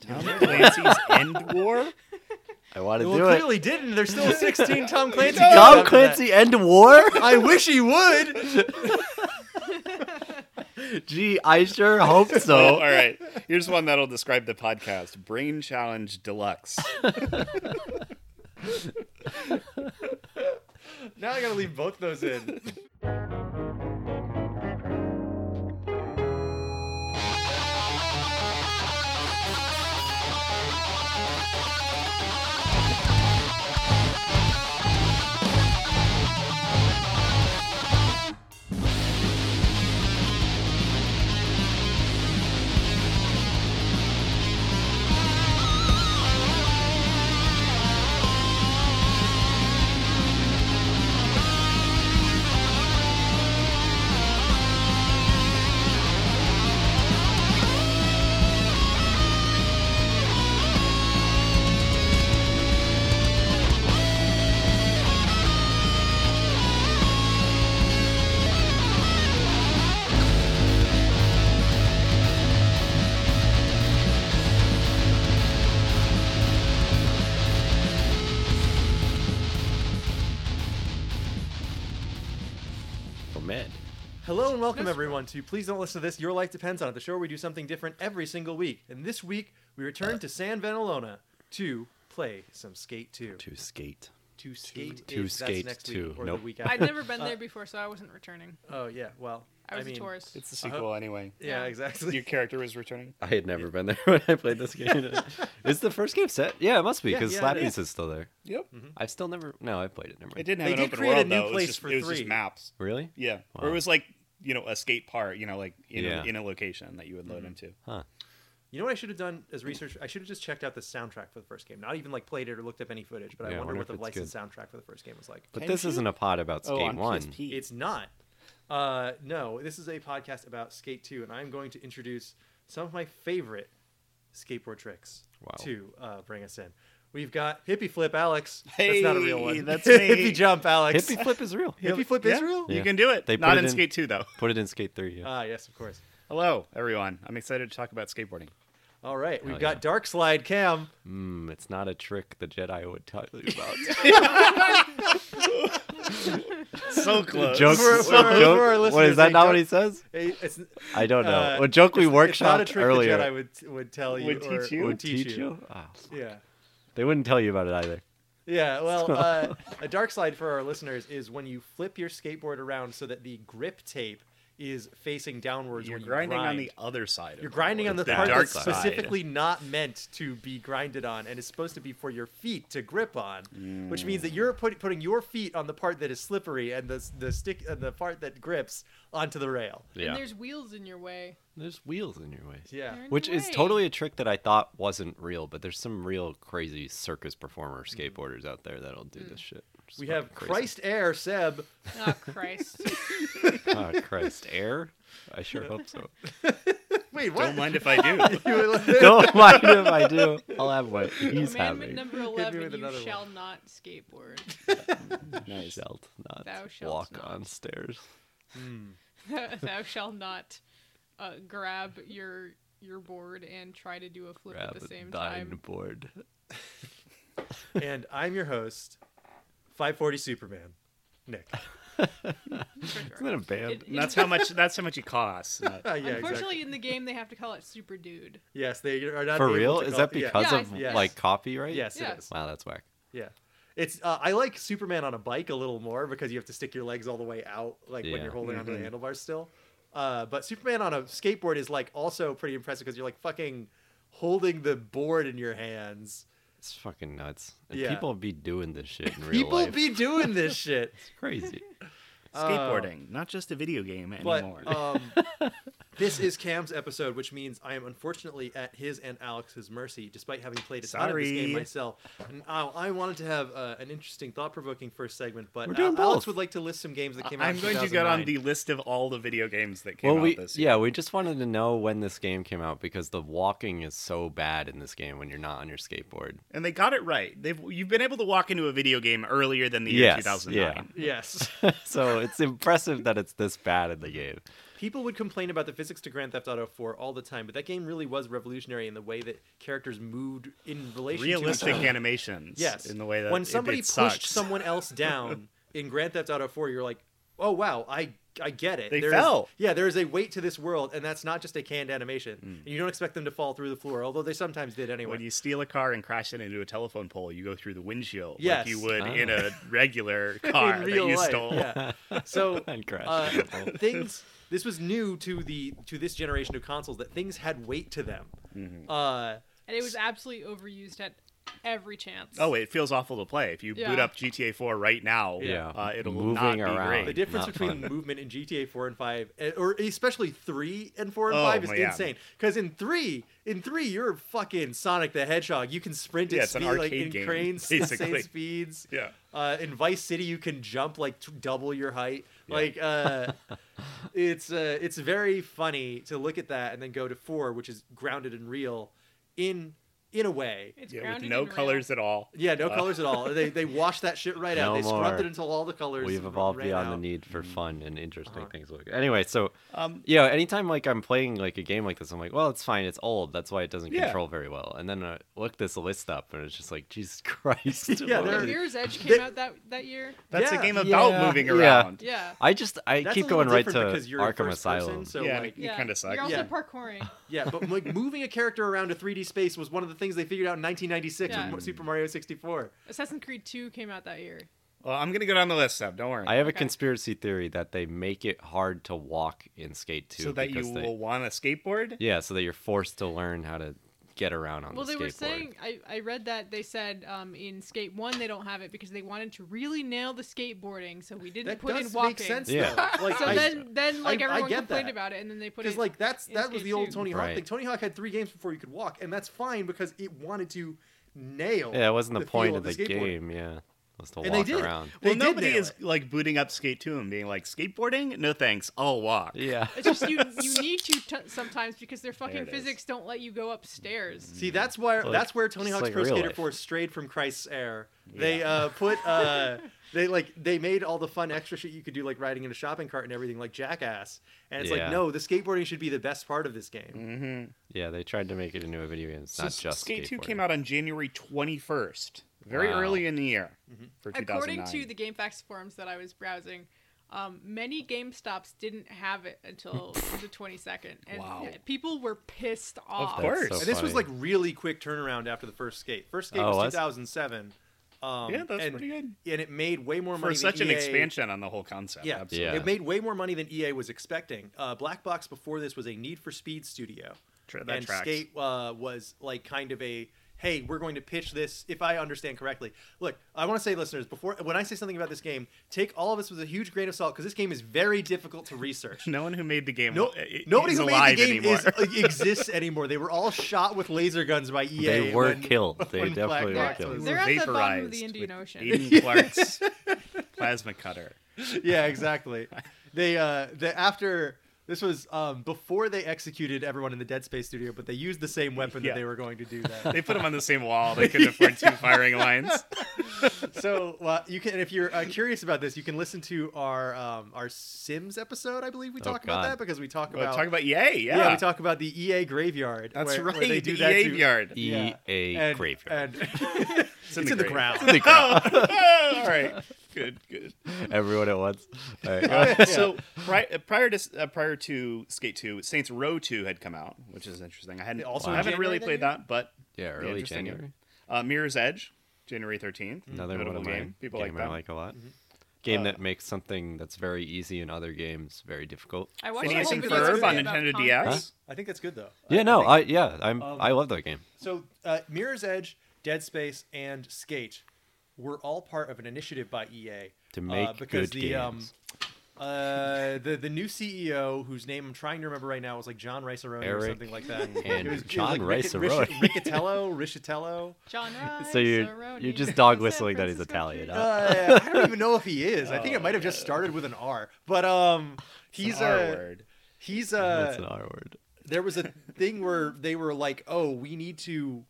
Tom Clancy's End War? I want to Well, do it. clearly didn't. There's still 16 Tom Clancy. games after Tom that. Clancy end war? I wish he would. Gee, I sure hope Oh, all so. right. Here's one that'll describe the podcast Brain Challenge Deluxe. Now I gotta leave both those in. Oh, man. Hello and welcome everyone to Please Don't Listen to This, Your Life Depends on It, the show where we do something different every single week. And this week we return to San Venelona to play some Skate 2. To skate. To Skate To is, Skate that's next 2, week or nope. the week I'd after. never been there before, so I wasn't returning. oh yeah, well. I was mean, a tourist. It's the sequel anyway. Yeah, Yeah. exactly. Your character is returning. I had never been there when I played this game. is the first game set? Yeah, it must be Yeah, because yeah, it Slappies is still there. Yep. I've still never. No, I played it. Never. It mind. didn't have Mm-hmm. They an did open create a world new though. It was place just- for it was just three. maps. Really? Yeah. Or it was like, you know, a skate part, you know, like in, Yeah. a, in a location that you would load Mm-hmm. into. Huh. You know what I should have done as research? I should have just checked out the soundtrack for the first game. Not even like played it or looked up any footage, but Yeah, I I wonder, wonder what if the it's licensed soundtrack for the first game was like. But Can this you? isn't a pod about Skate oh, on 1. PSP. It's not. Uh, no, this is a podcast about Skate 2, and I'm going to introduce some of my favorite skateboard tricks Wow. to uh, bring us in. We've got Hippie Flip Alex. that's Hey, not a real one. that's me. Hippie Jump Alex. Hippie Flip is real. Hippie Flip Yeah, Israel? You Yeah. can do it. They Not put it in in- Skate 2 though. Put it in Skate 3. Yeah. Ah, yes, of course. Hello, everyone. I'm excited to talk about skateboarding. All right, we've Hell got yeah. Dark Slide Cam. Mm, it's not a trick the Jedi would tell you about. So close. Jokes- For- for- joke- for our what listeners, is that? they Not what don't- he says? Hey, It's, I don't know. uh, a joke we it's- it's not workshopped a trick the earlier Jedi would, would tell you. Would or, teach you? Would teach you. Ah, Yeah. they wouldn't tell you about it either. Yeah, well, uh, a dark slide for our listeners is when you flip your skateboard around so that the grip tape is facing downwards You're when you grinding grind. on the other side. of You're grinding on the board. part dark that's side. specifically not meant to be grinded on and is supposed to be for your feet to grip on, which means that you're put, putting your feet on the part that is slippery and the the stick and the part that grips onto the rail. And there's wheels in your way. There's wheels in your way. Yeah. They're in Which your is way. totally a trick that I thought wasn't real, but there's some real crazy circus performer Mm-hmm. skateboarders out there that'll do Mm. this shit. It's We fucking have crazy. Christ Air Seb. Oh Christ! Oh, Christ. Air? I sure hope so. Wait, what? Don't mind if I do. Don't mind if I do. I'll have what he's having. Commandment number with eleven: You another one. shall not skateboard. Nice. Shalt not Thou shalt walk not. on stairs. Thou shall not uh, grab your your board and try to do a flip Grab at the same thine time. board. and I'm your host, 540 Superman, Nick. For sure. Isn't that a band? It- And that's how much. That's how much it costs. uh, Ah, yeah, Unfortunately, exactly. in the game, they have to call it Super Dude. Yes, they are not For able real? to Is call- that yeah. because Yeah, I of think Yes. like copyright? Yes, Yeah. it is. Wow, that's whack. Yeah. It's uh, I like Superman on a bike a little more because you have to stick your legs all the way out like when Yeah. you're holding onto the Mhm. handlebars still. Uh, but Superman on a skateboard is like also pretty impressive because you're like fucking holding the board in your hands. It's fucking nuts. And Yeah. people be doing this shit in real People life. be doing this shit. It's crazy. Oh. Skateboarding, not just a video game but anymore. um, this is Cam's episode, which means I am unfortunately at his and Alex's mercy, despite having played a ton of this game Sorry. myself. And I, I wanted to have uh, an interesting, thought-provoking first segment, but We're doing Al- Alex both. would like to list some games that came out. I'm in going to get on 2009. the list of all the video games that came well, out we this year. yeah, we just wanted to know when this game came out because the walking is so bad in this game when you're not on your skateboard. and they got it right. They've you've been able to walk into a video game earlier than the year Yes, 2009. Yes. so it's impressive that it's this bad in the game. people would complain about the physics to Grand Theft Auto 4 all the time, but that game really was revolutionary in the way that characters moved in relation to Realistic each other. animations. Yes. In the way that when it- somebody it pushed sucks. someone else down in Grand Theft Auto 4, you're like, oh wow, I I get it. They There is- fell. yeah, there is a weight to this world, and that's not just a canned animation. And you don't expect them to fall through the floor, although they sometimes did anyway. When you steal a car and crash it into a telephone pole, you go through the windshield Yes. like you would Oh. in a regular car that real you life, stole. yeah. So And crash uh, into the pole. things. This was new to the to this generation of consoles that things had weight to them. Mm-hmm. Uh, and it was absolutely overused at every chance. Oh, it feels awful to play. If you boot Yeah. up GTA 4 right now, Yeah. uh, it'll Moving not be around. great. the difference Not between fun. movement in GTA 4 and 5, eh, or especially 3 and 4 and Oh, 5, is man. insane. Because in 3, in 3, you're fucking Sonic the Hedgehog. You can sprint at Yeah, it's an speed, like arcade in game, cranes, insane basically. speeds. Yeah. Uh, in Vice City, you can jump like t- double your height. Like, uh, it's uh, it's very funny to look at that and then go to 4, which is grounded and real, in in a way. it's Yeah, with grounded no in real. colors at all. Yeah, no colors at all. They they washed that shit right out. No They scrubbed more. it until all the colors. We've evolved ran beyond out. Mm-hmm. the need for fun and interesting Uh-huh. things. Like anyway, so Um, yeah, anytime like I'm playing like a game like this, I'm like, well, it's fine, it's old, that's why it doesn't Yeah. control very well. And then I look this list up, and it's just like, Jesus Christ. Yeah, what there- is- Computer's Edge They- came out that that year. that's Yeah. a game about Yeah. moving Yeah. around. Yeah. I just I That's keep a little going right to different because you're in Arkham first person, Asylum. so Yeah, like, it kinda sucks. You're also Yeah. parkouring. yeah, but like moving a character around a 3D space was one of the things they figured out in 1996 Yeah. with Super Mario 64. Assassin's Creed 2 came out that year. Well, I'm going to go down the list, Seb. Don't worry. I have a Okay. conspiracy theory that they make it hard to walk in Skate 2 so that you because they, will want a skateboard? yeah, so that you're forced to learn how to get around on Well, the they skateboard. were saying I, I read that they said um, in Skate One they don't have it because they wanted to really nail the skateboarding, so we didn't That put does in walking. make sense Yeah. though. Like So I, then then like I- I everyone get complained that. about it, and then they put because it like that's in that was Skate the old 2. Tony Hawk Right. thing. Tony Hawk had three games before you could walk, and that's fine because it wanted to nail. Yeah, it wasn't the, feel point of the, skateboard. game, yeah. Was to And they walk did. around. They well, did nobody nail is it. like booting up Skate 2 and being like, skateboarding? No thanks. I'll walk. Yeah. It's just you you need to t- sometimes because their There fucking it physics is. don't let you go upstairs. See, that's where Like, that's where Tony just Hawk's like Pro real Skater life. 4 strayed from Christ's air. They uh, put uh, they like they made all the fun extra shit you could do, like riding in a shopping cart and everything, like Jackass. And it's Yeah. like, no, the skateboarding should be the best part of this game. Mm-hmm. Yeah, they tried to make it into a video game. It's So not just Skate 2 skateboarding. came out on January 21st, very Wow. early in the year Mm-hmm. for 2009. According to the GameFAQs forums that I was browsing, um, many GameStops didn't have it until the 22nd, and Wow. people were pissed off. That's course. so And And this was funny. like really quick turnaround after the first skate. First skate Oh, was was? 2007. Um, yeah, that's and, pretty good. And it made way more For money such than E an EA expansion on the whole concept. Yeah, absolutely. Yeah. it made way more money than EA was expecting. Uh, Black Box before this was a Need for Speed studio. Tra- that and tracks. Skate uh, was like kind of a hey, we're going to pitch this. If I understand correctly, look, I want to say, listeners, before when I say something about this game, take all of this with a huge grain of salt because this game is very difficult to research. No one who made the game No, i- i- nobody is who made alive the game anymore. is, exists anymore. They were all shot with laser guns by EA. They were when- killed. They when Black definitely were Box They're, killed. was- they're at the bottom of Vaporized the Indian with Ocean. Aiden Clark's plasma cutter. yeah, exactly. They uh the after this was um before they executed everyone in the Dead Space studio, but they used the same weapon Yeah. that they were going to do that. They put them on the same wall. They couldn't afford two firing lines. so uh, you can if you're uh, curious about this, you can listen to our um our Sims episode. I believe we Oh, talk about God. that because we talk Well, about, talk about yay, yeah. we talk about the EA graveyard. That's where- right. where they the do E that to- graveyard. Yeah. EA and- graveyard. and- it's, in the grave. Oh, ground. All right. Good. Good. Everyone at once. All right. Uh, so pri- uh, prior to uh, prior to Skate Two, Saints Row Two had come out, which is interesting. I hadn't Also I in haven't really January that played year? that, but yeah, it'd be early interesting. January. Uh, Mirror's Edge, January thirteenth. Another one notable of my game. People game like that. I like a lot. Mm-hmm. Game Uh, that makes something that's very easy in other games very difficult. I watched a whole Anything think for video Herb on about Nintendo concrete. DS. I think that's good though. Yeah, no, think- I yeah, I'm Um, I love that game. So, uh, Mirror's Edge, Dead Space, and Skate were all part of an initiative by EA To make uh, because good the games. um, uh, the the new CEO whose name I'm trying to remember right now was like John Riceroni or Eric something like that. and it was, John it was like Riceroni. Ric- Ric- Riccatello, Riccatello. John Rice, So you- Cerrone, you're just San dog whistling that he's Francisco Italian, trees. huh? Uh, I don't even know if he is. I think Oh, it might have just started with an R. But um, he's our a word. he's That's a an R word. there was a thing where they were like, "Oh, we need to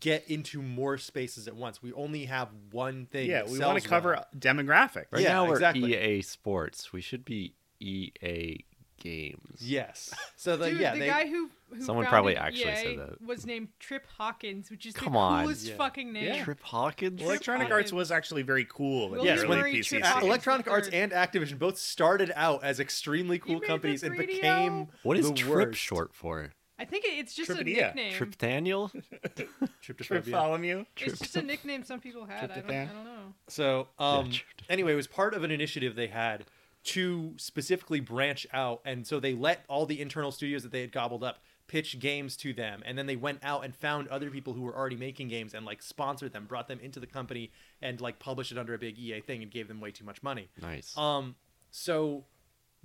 get into more spaces at once. We only have one thing." Yeah, that we want sells to cover well." demographic. Right Yeah, now we're exactly. EA Sports. We should be EA E games. Yes. So the, Dude, yeah, the they, guy who, who Someone probably founded actually said EA that. was named Trip Hawkins, which is Come the on. coolest Yeah. fucking name. Yeah. Trip Hawkins. Electronic Fucking- Arts was actually very cool. in the Yes, early when- PC scene. Uh, elec- Electronic Arts and Activision both started out as extremely made cool the companies and radio. became what is the Trip worst. short for? I think it- it's just Tripania. a nickname. Trip Daniel? Tryptophobia. Tryptophalomue. It's just a nickname some people had. I don't, I Tryptophan. don't know. So um, true. anyway, it was part of an initiative they had to specifically branch out, and so they let all the internal studios that they had gobbled up pitch games to them, and then they went out and found other people who were already making games and like sponsored them, brought them into the company, and like published it under a big EA thing and gave them way too much money. Nice. Um, so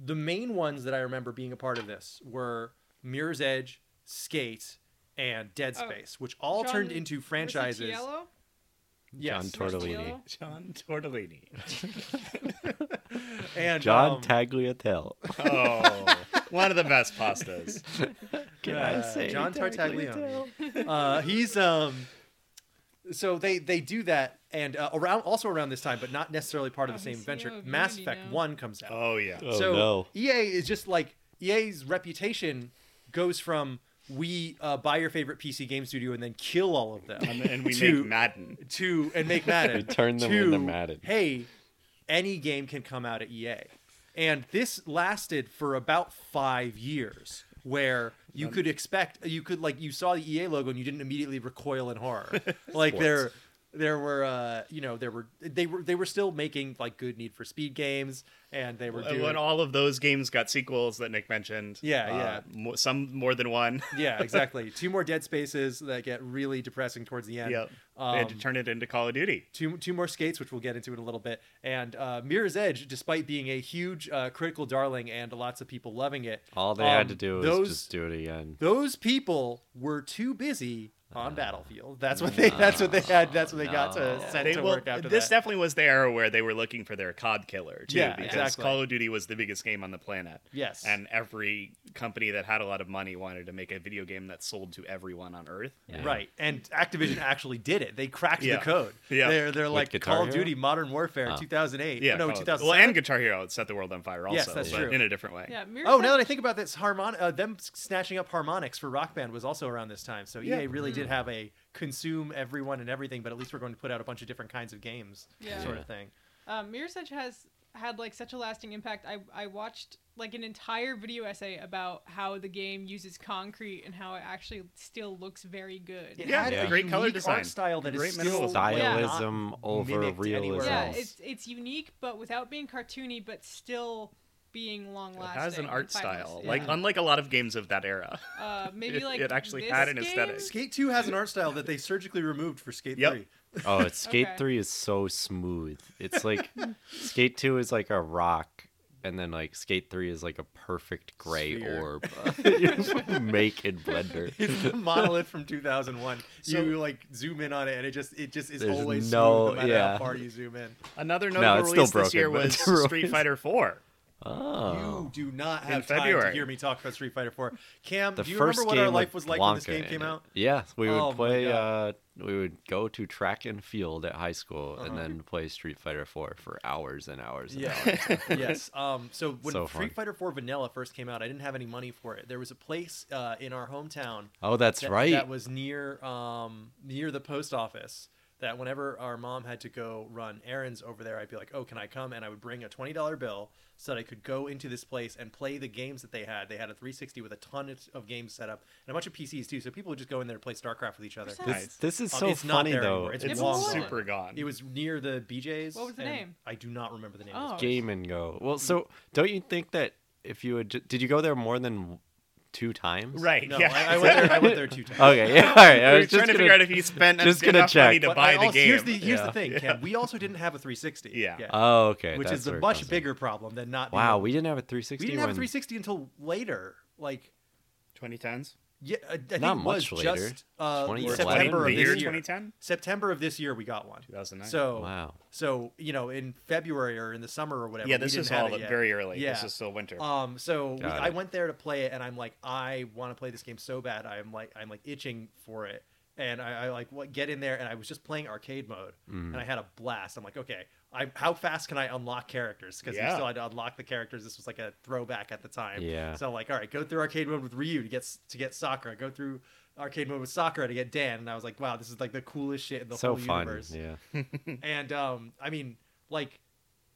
the main ones that I remember being a part of this were Mirror's Edge, Skate, and Dead Oh, Space, which all John- turned was into it franchises. Tiello? Yes, John Tortellini. Tiello? John Tortellini. and John um, Tagliatelle. Oh, one of the best pastas. Can I Uh, say John Tartaglione? Tartaglione. uh, he's um. So they they do that, and uh, around also around this time, but not necessarily part of Oh, the same he's venture. CEO of Mass Unity Effect now. One comes out. Oh yeah. Oh, so no. EA is just like EA's reputation goes from we uh, buy your favorite PC game studio and then kill all of them And, and we to make Madden. to and make Madden. We turn them into Madden. Hey, any game can come out at EA, and this lasted for about five years, where you could expect you could like you saw the EA logo and you didn't immediately recoil in horror, like there. There were, uh, you know, there were they were they were still making like good Need for Speed games, and they were doing Uh, When all of those games got sequels that Nick mentioned. uh, Yeah, mo- some more than one. yeah, exactly. Two more dead spaces that get really depressing towards the end. yep. Um, they had to turn it into Call of Duty. two two more skates, which we'll get into in a little bit. And uh, Mirror's Edge, despite being a huge uh, critical darling and lots of people loving it, All they um, had to do was those just do it again. those people were too busy Uh, on Battlefield. That's what they. That's what they had. That's what they got to sent They- to well, work after this that. definitely was the era where they were looking for their COD killer too, Yeah, because exactly. Call of Duty was the biggest game on the planet. Yes. and every company that had a lot of money wanted to make a video game that sold to everyone on Earth. Yeah. Right, and Activision actually did it. They cracked Yeah. the code. Yeah. they're they're like Guitar Call of Hero? Duty Modern Warfare Oh. 2008. Yeah, no Call of- 2007. Well, and Guitar Hero set the world on fire also, Yes, that's but true. in a different way. Yeah. Mirror's Oh, now Edge- that I think about this, harmon- uh, them snatching up harmonics for Rock Band was also around this time. So EA Yeah. really Hmm. did have a consume everyone and everything, but at least we're going to put out a bunch of different kinds of games, Yeah. sort Yeah. of thing. um, Mirror's Edge has had like such a lasting impact. I I watched like an entire video essay about how the game uses concrete and how it actually still looks very good. It Yeah, had a great color unique design, art style that is great still minerals. not Stylism over mimicked anywhere realism. Yeah, else. it's it's unique, but without being cartoony, but still being long It lasting. has an art style, like Yeah. unlike a lot of games of that era. uh, maybe it- like it actually this had an game? aesthetic. Skate 2 has an art style that they surgically removed for Skate Yep. 3. Oh, it's Skate Okay. 3 is so smooth. It's like Skate 2 is like a rock and then like Skate 3 is like a perfect gray Sphere. orb. You Make in Blender. It's the monolith from 2001. you So- like zoom in on it and it just it just is There's always no- smooth no matter yeah. how far you zoom in. Another No, notable it's still release this broken, year but was it's a Street release. Fighter Four. Oh. You do not In have time to February. hear me talk about Street Fighter 4. Cam, The do you first remember what game our life with was like when this Blanca game came in it. out? Yeah, we would Oh my play. Uh, God. Uh-huh. we would go to track and field at high school and then play Street Fighter Four for hours and hours. And hours. yes. Um, so when So fun. Street Fighter 4 Vanilla first came out, I didn't have any money for it. There was a place uh, in our hometown Oh, that's that, right. that was near um, near the post office. That whenever our mom had to go run errands over there, I'd be like, "Oh, can I come?" And I would bring a twenty dollar bill so that I could go into this place and play the games that they had. They had a three sixty with a ton of- of games set up and a bunch of PCs too. So people would just go in there and play StarCraft with each other. This- this, Nice. this is Um, so it's not funny there though. anymore. It's It's long gone. super gone. It was near the BJ's. What was the and name? I do not remember the name. Oh. of this Game and go. Well, so don't you think that if you would, ju- did you go there more than two times? right? place. No, yeah. I, I went there. I went there two times. Okay. Yeah. All right. I We're was just trying to gonna- figure out if you spent just gonna enough money check. to But buy I the also- game. Here's the here's Yeah. the thing, Cam. We also didn't have a 360. Yeah. Oh, okay. which that's is where the it much comes in. bigger problem than not. being Wow, able- we didn't have a 360. we didn't have a when- 360 until later. Like 2010s. yeah, I, I think Not it was much later. Just, uh, 2011? September of the Weird year this year. 2010. September of this year, we got one. 2009. So Wow. So you know, in February or in the summer or whatever. yeah, we this didn't is have all it yet. very early. Yeah. This is still winter. Um, so we, Got I it. went there to play it, and I'm like, I want to play this game so bad. I'm like, I'm like itching for Mm. it, and I, I like what get in there, and I was just playing arcade mode, and I had a blast. I'm like, okay, I, how fast can I unlock characters? Because Yeah. we still had to unlock the characters. This was like a throwback at the time. Yeah. So like, all right, go through arcade mode with Ryu to get s- to get Sakura. Go through arcade mode with Sakura to get Dan. And I was like, wow, this is like the coolest shit in the so whole fun. universe Yeah. and um, I mean, like,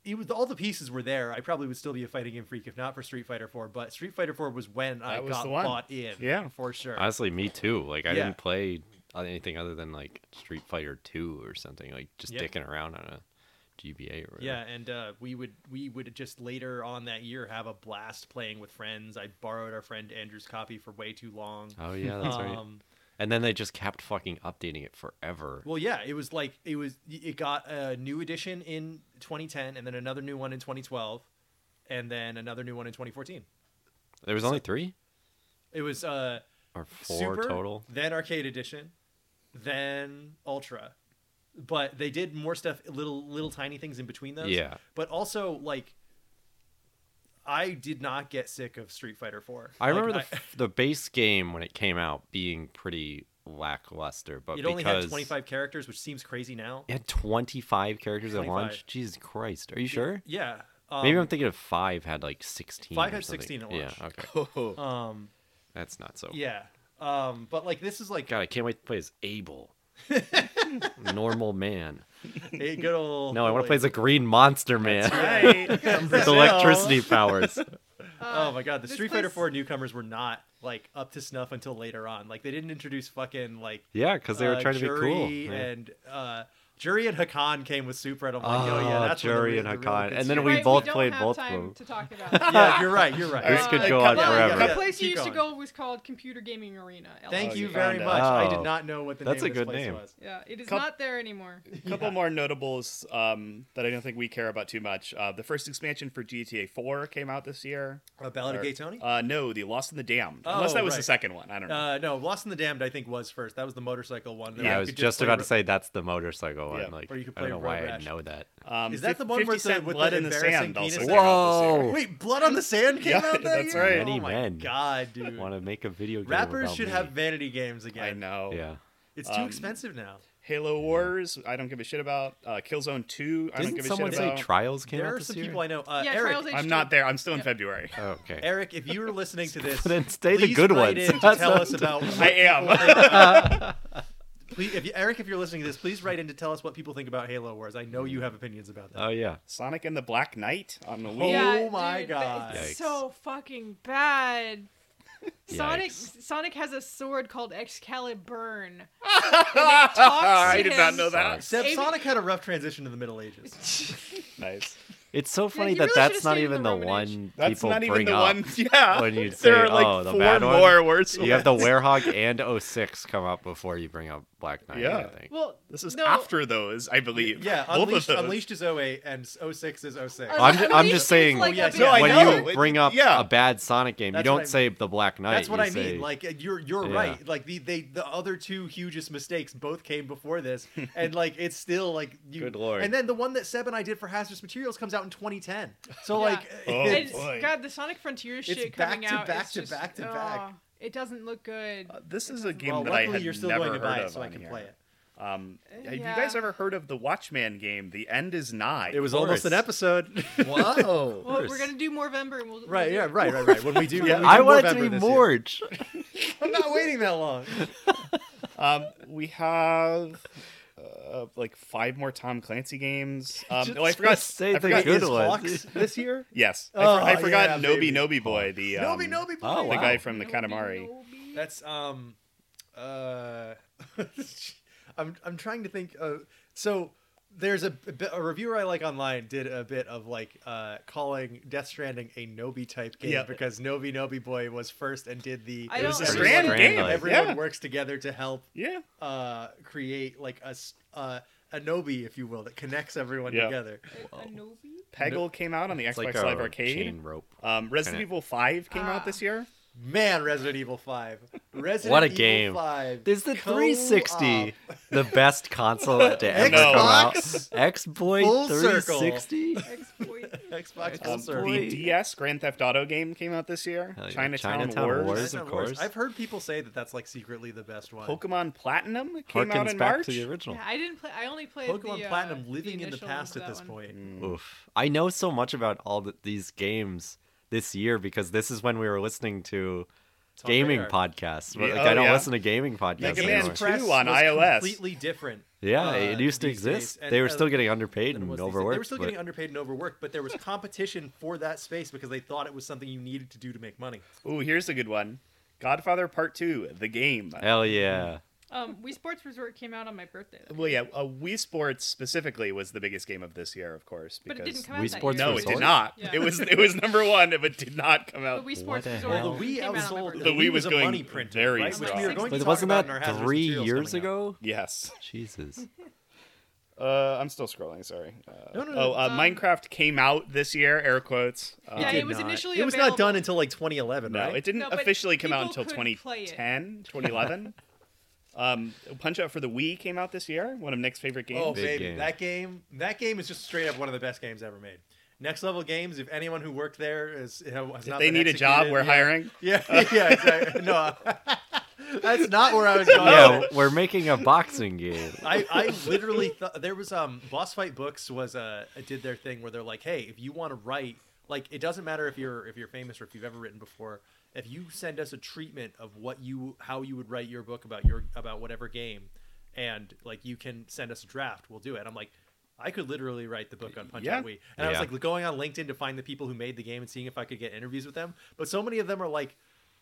it was all the pieces were there. I probably would still be a fighting game freak if not for Street Fighter Four. But Street Fighter Four was when I That was got the one. bought in. Yeah. for sure. Honestly, me too. Like I Yeah. didn't play anything other than like Street Fighter Two or something. Like just Yep. dicking around on a GBA or whatever. yeah, and uh, we would we would just later on that year have a blast playing with friends. I borrowed our friend Andrew's copy for way too long. Oh yeah, that's right. Um, And then they just kept fucking updating it forever. Well, yeah, it was like it was. It got a new edition in 2010, and then another new one in 2012, and then another new one in 2014. there was only three It was uh, or four Super, total. Then Arcade Edition, then Ultra. But they did more stuff, little little tiny things in between those. Yeah. But also like, I did not get sick of Street Fighter Four. I remember like, the f the base game when it came out being pretty lackluster, but it because only had 25 characters, which seems crazy now. it had 25 characters at 25. launch. Jesus Christ, are you sure? Yeah. Um, Maybe I'm thinking of five had like 16. Five or had something. 16 at launch. Yeah, okay, Oh, Um. that's not so. Yeah. Um. But like, this is like God, I can't wait to play as Abel, normal man. a good old. No, I want to Oh, boy. play as a green monster man with Brazil. electricity powers. Oh my god, the this Street Fighter place- 4 newcomers were not like up to snuff until later on. Like they didn't introduce fucking like Yeah, because they were uh, trying to be Jury cool. Yeah. And uh, Jury and Hakan came with Super, and I'm like, Oh, oh, yeah, that's when the Jury re- and the real Hakan. good And then shit- we Right, both don't played have both of time them. to talk about. yeah, you're right, you're right. This Uh, could I go cut on that- Well, forever. The place you Keep used to going. go was called Computer Gaming Arena. LOL. Thank Oh, you you very found much. I out. did not know what the Oh. That's name a of this good place name. was. Yeah, it is Cup- not there anymore. A couple more notables um, that I don't think we care about too much. Uh, the first expansion for GTA 4 came out this year. A Ballad Or- of Gay Tony? Uh, no, the Lost in the Damned. Oh, Unless that was the right. second one. I don't know. Uh, no, Lost in the Damned, I think, was first. That was the motorcycle one. that Yeah, I you was could just, play about to ro- say that's the motorcycle one. Yeah, like, or you could I don't play know Road why Rash. I know that. um, Uh, is that the fif- one 50 with the- Cent with Blood the in the embarrassing Sand also penis came out this year. Whoa. Wait, Blood on the Sand came Yeah, out that that's year? right. Oh Many my men. god, dude. Want to make a video game? Rappers about should me. have vanity games again. I know. Yeah. It's too Um, expensive now. Halo Wars, I don't give a shit about. Uh, Killzone 2, I don't Didn't give a someone shit say about. Trials came There out are this some year? people I know. Uh, yeah, Eric, Trials H2. I'm not there. I'm still in February. Oh, okay. Eric, if you were listening to this, Then stay the please good write ones. in to That's tell not- us about. I am. Please, if you, Eric, if you're listening to this, please write in to tell us what people think about Halo Wars. I know you have opinions about Uh, that. Oh yeah. Sonic and the Black Knight on the Wii. yeah, Oh my dude, but God. It's Yikes. so fucking bad. Sonic Yikes. Sonic has a sword called Excalibur. and it talks I to did him. not know that. Sucks. Seb Amy- Sonic had a rough transition to the Middle Ages. Nice. It's so funny you that really that's should've not stayed in even the the Roman age. one That's people not even bring the up. one. Yeah. when you'd there say, are like "Oh, the four bad one?" more worse. You have the Werehog and 06 come up before you bring up Black Knight. Yeah. I think. Well, This is no, after those, I believe. Yeah, Both Unleashed, of those. Unleashed is 08 and 06 is 06. Unle- I'm, ju- I'm Unleashed just is saying, like Oh, yeah, a no, I big know. one. when you bring up Yeah. a bad Sonic game, you That's don't what I say the Black Knight. That's what you I say- mean. Like uh, you're you're Yeah. right. Like the they the other two hugest mistakes both came before this, and like it's still like you. Good lord. And then the one that Seb and I did for Hazardous Materials comes out in 2010. So Yeah. like Oh, It's- it's, boy. God, the Sonic Frontier shit back coming to out. back is to just, back to back. oh, It doesn't look good. Uh, this is a game well, that I luckily had you're still never going to heard buy of it, so I on can here. play it. Um, have you yeah. guys ever heard of the Watchman game? The end is nigh. It was course. almost an episode. Whoa. Well, we're gonna do Morvember. And we'll, we'll right, do yeah, it. right, right, right. When we do, Yeah. when we do I want it to Movember be this year. Morge. I'm not waiting that long. Um, we have uh, like five more Tom Clancy games. Um, oh, I Just forgot. say I the forgot good Is one. Hawks this year? Yes, I, Oh, for- I yeah, forgot Nobi baby. Nobi Boy, the um, Nobi, Nobi, oh, boy. the wow. guy from the Nobi, Katamari. nobi. That's um, uh, I'm I'm trying to think. Uh, so there's a, a bit- a reviewer I like online did a bit of like uh calling Death Stranding a Nobi type game Yeah. because Nobi Nobi Boy was first and did the I It was don't- a everyone- Strand Strand game. like- Everyone yeah. works together to help yeah, uh create like a s- uh, a Nobi, if you will, that connects everyone Yeah. together. A- a Nobi? Peggle came out on the It's Xbox like a Live Arcade. chain rope. Um, Resident Kinda- Evil Five came out Ah. this year. Man, Resident Evil Five. Resident What a Evil game. 5. Is the Co-op. 360 the best console to ever come out? Xbox? X Boy Full circle. 360. Exploit. Xbox full Um, service. the DS Grand Theft Auto game came out this year. Hell yeah. Chinatown, Chinatown Wars. Wars. Chinatown of Wars. course. I've heard people say that that's like secretly the best one. Pokemon Platinum came out Harkens in back March. to the original. Yeah, I didn't play. I only played Pokemon the, uh, Platinum the living in the initial past for at that this one. point. Oof. I know so much about all th these games this year because this is when we were listening to Talk gaming radar. podcasts. Well, Yeah, Like, oh, I don't yeah. listen to gaming podcasts Mega Man anymore. Two on iOS. completely different. Yeah, uh, it used to these days, exist. and, they were uh, still getting underpaid than it and was these days. overworked. They were still but- getting underpaid and overworked, but there was competition for that space because they thought it was something you needed to do to make money. Ooh, here's a good one. Godfather Part Two, the game. Hell mm-hmm. yeah. Um, Wii Sports Resort came out on my birthday, though. Well, yeah, uh, Wii Sports specifically was the biggest game of this year, of course. but Because it didn't come out. Wii that Sports year. no, it Resort? did not. Yeah. It was it was number one, but did not come But out. Wii Sports the hell? Resort. came Well, the Wii out on my outsold birthday. the Wii was was a going money printer, very right? Which we strong. were going But to talk wasn't about in our that hazardous three materials years coming up. ago? Yes. Jesus. Uh, I'm still scrolling. Sorry. Uh, No, no, no. Oh, uh, Um, Minecraft came out this year. Air quotes. Uh, Yeah, did it was not. initially It was not available- done until like 2011, no, right? it didn't No, but officially come out people until couldn't play it. 2010, 2011. um, Punch Out for the Wii came out this year. One of Nick's favorite games. Oh, Big baby, game. that game, that game is just straight up one of the best games ever made. Next level games. If anyone who worked there is has if not they been need a job, executed, we're yeah. hiring. Yeah, yeah, exactly. No, that's not where I was going. yeah, we're making a boxing game. I, I literally thought there was um boss fight books was uh did their thing where they're like hey if you want to write like it doesn't matter if you're if you're famous or if you've ever written before if you send us a treatment of what you how you would write your book about your about whatever game and like you can send us a draft we'll do it I'm like I could literally write the book on Punch Yeah. Out Wii and I was Yeah. like going on LinkedIn to find the people who made the game and seeing if I could get interviews with them but so many of them are like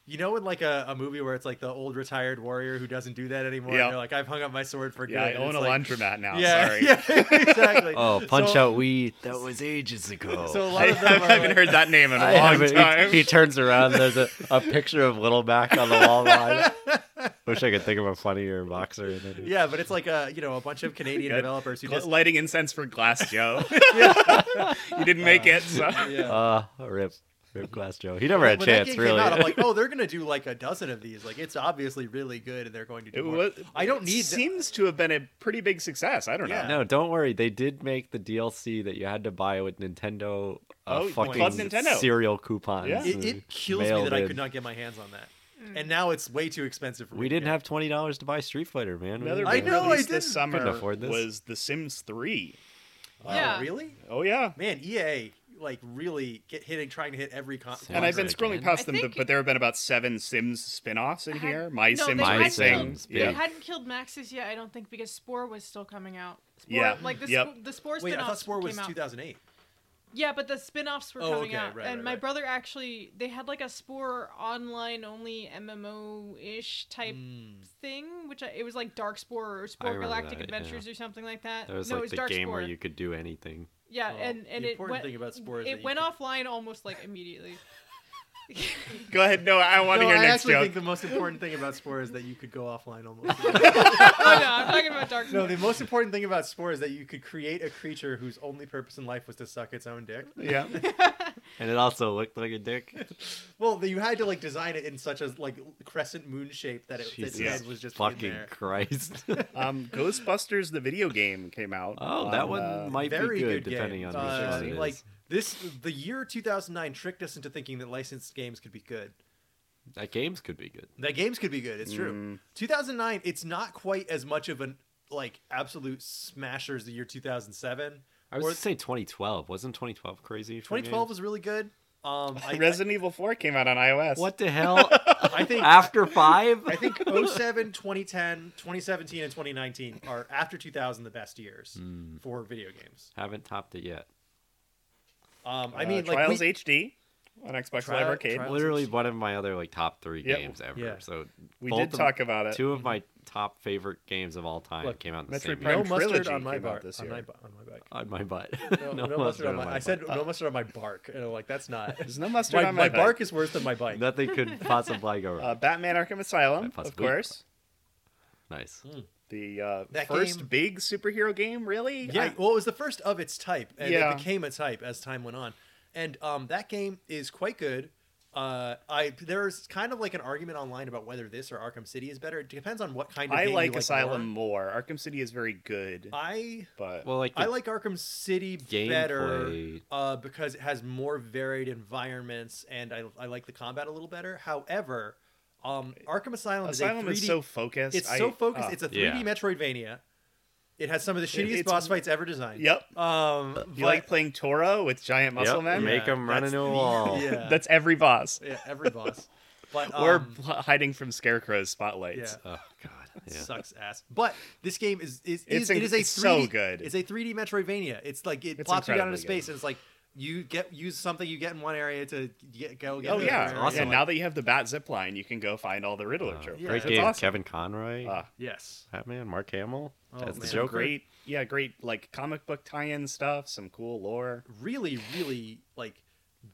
you know, in like a, a movie where it's like the old retired warrior who doesn't do that anymore, Yeah. and they're like, "I've hung up my sword for Yeah, I good," and own it's a like, laundromat now. yeah, sorry. yeah, exactly. Oh, Punch so, Out Wee. That was ages ago. So a I, lot of them are I haven't like- heard that name in a I long haven't- he- time. He, turns around. There's a, a picture of Little Mac on the wall. behind him. Wish I could think of a funnier boxer. than it is. Yeah, but it's like a you know a bunch of Canadian Good. developers who Gl- just Lighting incense for Glass Joe. you didn't make it. So. yeah. Uh, rip, rip Glass Joe. He never had a when that chance, game really. came out, I'm like, oh, they're gonna do like a dozen of these. Like it's obviously really good, and they're going to do It more. was, I don't need. it seems to have been a pretty big success. I don't Yeah. know. no, don't worry. They did make the DLC that you had to buy with Nintendo. Uh, Oh, fucking Club Nintendo. cereal coupons. Yeah. it, and it kills me Mm. mailed that I in. could not get my hands on that, and now it's way too expensive for me. We to didn't get. have twenty dollars to buy Street Fighter, man. We Another didn't I big have know, I release this didn't. summer Couldn't afford this. was The Sims 3. Wow, Yeah. really, Oh yeah. man. EA like really get hitting, trying to hit every. Con- So- And I've been Again. scrolling past I them, think- but there have been about seven Sims spin-offs in Had- here. My no, Sims they My had Racing. Sims, Yeah. They hadn't killed Maxis yet, I don't think, because Spore was still coming out. Spore, Yeah, Like the, yep. sp- the Spore Wait, I spin-offs thought Spore was came out. 2008. Yeah, but the spin-offs were Oh, coming okay, out, right, and right, my right. brother actually they had like a Spore online only MMO ish type Mm. Hmm. thing, which I, it was like Dark Spore or Spore remember that, Galactic yeah. Adventures or something like that. There was no, like it was the Dark game Spore. where you could do anything. yeah, Well, and and the it important went, thing about Spore is that it you went could- offline almost like immediately. Go ahead. No, I want to No, hear I next actually joke. think the most important thing about Spore is that you could go offline almost. oh no, I'm talking about Dark Spore. No, the most important thing about Spore is that you could create a creature whose only purpose in life was to suck its own dick. Yeah. And it also looked like a dick. Well, you had to like design it in such a like crescent moon shape that it, its Jesus head was just in fucking there. Christ. Um, Ghostbusters, the video game, came out. oh, that on, one uh, might be Very good, good, depending game. on which Uh, one it is. Like this, the year 2009 tricked us into thinking that licensed games could be good. that games could be good. That games could be good. It's true. Mm. 2009, it's not quite as much of an like absolute smasher as the year 2007. I was or- gonna say 2012. Wasn't 2012 crazy? for 2012 games? was really good. Um, I, Resident Evil 4 came out on iOS. What the hell? I think After five? I think 07, 2010, 2017, and 2019 are after 2000 the best years Hmm. for video games. haven't topped it yet. Um, I Uh, mean, like Trials we- HD on Xbox Trial- Live Arcade. Trials- Literally one of my other like top three Yeah, games ever. yeah. So we both did of- talk about it. Two of my top favorite games of all time Mm-hmm. Look, came out in the Metroid same Prime year. no mustard Trilogy on my came out bark this on year. my, bu- on my bike. On my butt. No, no, mustard on my. I said butt. no mustard on my bark, and I'm like, that's not. There's no mustard my, on my, my bark is worse than my bike. nothing could possibly go wrong. Uh, Batman Arkham Asylum, That of possibly- course. nice. Mm. The uh, That first game- big superhero game, really? Yeah, I- well, it was the first of its type, and Yeah. it became a type as time went on. And um, that game is quite good. Uh, I there's kind of like an argument online about whether this or Arkham City is better. It depends on what kind of I game you like like Asylum more. more. Arkham City is very good, I but Well, like the I like Arkham City better gameplay. uh, because it has more varied environments and I, I like the combat a little better. However, um, Arkham Asylum, Asylum is, is, a 3D, so focused. it's so I- focused. uh, it's a Yeah. 3D Metroidvania. It has some of the It- shittiest it's- boss fights ever designed. Yep. Um, you but, like playing Toro with giant muscle yep, men? make Yeah, them run that's into a the- wall. yeah. That's every boss. yeah, every boss. But um, or pl- hiding from Scarecrow's spotlights. yeah. Oh god. Yeah. sucks ass. But this game is is, It's is it is a 3D, inc- so good. It's a 3D Metroidvania. It's like it It's plops you down into incredibly space good. and it's like you get use something you get in one area to get, go get Oh to yeah, another awesome. yeah. area. Now that you have the bat zip line, you can go find all the Riddler Uh, trophies. yeah. Great It's game, awesome. Kevin Conroy, Um, Ah. yes. Batman, Mark Hamill. Oh, That's the man. Joker. Great, yeah, great like comic book tie-in stuff, some cool lore. Really, really like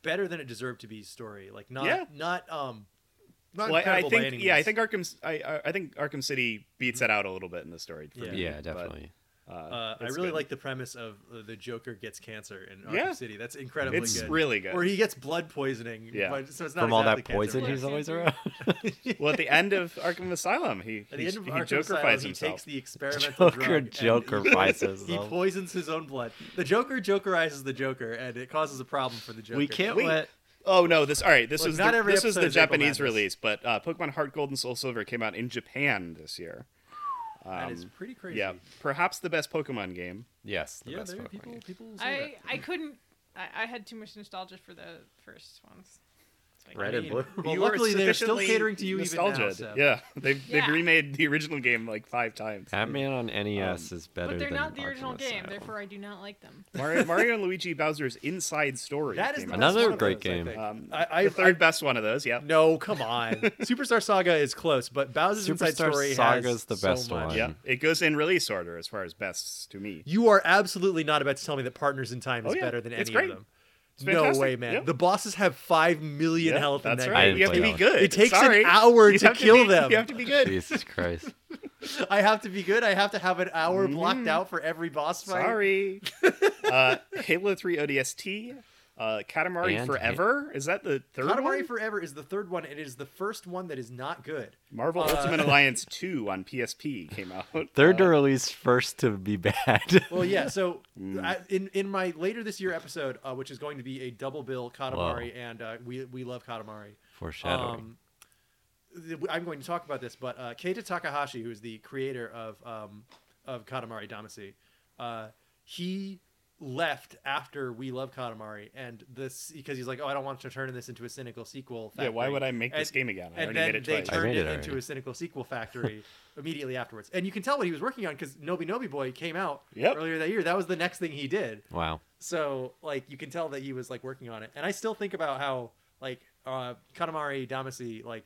better than it deserved to be story. Like not Yeah. not um not Well, I- I incredible by think any yeah, I means. think Arkham S- I, I I think Arkham City beats it out a little bit in the story. for Yeah. me, Yeah, but, definitely. uh, uh, I it's really good. like the premise of uh, the Joker gets cancer in Arkham Yeah. City. That's incredibly It's good. really good. Or he gets blood poisoning. Yeah. but- so it's not From all that exactly cancer, poison but- he's always Yeah. around. well, at the end of Arkham Asylum, he At he, the end of he Arkham Jokerifies Asylum, he himself. takes the experimental Joker drug Joker and fights he, he himself. poisons his own blood. The Joker Jokerizes the Joker, and it causes a problem for the Joker. We can't Wait. let Oh no! This all right. This Look, was not the, every this was episode the is April Japanese Madness. release, but uh, Pokemon Heart Gold and Soul Silver came out in Japan this year. That is Um, pretty crazy. Yeah, perhaps the best Pokemon game. Yes, the yeah. best There are Pokemon people. game. People. I I couldn't. I, I had too much nostalgia for the first ones. It's like- Red I and mean, blue. Well, were luckily they're still sufficiently catering to you even now, nostalgia. so- Yeah, they've Yeah. they've remade the original game like five times. Batman on Um, NES is better But they're than not the Arkham original game, Asylum. therefore I do not like them. Mario, Mario and Luigi Bowser's Inside Story. That is came the out. Another best one of great those, I game. think. Um, I, I, the third best one of those. Yeah. I- no, come on. Superstar Saga is close, but Bowser's Inside Superstar Story has Saga's the so best much. one. Yeah. It goes in release order as far as bests to me. You are absolutely not about to tell me that Partners in Time is Oh, yeah. better than It's any great. of them. It's no fantastic. way, man. Yeah. The bosses have five million health in that's that right. I You have to be didn't play good. It takes an Sorry. hour You to have kill be- them. You have to be good. Jesus Christ. Uh, game. I have to be good. I have to have an hour blocked out for every boss fight. Mm-hmm. Sorry. uh, Halo 3 ODST, uh, Katamari And Forever. Is that the third Katamari one? Forever is the third one, and it is the first one that is not good. Marvel Uh, Ultimate Alliance 2 on PSP came out. They're Uh, release first to be bad. Well, yeah. So I, in in my later this year episode, uh, which is going to be a double bill Katamari and uh, we we love Katamari. Foreshadowing. Um, th- I'm going to talk about this, but uh, Keita Takahashi, who is the creator of um, of Katamari Damacy, uh, he left after We Love Katamari, and this because he's like, oh, I don't want to turn this into a cynical sequel. Yeah, Factory. why would I make this And- game again? I and already then made it they twice. I turned made it, it into already. a cynical sequel factory immediately afterwards, and you can tell what he was working on because Nobi Nobi Boy came out Yep. earlier that year. That was the next thing he did. wow. So like you can tell that he was like working on it, and I still think about how like uh Katamari Damacy like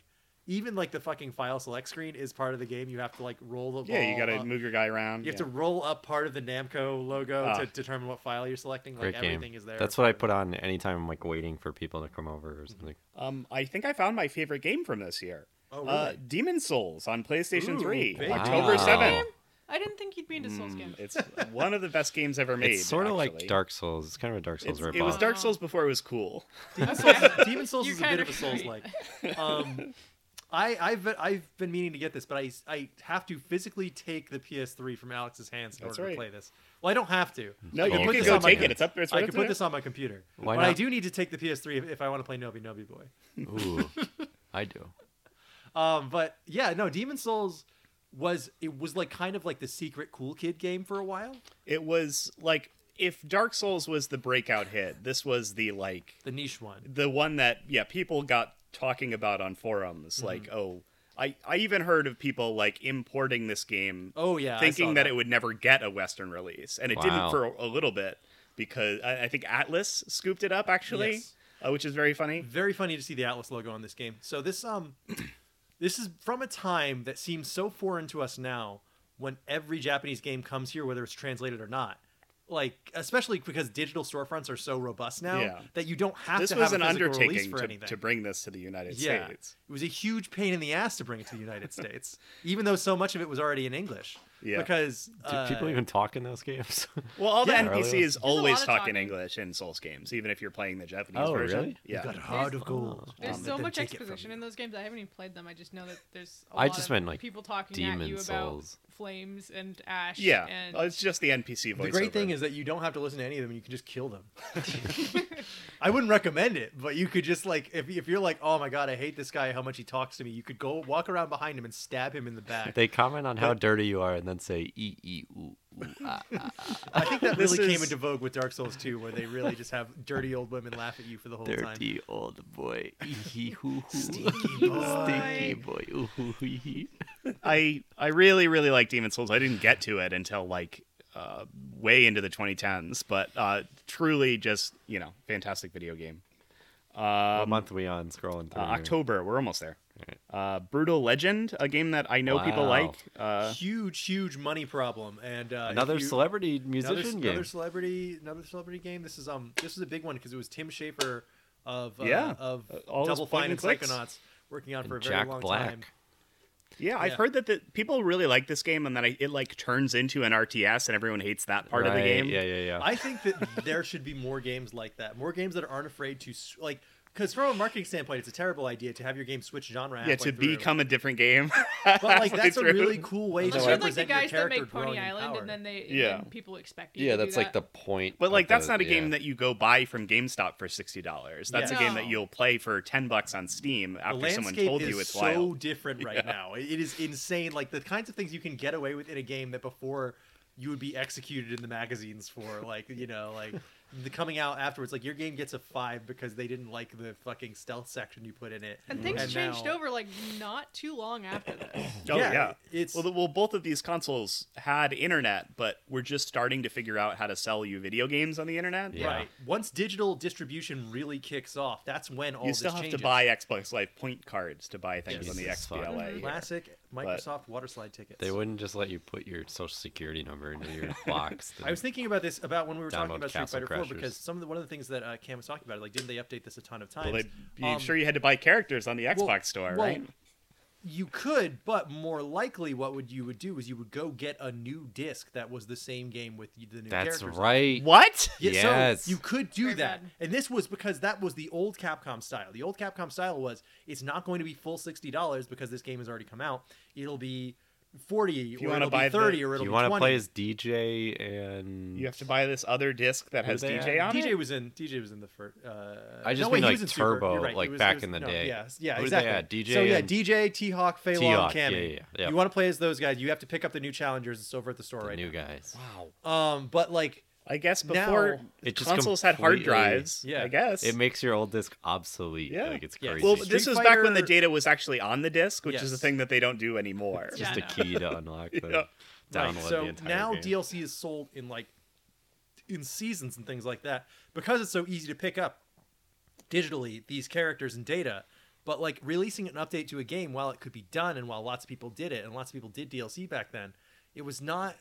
even like the fucking file select screen is part of the game. You have to like roll the Yeah, you ball got to up. move your guy around. You have yeah. to roll up part of the Namco logo Ah. to determine what file you're selecting. Like Great everything game. is there. That's what I put on anytime I'm like waiting for people to come over or something. Um, I think I found my favorite game from this year. Oh, uh, really? Demon Souls on PlayStation Ooh, 3, big October Wow. 7th. Damn, I didn't think you'd be into Mm, Souls games. It's one of the best games ever made. it's sort of actually. like Dark Souls. It's kind of a Dark Souls It's- ripoff. it was Dark Wow. Souls before it was cool. Demon Okay. Souls, Demon Souls You is a bit kinda of a Souls like. right. Um, I, I've been, I've been meaning to get this, but I I have to physically take the PS3 from Alex's hands in That's order to right. play this. Well, I don't have to. No, I you Oh, can put okay. this go on my take com- it. It's up. It's I right can up put there. this on my computer. Why but I not? do need to take the PS3 if, if I want to play Nobi Nobi Boy. Ooh, I do. Um, but yeah, no, Demon Souls was it was like kind of like the secret cool kid game for a while. It was like if Dark Souls was the breakout hit, this was the like The niche one. the one that yeah people got talking about on forums. Mm-hmm. Like oh, I I even heard of people like importing this game, Oh yeah. I saw thinking that. it would never get a Western release, and it Wow. didn't for a little bit because I, I think Atlas scooped it up actually, Yes. uh, which is very funny. very funny to see the Atlas logo on this game. So this um this is from a time that seems so foreign to us now when every Japanese game comes here whether it's translated or not. Like especially because digital storefronts are so robust now Yeah. that you don't have This to was have an a physical release undertaking for to, anything. to bring this to the United yeah. States. It was a huge pain in the ass to bring it to the United States, even though so much of it was already in English. Yeah. because Do uh, people even talk in those games? Well, all the Yeah. NPCs always of talk talking. in English in Souls games, even if you're playing the Japanese Oh, version. really? Yeah. heart of gold. There's Um, so let them much take it from exposition in those games. I haven't even played them. I just know that there's. a I lot just of meant, like, people talking at Demon you Souls. about flames and ash. Yeah. and Oh, it's just the NPC voiceover. The great thing is that you don't have to listen to any of them. You can just kill them. I wouldn't recommend it, but you could just like if, if you're like, oh my god, I hate this guy, how much he talks to me. You could go walk around behind him and stab him in the back. They comment on how dirty you are and then say e e ooh ooh ah. ah." I think that This really came is- into vogue with Dark Souls 2, where they really just have dirty old women laugh at you for the whole time. Dirty old boy. Hee hoo hoo. Stinky boy. Stinky boy. Ooh hoo hee hee. I I really really like Demon Souls. I didn't get to it until like uh, way into the 2010s, but uh, truly just you know fantastic video game. What Um, month we on scrolling uh, through? here? October, we're almost there. Uh, Brutal Legend, a game that I know people Wow. like. Uh, Huge, huge money problem, and uh, if Another you- celebrity musician another, game. another celebrity, another celebrity game. This is um, this is a big one because it was Tim Schafer of uh, Yeah. of Uh, all those Double point and Fine and clicks. Psychonauts working on for a and very Jack long Black. time. yeah, I've Yeah. heard that the, people really like this game, and that I, it like turns into an RTS, and everyone hates that part of the Right, game. Yeah, yeah, yeah. I think that there should be more games like that. More games that aren't afraid to s- like because from a marketing standpoint, it's a terrible idea to have your game switch genre. Yeah, halfway to through. become a different game. But like that's halfway a through. really cool way to unless you're like the represent guys your that character make Pony growing in Island, power. and then they and Yeah. then people expect you. yeah, to do that's like that. the point. But of like that's the- not a yeah. game that you go buy from GameStop for sixty dollars. That's Yeah. a game that No. you'll play for ten bucks on Steam the after someone landscape told is you it's so wild. different right now. It it is insane. Like the kinds of things you can get away with in a game that before you would be executed in the magazines for. Like you know, like the coming out afterwards. Like your game gets a five because they didn't like the fucking stealth section you put in it. And things changed now- over like not too long after this. Oh Yeah, yeah, it's- well, the, well, both of these consoles had internet, but we're just starting to figure out how to sell you video games on the internet. Yeah. Right. Once digital distribution really kicks off, that's when all You this still have changes. to buy Xbox Live point cards to buy things on the Jesus fuck. XBLA. Mm-hmm. here. classic Microsoft water slide tickets. They wouldn't just let you put your social security number into your box. I was thinking about this about when we were talking Download about Street Castle Fighter Crashers. Four because some of the, one of the things that uh, Cam was talking about, like didn't they update this a ton of times? Well, they, you Um, sure you had to buy characters on the Xbox well, store, well, right? You could, but more likely, what would you would do is you would go get a new disc that was the same game with the new That's characters. on it. right. What? Yeah, Yes. So you could do Very that. bad. And this was because that was the old Capcom style. The old Capcom style was it's not going to be full $60 because this game has already come out. It'll be 40 you or wanna it'll buy be the- 30 or Do it'll you be want to 20. play as DJ and You have to buy this other disc that Who has they DJ have? on DJ it. was in DJ was in the first uh I just no, wait, mean, he like, was in Super. You're Turbo, right. He like, was- he back was- in the no, day. Yes, yeah, Who did they exactly. add? DJ so yeah, and- DJ, T Hawk, Fei T-Hawk, Long, Cammy. yeah, yeah, yeah. You want to play as those guys, you have to pick up the new challengers, it's over at the store the right new guys? Wow. now. Um but like I guess Now- before It just consoles had hard completely- drives. Yeah. I guess It makes your old disc obsolete. Yeah. Like it's Yeah. crazy. Well, Street this was back when the Fighter- data was actually on the disc, which is a Yes. thing that they don't do anymore. It's just Yeah, a I key to unlock the Yeah. download Right, so the entire now game. DLC is sold in like in seasons and things like that because it's so easy to pick up digitally these characters and data. But like releasing an update to a game while it could be done and while lots of people did it and lots of people did DLC back then, it was not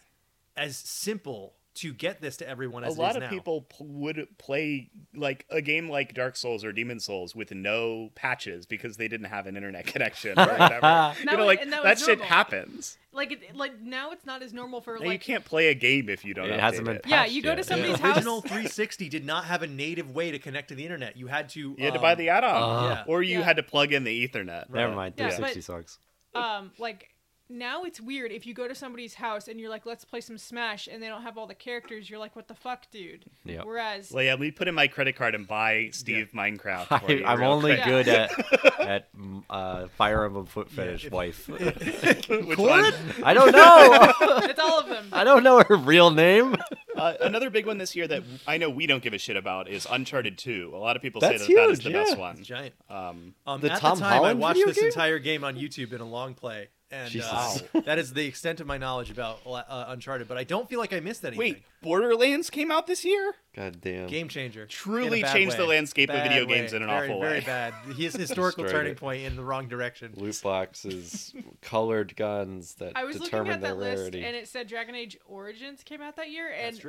as simple to get this to everyone a as it is lot of now. people p- would play like a game like Dark Souls or Demon Souls with no patches because they didn't have an internet connection or whatever. you That know, was- like and that was shit normal. happens. Like it, like now it's not as normal for Now, you like can't play a game if you don't. It hasn't update been it. yeah patched you go to yet. somebody's the original house. 360 did not have a native way to connect to the internet. You had to You had to um, buy the uh, add-on, yeah. or you Yeah. had to plug in the Ethernet. Never Right. mind. Yeah, but- 360 sucks. um like now it's weird if you go to somebody's house and you're like let's play some smash and they don't have all the characters you're like what the fuck dude Yep. whereas Well, yeah, let me put in my credit card and buy Steve Minecraft. For I, you I'm real only quick. good at at mm, uh, Fire Emblem Foot Fetish wife. quick. Which one? I don't know. it's all of them I don't know her real name. Uh, another big one this year that I know we don't give a shit about is Uncharted 2. A lot of people That's say that that is huge, the yeah. best one. giant. Um, Um, The at Tom the time, Holland I watched video this game? entire game on YouTube in a long play, and uh, that is the extent of my knowledge about uh, Uncharted. But I don't feel like I missed anything. wait, Borderlands came out this year? God damn. game changer. Truly In a bad changed the way. landscape of Bad video games way. in an very, awful Very way. bad. His historical Destroyed turning it. point in the wrong direction. Loot boxes, colored guns that I was looking determine at their that list rarity. and it said Dragon Age Origins came out that year and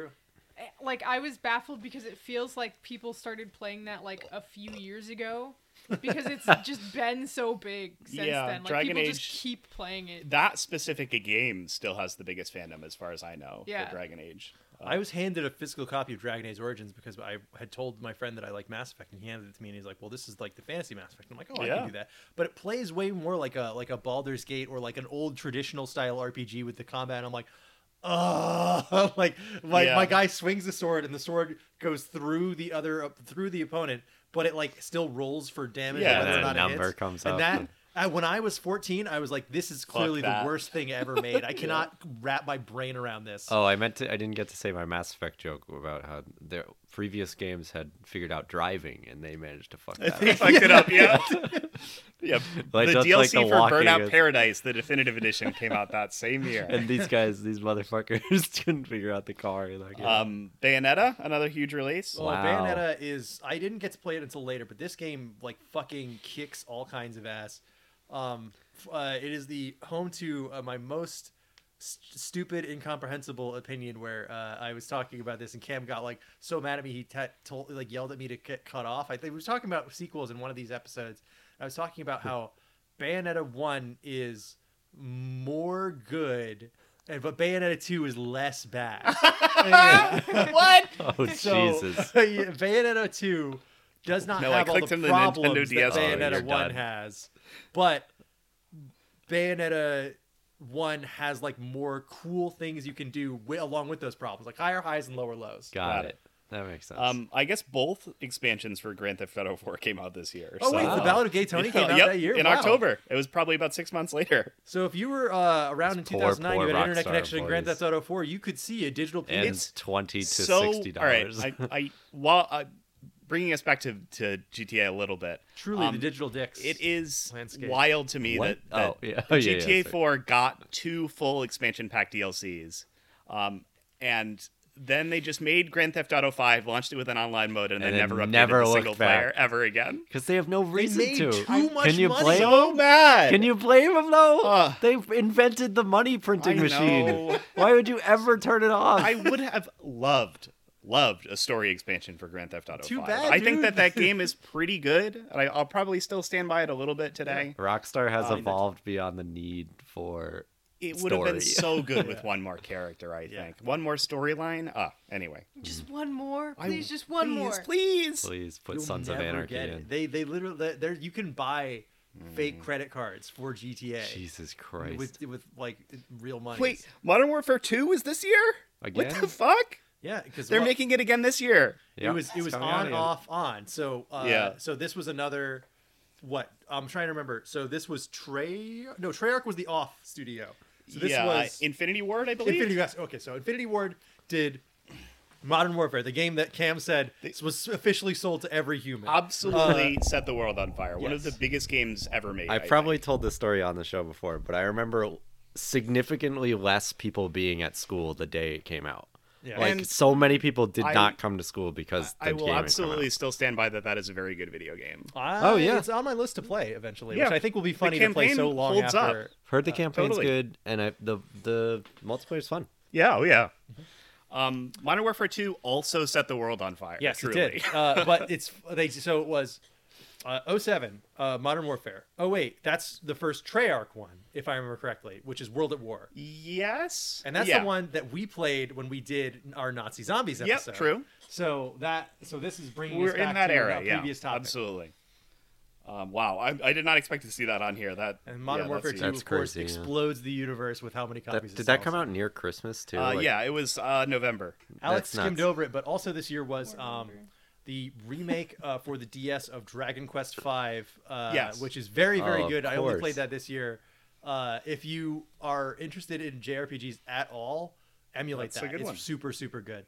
eh, like I was baffled because it feels like people started playing that like a few years ago because it's just been so big since Yeah, then. Like Dragon people Age- just keep playing it. That specific game still has the biggest fandom, as far as I know. for Yeah. Dragon Age. I was handed a physical copy of Dragon Age Origins because I had told my friend that I like Mass Effect, and he handed it to me, and he's like, "Well, this is like the fantasy Mass Effect." And I'm like, "Oh, I Yeah. can do that," but it plays way more like a like a Baldur's Gate or like an old traditional style RPG with the combat. And I'm like, "Oh, like like Yeah. my guy swings the sword, and the sword goes through the other through the opponent, but it like still rolls for damage. Yeah, whether or and not a it hits. number comes and up. that." I, when I was 14, I was like, "This is clearly the that. worst thing ever made. I cannot wrap my brain around this." Oh, I meant to. I didn't get to say my Mass Effect joke about how their previous games had figured out driving, and they managed to fuck that. They up. fucked it up, yeah. yep. Like, the that's DLC like the for walking Burnout is- Paradise, the definitive edition, came out that same year. And these guys, these motherfuckers, couldn't figure out the car. Like, Um, Bayonetta, another huge release. Oh, Wow. Bayonetta is. I didn't get to play it until later, but this game like fucking kicks all kinds of ass. Um, f- uh, it is the home to uh, my most st- stupid, incomprehensible opinion, where uh, I was talking about this, and Cam got like so mad at me, he t- told like yelled at me to get cut off. I think we were talking about sequels in one of these episodes. I was talking about how Bayonetta one is more good, and but Bayonetta two is less bad. what? oh So, Jesus! yeah, Bayonetta 2 does not No, I have all clicked the on the Nintendo problems DS that one. Oh, Bayonetta you're 1 done. has, but Bayonetta 1 has like more cool things you can do wi- along with those problems, like higher highs and lower lows. Got Got it. it. That makes sense. Um, I guess both expansions for Grand Theft Auto 4 came out this year. Oh so- wait, the Wow. Ballad of Gay Tony came out Yep, that year in Wow. October. It was probably about six months later. So if you were uh, around in These poor, 2009, poor you had an internet Rockstar connection in Grand employees. Theft Auto 4, you could see a digital and penis. twenty to so sixty all right, dollars. I, I while uh, bringing us back to, to GTA a little bit, Truly, the um, digital dicks. it is Landscape. wild to me What? that, that Oh, yeah. Oh, yeah, yeah, GTA sorry. 4 got two full expansion pack DLCs, um, and then they just made Grand Theft Auto 5, launched it with an online mode, and, And then never then updated never the looked single player ever again. Because they have no reason made to. too Can much you money. blame? So mad. Can you blame them though? Ugh. they invented the money printing I machine. know. Why would you ever turn it off? I would have loved loved a story expansion for Grand Theft Auto. Too 5. bad, I think that dude. that game is pretty good, and I, I'll probably still stand by it a little bit today. Rockstar has Um, evolved beyond the need for. It would have been Story. so good with one more character. I Yeah. think one more storyline. Ah, anyway. Just one more, I- please. Just one please, more. please. Please put You'll Sons of never Anarchy get in. it. They they literally there you can buy Mm. fake credit cards for GTA. Jesus Christ! with with like real money. Wait, Modern Warfare Two was this year? What the Again? fuck? yeah, because They're making it again this year. it was it was on off on. So uh, Yeah. so this was another what I'm trying to remember. So this was Trey. No, Treyarch was the off studio. So this yeah, was Infinity Ward, I believe. Infinity West. Okay, so Infinity Ward did. Modern Warfare, the game that Cam said was officially sold to every human. Uh, Absolutely set the world on fire. One of the yes. biggest games ever made. I think. probably told this story on the show before, but I remember significantly less people being at school the day it came out. Yeah. Like And so many people did I- not come to school because the I will game had come absolutely out. still stand by that. That is a very good video game. I- Oh, yeah. it's on my list to play eventually, Yeah, which I think will be the funny to play campaign so long holds up. after. Heard the campaign's Uh, totally. good, and I, the the multiplayer's fun. Yeah, oh yeah. Um, Modern Warfare 2 also set the world on fire. Mm-hmm. Yes, truly. it did. Uh, but it's they so it was uh, 07, uh, Modern Warfare. Oh wait, that's the first Treyarch one, if I remember correctly, which is World at War, yes, and that's Yeah. the one that we played when we did our Nazi zombies Yep, episode. true. So that so this is bringing We're us back in that to era. our Yeah, previous topic. absolutely. Um, wow, I, I did not expect to see that on here. That And Modern yeah, Warfare that's 2, huge. That's of course, crazy, yeah. explodes the universe with how many That- copies. it did that sells. come out near Christmas too? Uh, Like, yeah, it was uh, November. Alex That's skimmed nuts. over it, but also this year was Or um, Remember. the remake uh, for the DS of Dragon Quest V, uh, Yes. which is very, very Oh, of good. I only course. played that this year. Uh, if you are interested in JRPGs at all, emulate That's a that. good it's one. super, super good.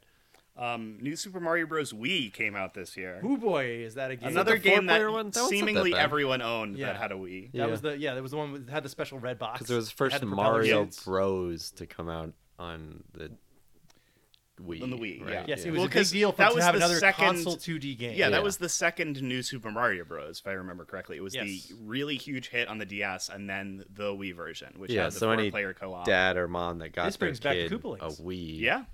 Um, New Super Mario Bros. Wii came out this year. Who boy is that a game? Another Is that the game that four-player one? That one's not that seemingly bad. everyone owned Yeah. that had a Wii. That Yeah. was the yeah. That was the one that had the special red box. because it was the It first had the propeller Mario suits. Bros to come out on the Wii. On the Wii, right? yeah. Yes, it Well, was a big 'cause deal for that to was have the another second- console 2D game. Yeah, Yeah. that was the second new Super Mario Bros. If I remember correctly, it was Yes. the really huge hit on the DS, and then the Wii version, which Yeah, had the so any four-player co-op. Dad or mom that got This their brings back the kid Koopalings. a Wii. Yeah,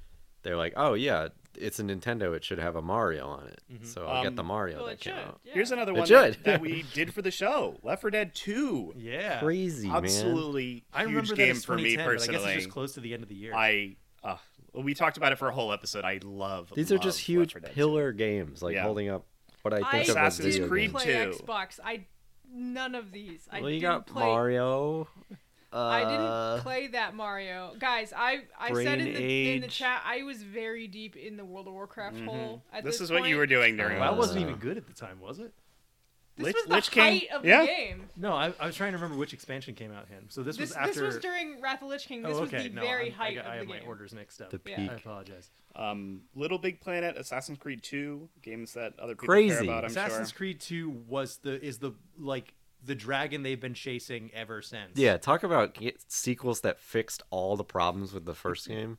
they're like, oh yeah, it's a Nintendo. It should have a Mario on it. Mm-hmm. So I'll Um, get the Mario Well, that it came should. out. Yeah. Here's another It one should. that, that we did for the show. Left 4 Dead 2. Yeah. Crazy man. Absolutely I remember huge that game as for me 2010, but I guess it's personally. just close to the end of the year. I uh, we talked about it for a whole episode. I love These are love just Left huge 4 Dead 2. pillar games, like Yeah. holding up what I I think of as Assassin's video didn't Creed games. play 2. Xbox. I none of these. I Well, you didn't got play, Mario. Uh, I didn't play that Mario, guys. I I said in Brain the in the Age. chat I was very deep in the World of Warcraft hole. At this, Mm-hmm. This is what you point. were doing during Uh, Well, that wasn't Uh, even good at the time, was it? This Lich- was the Lich King. height of Yeah. the game. No, I, I was trying to remember which expansion came out. Him. So this, This was after. this was during Wrath of the Lich King. This oh, was okay. the no, very I'm- I, height got- I, of have the my game. orders mixed up. The Yeah. peak. I apologize. Um, Little Big Planet, Assassin's Creed 2, games that other people care Crazy. about, I'm Assassin's sure. Creed Two was the is the like the dragon they've been chasing ever since. Yeah, talk about ge- sequels that fixed all the problems with the first game.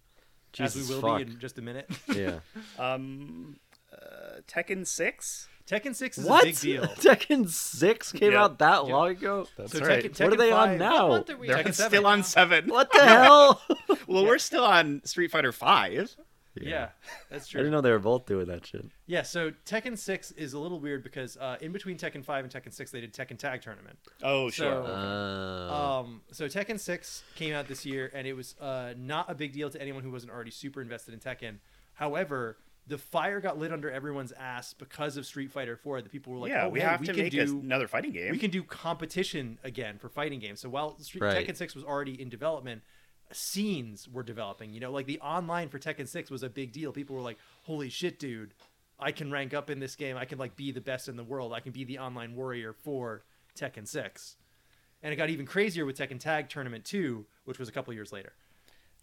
as Jesus we will fuck. be in just a minute. yeah. Um, uh, Tekken 6? Tekken Six is what? a big deal. Tekken Six came Yeah. out that long ago. So right. Tekken, Tekken what are they 5, on What now? month are we They're in? Tekken still 7. on 7. What the hell? I Well, we're still on Street Fighter 5. Yeah. that's true. didn't know they were both doing that shit. Yeah, so Tekken Six is a little weird because uh, in between Tekken Five and Tekken Six, they did Tekken Tag Tournament. Oh, sure. So- Uh, Um, so Tekken Six came out this year, and it was uh, not a big deal to anyone who wasn't already super invested in Tekken. However, the fire got lit under everyone's ass because of Street Fighter Four. The people were like, yeah, "Oh, we man, have we to can make do, another fighting game. we can do competition again for fighting games." So while Street Right. Tekken Six was already in development, scenes were developing. You know, like the online for Tekken Six was a big deal. People were like, "Holy shit, dude! I can rank up in this game. I can like be the best in the world. I can be the online warrior for Tekken Six. And it got even crazier with Tekken Tag Tournament Two, which was a couple years later.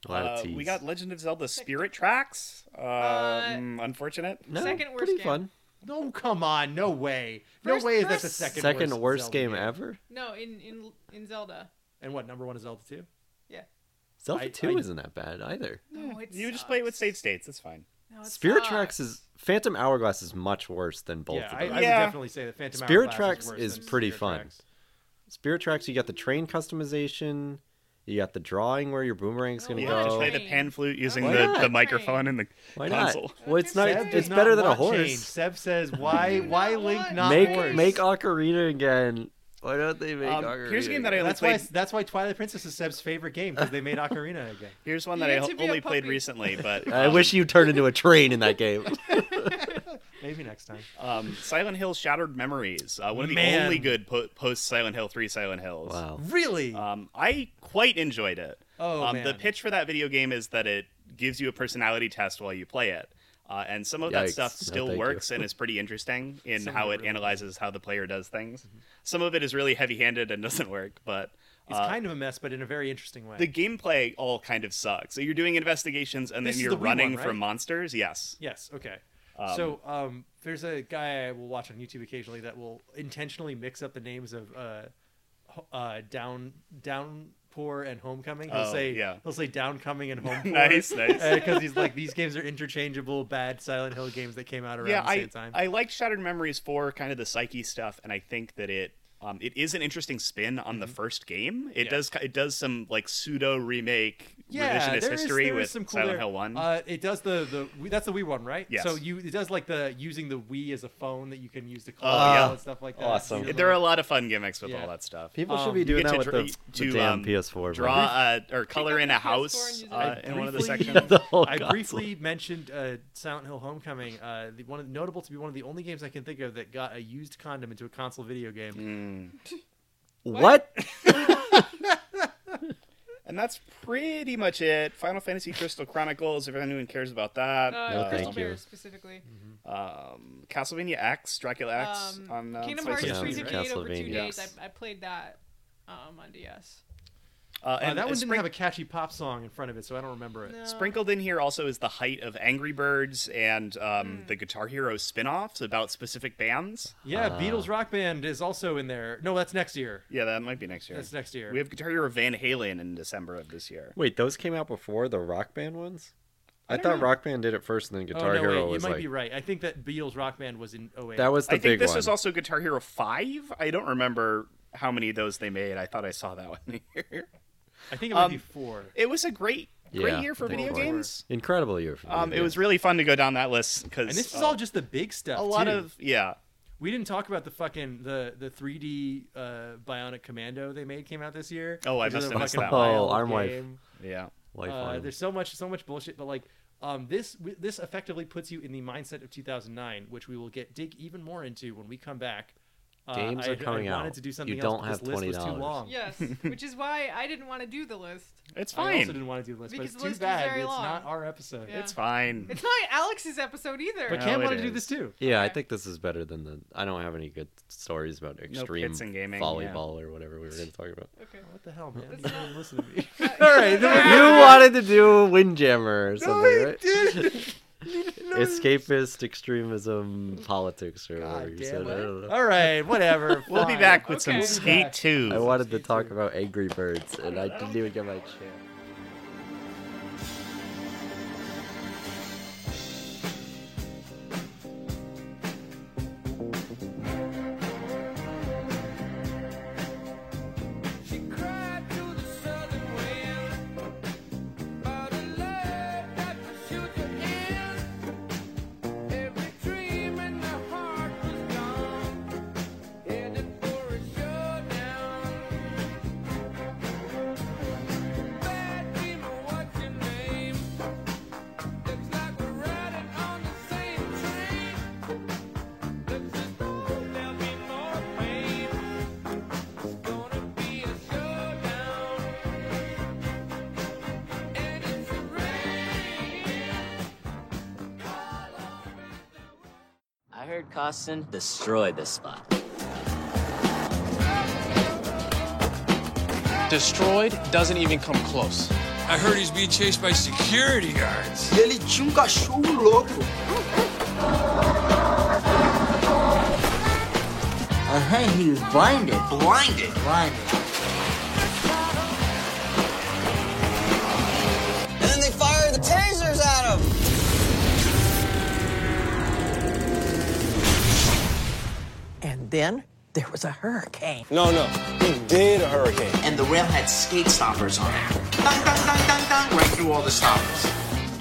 a lot Uh, of tease. we got Legend of Zelda Spirit Tracks. Uh, Um, unfortunate. no, second worst pretty game. fun. No, come on, no way, First- no way is that the first- second Second, worst, worst, Zelda game ever. No, in in in Zelda. And what number one is Zelda Two? Yeah. Zelda I- Two I- isn't that bad either. No, it You just play it with sucks. save states. That's fine. No, it Spirit sucks. Tracks is Phantom Hourglass is much worse than both yeah, of I, them. I would Yeah. definitely say that Phantom Spirit Hourglass Tracks is, worse is than pretty Spirit fun. Tracks. Spirit Tracks, you got the train customization, you got the drawing where your boomerang's Oh, gonna You What have a to go. play train. the pan flute using Why the, not? the microphone and the Why not? console. Well, it's not. Seb It's does better not than a want horse. Change. Seb says, "Why, do why not Link want not make horse? make Ocarina again. Why don't they make Um, Ocarina? here's a game that I again? only that's played. why that's why Twilight Princess is Seb's favorite game because they made Ocarina again. Here's one You that I get to ho- be a only played puppy. recently, but I um, wish you turned into a train in that game. Maybe next time. Um, Silent Hill Shattered Memories, uh, one of the Man. only good po- post Silent Hill 3 Silent Hills. wow. Really? Um, I quite enjoyed it. Oh, um, The man. pitch for that video game is that it gives you a personality test while you play it. Uh, and some of that Yikes. stuff No, still thank you. works and is pretty interesting in Some of how it it really analyzes how the player does things. Some of it is really heavy handed and doesn't work, but it's uh, kind of a mess, but in a very interesting way. the gameplay all kind of sucks. So you're doing investigations and This then is you're the Wii one, running right? from monsters. Yes. Yes. Okay. so um, there's a guy I will watch on YouTube occasionally that will intentionally mix up the names of uh, ho- uh, down downpour and homecoming. He'll Oh, say yeah. he'll say downcoming and homecoming. Nice, nice. Because he's like these games are interchangeable bad Silent Hill games that came out around yeah, the same I, time. I like Shattered Memories for kind of the psyche stuff, and I think that it um, it is an interesting spin on the first game. It Mm-hmm. Yeah. does it does some like pseudo remake yeah, revisionist there is- history there is with some cool Silent there. Hill One. Uh, it does the the Wii- that's the Wii one, right? Yes. So you it does like the using the Wii as a phone that you can use to call Oh, people yeah. and stuff like that. Awesome. You're there are a like- lot of fun gimmicks with Yeah. all that stuff. People Um, should be you doing get that to with dra- the, to, the damn um, PS4. Draw version. uh, or color in a up the PS4 house and use it. uh, in one of the Briefly- sections. Yeah, the whole I console. briefly mentioned uh, Silent Hill Homecoming, uh, the one of, notable to be one of the only games I can think of that got a used condom into a console video game. Mm. Uh, What? And that's pretty much it. Final Fantasy Crystal Chronicles, if anyone cares about that. Uh, No, Crystal thank you. Bears specifically. um, Castlevania X, Dracula X Um, on uh, Kingdom Switch. Hearts Yeah, 358 over two Castlevania. days. Yes. I, I played that um, on DS. Uh, Uh, and that one uh, didn't Spring- have a catchy pop song in front of it, so I don't remember it. No. Sprinkled in here also is the height of Angry Birds and um, Hmm. the Guitar Hero spin-offs about specific bands. Yeah, Beatles Rock Band is also in there. No, that's next year. Yeah, that might be next year. That's next year. We have Guitar Hero Van Halen in December of this year. Wait, those came out before the Rock Band ones? I, don't thought know. Rock Band did it first, and then oh Guitar no, wait, Hero you was might like be right. I think that Beatles Rock Band was in 08. that was the I big think this one. is also Guitar Hero 5. I don't remember how many of those they made. I thought I saw that one here. I think it might um, be four. It was a great Great Yeah, year for I think video it was. games. Incredible year. For Um, video it was games. really fun to go down that list because And this is all just the big stuff. a lot too. of yeah. we didn't talk about the fucking the the 3D uh, Bionic Commando they made came out this year. Oh, I which is must a have missed fucking that one. wild Oh, Arm Wife. game. Yeah. Lifeline. Uh, there's so much so much bullshit, but like um, this w- this effectively puts you in the mindset of 2009, which we will get dig even more into when we come back. Uh, Games I, are coming I out. wanted to do You something don't else, but have this list was too $20. Oh. long. Yes, which is why I didn't want to do the list. It's I also fine. didn't want to do the list, Because the but it's list too was bad. very It's long. not our episode. Yeah. It's fine. It's not Alex's episode either. But No, Cam it wanted to do is. this too. yeah, I okay. think this is better than the. I don't have any good stories about extreme hits in gaming, yeah. volleyball or whatever we were going to talk about. okay. What the hell, man? It's You don't not- even listen to me. Uh, All right, then you wanted to do Windjammer or No, something, I right? didn't. No, Escapist extremism politics or whatever God you damn said. I don't know. it. All right, whatever. We'll be fine. back with Okay. some We'll be Skate back. 2. I wanted to Skate talk too. about Angry Birds, and I didn't even get my chance. She cried through the southern wind about a love that pursued her end. Every dream in her heart was gone, headed for a showdown. Bad dream of what's your name? Looks like we're riding on the same train. Looks as though there'll be more pain. Gonna be a showdown, and it's a rain. I heard Costin destroyed this spot. destroyed doesn't even come close. I heard he's being chased by security guards. Ele tinha um cachorro louco. Uh-huh, he was blinded. Blinded. Blinded. And then they fired the tasers at him. And then there was a hurricane. No, no. He did a hurricane. And the whale had skate stoppers on it. Dun, dun, dun, dun, dun, right through all the stoppers.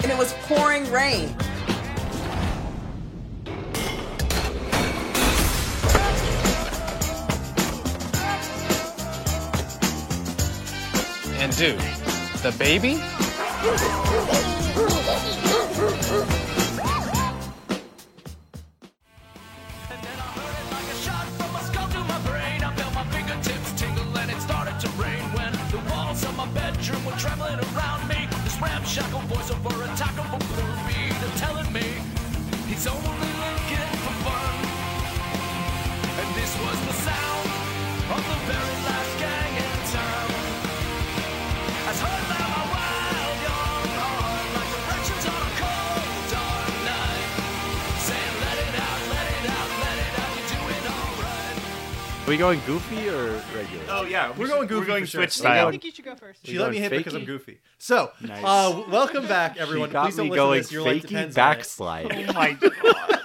And it was pouring rain. And dude, the baby? And then I heard it like a shot from a skull to my brain. I felt my fingertips tingle and it started to rain when the walls of my bedroom were trembling around me. This ramshackle voice over a taco from Blue Beat telling me he's only looking for fun. And this was the sound of the very last gang in town. As heard by my wild young heart, like the wretches on a cold dark night. Saying, let it out, let it out, let it out, you're doing Are alright. we going goofy or regular? Oh, yeah. We're going We're goofy going for sure. Switch We're I style. going- think you should go first. She let me going hit because I'm fakey? goofy. So, Nice. uh, w- welcome back, everyone. She got Please don't me listen to going this. Your life fakey depends backslide. Oh my God. on it.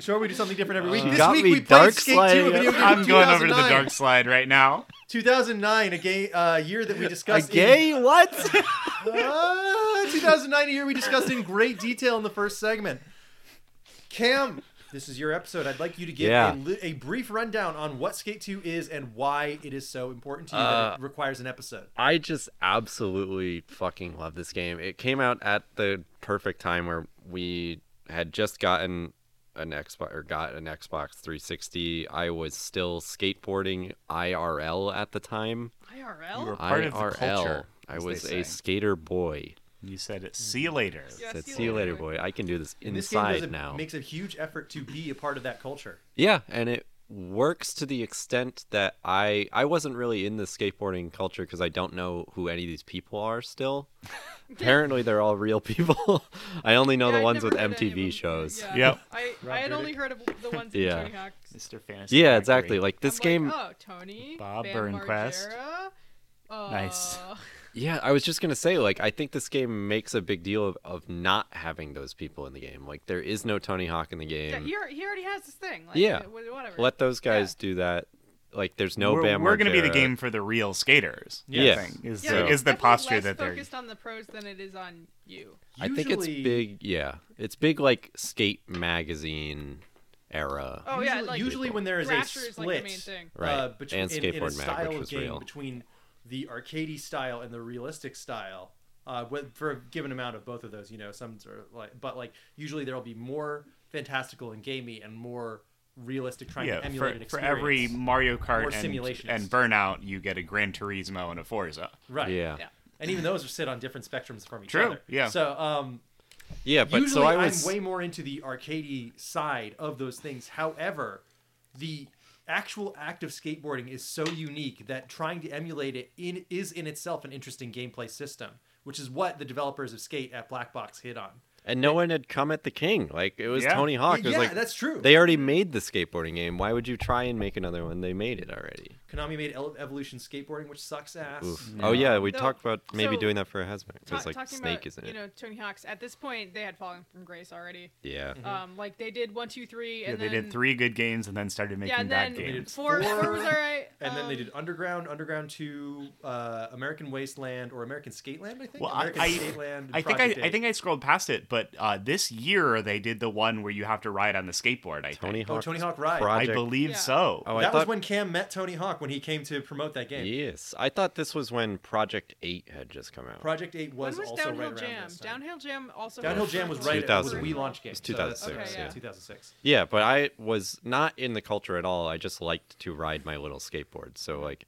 Sure, we do something different every week. She this got week me we played dark Skate 2, a sliding. video game from I'm going over to the 2009. dark slide right now. 2009, a game, uh, year that we A discussed. In, gay? What? Ah, 2009, a year we discussed in great detail in the first segment. Cam, this is your episode. I'd like you to give Yeah. a, li- a brief rundown on what Skate 2 is and why it is so important to you that it requires an episode. I just absolutely fucking love this game. It came out at the perfect time where we had just gotten an Xbox or got an Xbox 360. I was still skateboarding IRL at the time. IRL? were- Part IRL. of the culture, I as they was say. a skater boy. You said it. See you later. Yeah, Said, see you later, boy. I can do this And this inside game does a, now. makes a huge effort to be a part of that culture. Yeah, and it works to the extent that I I wasn't really in the skateboarding culture because I don't know who any of these people are still. Apparently, they're all real people. I only know Yeah, the I'd ones never with heard of any of MTV them. shows. Yeah. Yep. I, Rob I had Dyrdek. only heard of the ones that Yeah. Tony Hawk's. Mr. Fantasy. Yeah, exactly. Like this I'm game. Like, oh, Tony. Bob Bam Bernquist. Margera, Uh, Nice. Yeah, I was just gonna say, like, I think this game makes a big deal of, of not having those people in the game. Like, there is no Tony Hawk in the game. Yeah, he, al- he already has this thing. Like, Yeah. uh, wh- Whatever. Let those guys do that. like there's no we're, Bam. we're gonna be the Margera. game for the real skaters. Yes. I think, is, Yeah, the- so- is the definitely posture less that they're focused on the pros than it is on you. I think it's Usually- big. Yeah, it's big like skate magazine era. Oh yeah, like usually when there is a Thrasher is, split, like the main thing. Right. uh, between And in, in a Skateboard Mag, style which of was game real. between the arcadey style and the realistic style, uh, wh- for a given amount of both of those, you know, some sort of like, but like usually there'll be more fantastical and gamey and more realistic trying yeah to emulate for, an for experience. every Mario Kart simulationist. and, and Burnout, you get a Gran Turismo and a Forza. right, Yeah. Yeah. and even those are sit on different spectrums from each True, other. yeah. So, um, Yeah, but usually so I was. am way more into the arcadey side of those things. However, the actual act of skateboarding is so unique that trying to emulate it in, is in itself an interesting gameplay system, which is what the developers of Skate at Black Box hit on. and no one had come at the king. Like it was Yeah. Tony Hawk. It was yeah, like that's true. they already made the skateboarding game. Why would you try and make another one? They made it already. Konami made El- Evolution Skateboarding, which sucks ass. Oof. Oh yeah, we No, talked about maybe so- doing that for a husband because Ta- like talking Snake about, is in it. You know, Tony Hawk's. At this point, they had fallen from grace already. yeah. Mm-hmm. Um, like they did one, two, three, Yeah, and they then did three good games and then started making Yeah, and bad then games. four, Four. four was alright. And then they um, did Underground, Underground 2, uh, American Wasteland, or American Skateland, I think? Well, I, American I, Skateland. I think I, Project I Eight. think I scrolled past it, but uh, this year they did the one where you have to ride on the skateboard. I Tony think. Hawk. Tony Hawk Ride. I I Project. believe Yeah. so. Oh, I that was thought- when Cam met Tony Hawk when he came to promote that game. Yes, I thought this was when Project Eight had just come out. Project Eight was, When was also Downhill right around Jam? this time. Downhill Jam also. Downhill had Jam was Forza. right. It was a 2000. Wii launch game. It's so that's- 2006, okay, yeah. 2006. Yeah, but I was not in the culture at all. I just liked to ride my little skateboard. So like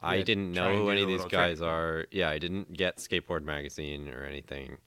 I Yeah, didn't try know and who do any the of these little trick. guys are. Yeah, I didn't get skateboard magazine or anything.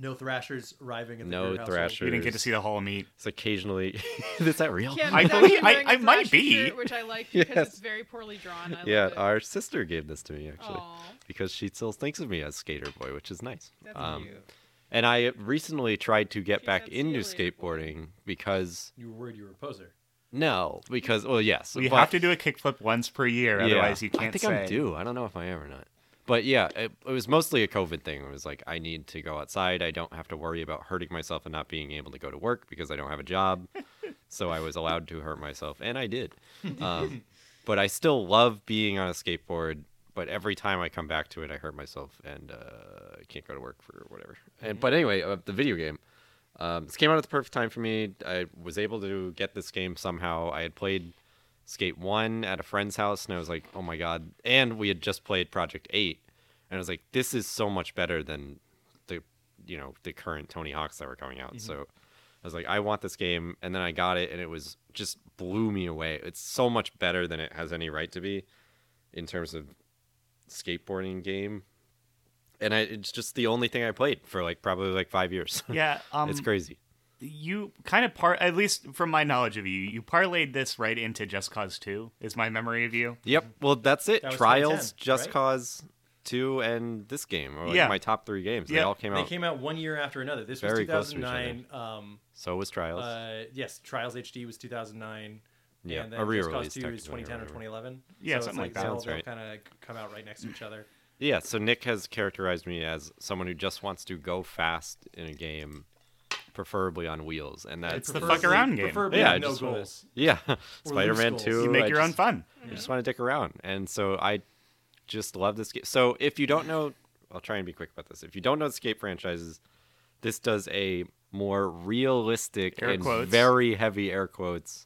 No Thrashers arriving at the No Greer household. Thrasher. we didn't get to see the whole meet. It's occasionally is that real? Kim I was believe- actually I- wearing a I might Thrasher be. shirt, which I like because Yes. it's very poorly drawn. I yeah, love it. our sister gave this to me actually. Aw. Because she still thinks of me as skater boy, which is nice. Um, That's cute. and I recently tried to get She back said into Celia. skateboarding because You were worried you were a poser. no, because well yes, We but- have to do a kickflip once per year, otherwise you can't I think say. I'm due. I don't know if I am or not. But yeah, it, it was mostly a COVID thing. It was like I need to go outside. I don't have to worry about hurting myself and not being able to go to work because I don't have a job. so I was allowed to hurt myself, and I did. Um, but I still love being on a skateboard. But every time I come back to it, I hurt myself and uh, I can't go to work for whatever. And but anyway, uh, the video game. Um, this came out at the perfect time for me. I was able to get this game somehow. I had played Skate 1 at a friend's house, and I was like, oh my God. And we had just played Project 8. And I was like, this is so much better than the, you know, the current Tony Hawks that were coming out. So I was like, I want this game. And then I got it, and it was just blew me away. It's so much better than it has any right to be in terms of skateboarding game. And I, it's just the only thing I played for like probably like five years. Yeah, um, it's crazy. You kind of par, at least from my knowledge of you, you parlayed this right into Just Cause Two. Is my memory of you? Yep. Well, that's it. That was Trials, 2010, Just right? Cause Two, and this game. Or like Yeah. My top three games. They Yeah. all came They out. came out one year after another. This was Very close to each 2009. Um, So was Trials. uh, yes, Trials HD was 2009. Yeah, and a then Just re-release Cause 2 is technically or 2010 or whatever. 2011. Yeah, so something it's like that. They all Sounds right. kind of come out right next to each other. yeah. So Nick has characterized me as someone who just wants to go fast in a game, preferably on wheels, and that's It's the fuck around game. Preferably yeah. I no just wanna- goals. yeah. Or Spider-Man loose Two. goals. You make I your own just- fun. I just want to dick around. And so I just love this game. So if you don't know, I'll try and be quick about this. If you don't know the skate franchises, this does a more realistic Air and quotes. very heavy air quotes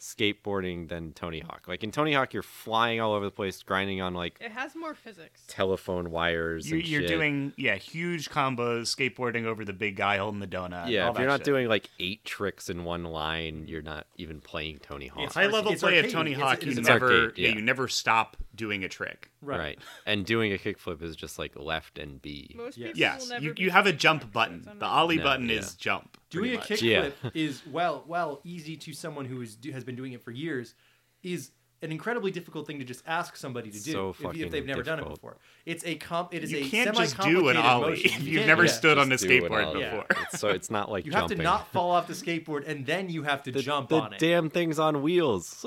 skateboarding than Tony Hawk. Like in Tony Hawk, you're flying all over the place, grinding on like It has more physics. telephone wires. You, and you're shit. doing yeah huge combos, skateboarding over the big guy holding the donut. Yeah, all if that you're not shit. doing like eight tricks in one line, you're not even playing Tony Hawk. It's high level It's play arcadey. of Tony It's- Hawk, it you is an never arcade, yeah. yeah. you never stop doing a trick. right. And doing a kickflip is just like left and B. Most Yes. people will Yes, never you, be you have a perfect jump at button. it, so I'm The not- ollie No, button yeah. is jump. doing a pretty much. kickflip is well well easy to someone who is do, has been doing it for years is an incredibly difficult thing to just ask somebody to do So if, fucking if they've never done it difficult. before. It's a comp. It is You a can't just do an semi-complicated ollie motion. if You you've can't- never yeah. stood on a Just do it skateboard all. before. It's- so it's not like You have jumping. to not fall off the skateboard and then you have to the, jump the on it. damn thing's on wheels.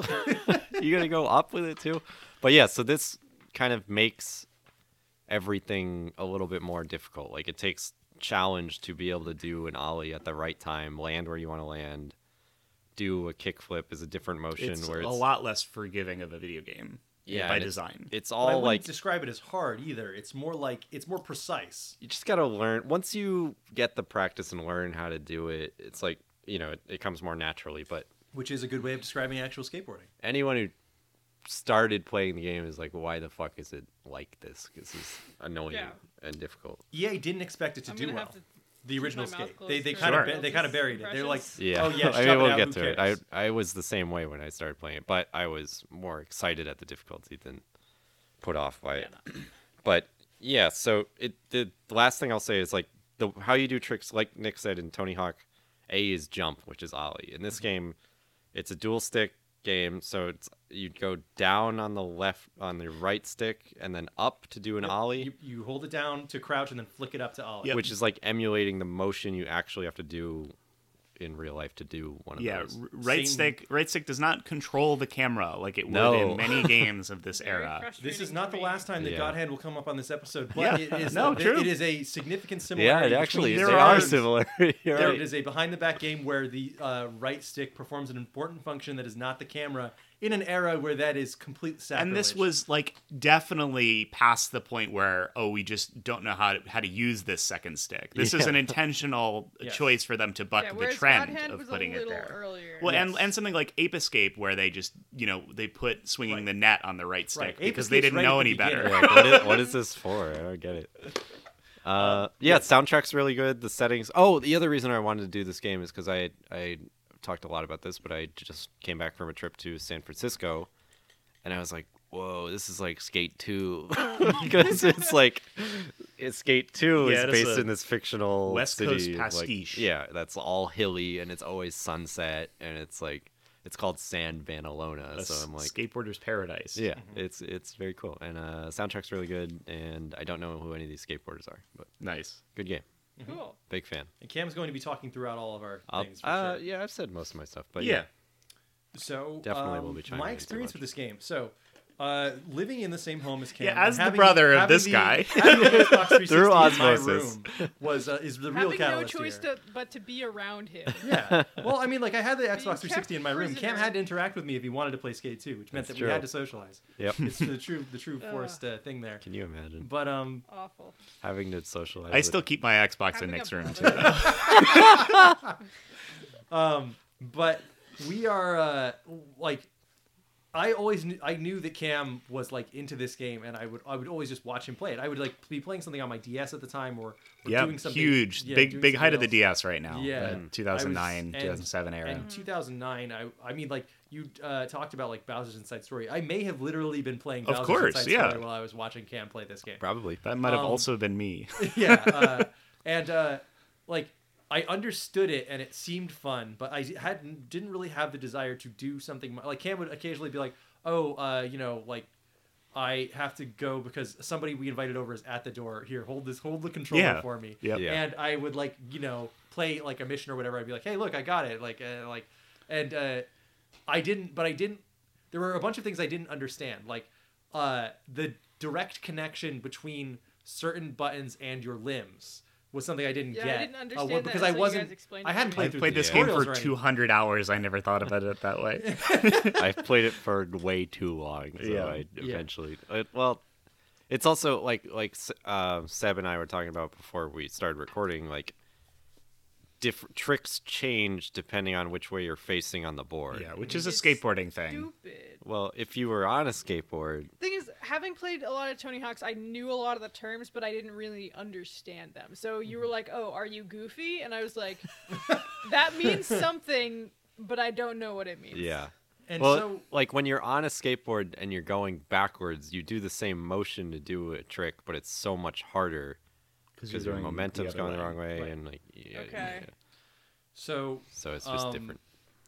you gotta go up with it too. But yeah, so this kind of makes everything a little bit more difficult. Like it takes challenge to be able to do an ollie at the right time, land where you want to land, do a kickflip is a different motion It's where a it's lot less forgiving of a video game Yeah, by and it- design. It's But I all wouldn't like describe it as hard either. It's more like it's more precise. you just gotta learn. Once you get the practice and learn how to do it, it's like you know it, it comes more naturally. But which is a good way of describing actual skateboarding. anyone who started playing the game is like, why the fuck is it like this? This is annoying Yeah. and difficult. EA E didn't expect it to I'm do gonna well. have to the keep original my mouth skate, closed they they for kind of Sure. they kind of buried it. They're like, impressions. Yeah. oh yeah, I shove mean, it we'll out, get who to it. I cares? I was the same way when I started playing it, but I was more excited at the difficulty than put off by it. But yeah, so it the the last thing I'll say is like the how you do tricks, like Nick said in Tony Hawk, A is jump, which is ollie. In this Mm-hmm. game, it's a dual stick game, so it's you go down on the left on the right stick and then up to do an ollie You, you hold it down to crouch and then flick it up to ollie. Yep. which is like emulating the motion you actually have to do in real life to do one of yeah, those. r- right Same- stick right stick does not control the camera like it No. would in many games of this Very era. frustrating This is not for the me. last time that Yeah. God Hand will come up on this episode, Yeah. but it, is No, it- true. it is a significant Yeah, similarity. it actually between is. there They are- are games. similar. You're There right. it is a behind-the-back game where the uh, right stick performs an important function that is not the camera in an era where that is complete sacrilege. And this was like definitely past the point where oh we just don't know how to, how to use this second stick. This is Yeah. an intentional Yes. choice for them to buck Yeah, the whereas trend Godhand of was putting a it little there. earlier. Well, and and something like Ape Escape where they just you know they put swinging Right. the net on the right stick Right. Ape because they Escape's didn't right at know the any better. beginning. Like, what is what is this for? I don't get it. Uh, yeah, soundtrack's really good. The settings. Oh, the other reason I wanted to do this game is because I I talked a lot about this, but I just came back from a trip to San Francisco, and I was like, whoa, this is like Skate Two, because it's like it's Skate Two Yeah, it is is based a in this fictional West city, Coast like- pastiche. yeah, that's all hilly and it's always sunset and it's like it's called San Vanalona. A so I'm like, skateboarder's paradise. yeah, it's it's very cool, and uh, soundtrack's really good. And I don't know who any of these skateboarders are, but nice. good game, cool. big fan. And Cam's going to be talking throughout all of our I'll- things. For uh, sure. Yeah, I've said most of my stuff, but Yeah. yeah, So Definitely will um, be chiming in my too experience much. with this game. So uh, living in the same home as Cam, Yeah, and as the having- brother of having this the- guy. having the Xbox 360 Through in my osmosis. room was uh, is the real Having no catalyst choice here. to, but to be around him. yeah. Well, I mean, like I had the Xbox kept 360 in my room. Cam prisoner. had to interact with me if he wanted to play Skate 2, which meant That's that we true. had to socialize. Yep. It's the true the true forced uh, thing there. can you imagine But um, Awful. having to socialize? I with- still keep my Xbox in Having a Nick's room too. brother. but we are uh, like I always knew, I knew that Cam was like into this game, and I would I would always just watch him play it. I would like be playing something on my DS at the time, or, or Yeah, doing something huge, yeah, big, doing big something height of the else. DS right now. Yeah. uh, Mm. 2009, I was- and- 2007 era. And 2009, I I mean like you uh, talked about like Bowser's Inside Story. I may have literally been playing Of Bowser's course, Inside yeah. Story while I was watching Cam play this game. probably. that might have um, also been me. yeah, uh, and uh, like I understood it and it seemed fun, but I hadn't didn't really have the desire to do something mu- like Cam would occasionally be like, "Oh, uh, you know, like I have to go because somebody we invited over is at the door. Here, hold this, hold the controller Yeah. for me." Yep. Yeah. And I would like, you know, play like a mission or whatever. I'd be like, "Hey, look, I got it." Like, uh, like, and uh, I didn't, but I didn't. There were a bunch of things I didn't understand, like uh, the direct connection between certain buttons and your limbs was something I didn't Yeah, I get. didn't uh, understand well, that because I until you guys wasn't. explained I it to hadn't me. played, I've through played the this game tutorials for or anything. 200 hours. I never thought about it that way. I've played it for way too long, so Yeah. I eventually. It, well, it's also like like S- uh, Seb and I were talking about before we started recording. Like, diff- tricks change depending on which way you're facing on the board. yeah, which is a It's skateboarding thing. Stupid. Well, if you were on a skateboard, Thing is, having played a lot of Tony Hawk's, I knew a lot of the terms, but I didn't really understand them. So you Mm-hmm. were like, "Oh, are you goofy?" And I was like, "That means something, but I don't know what it means." yeah. And well, so like when you're on a skateboard and you're going backwards, you do the same motion to do a trick, but it's so much harder because your momentum's going the wrong way, Right. and like yeah, Okay. yeah. so so it's just Um, different.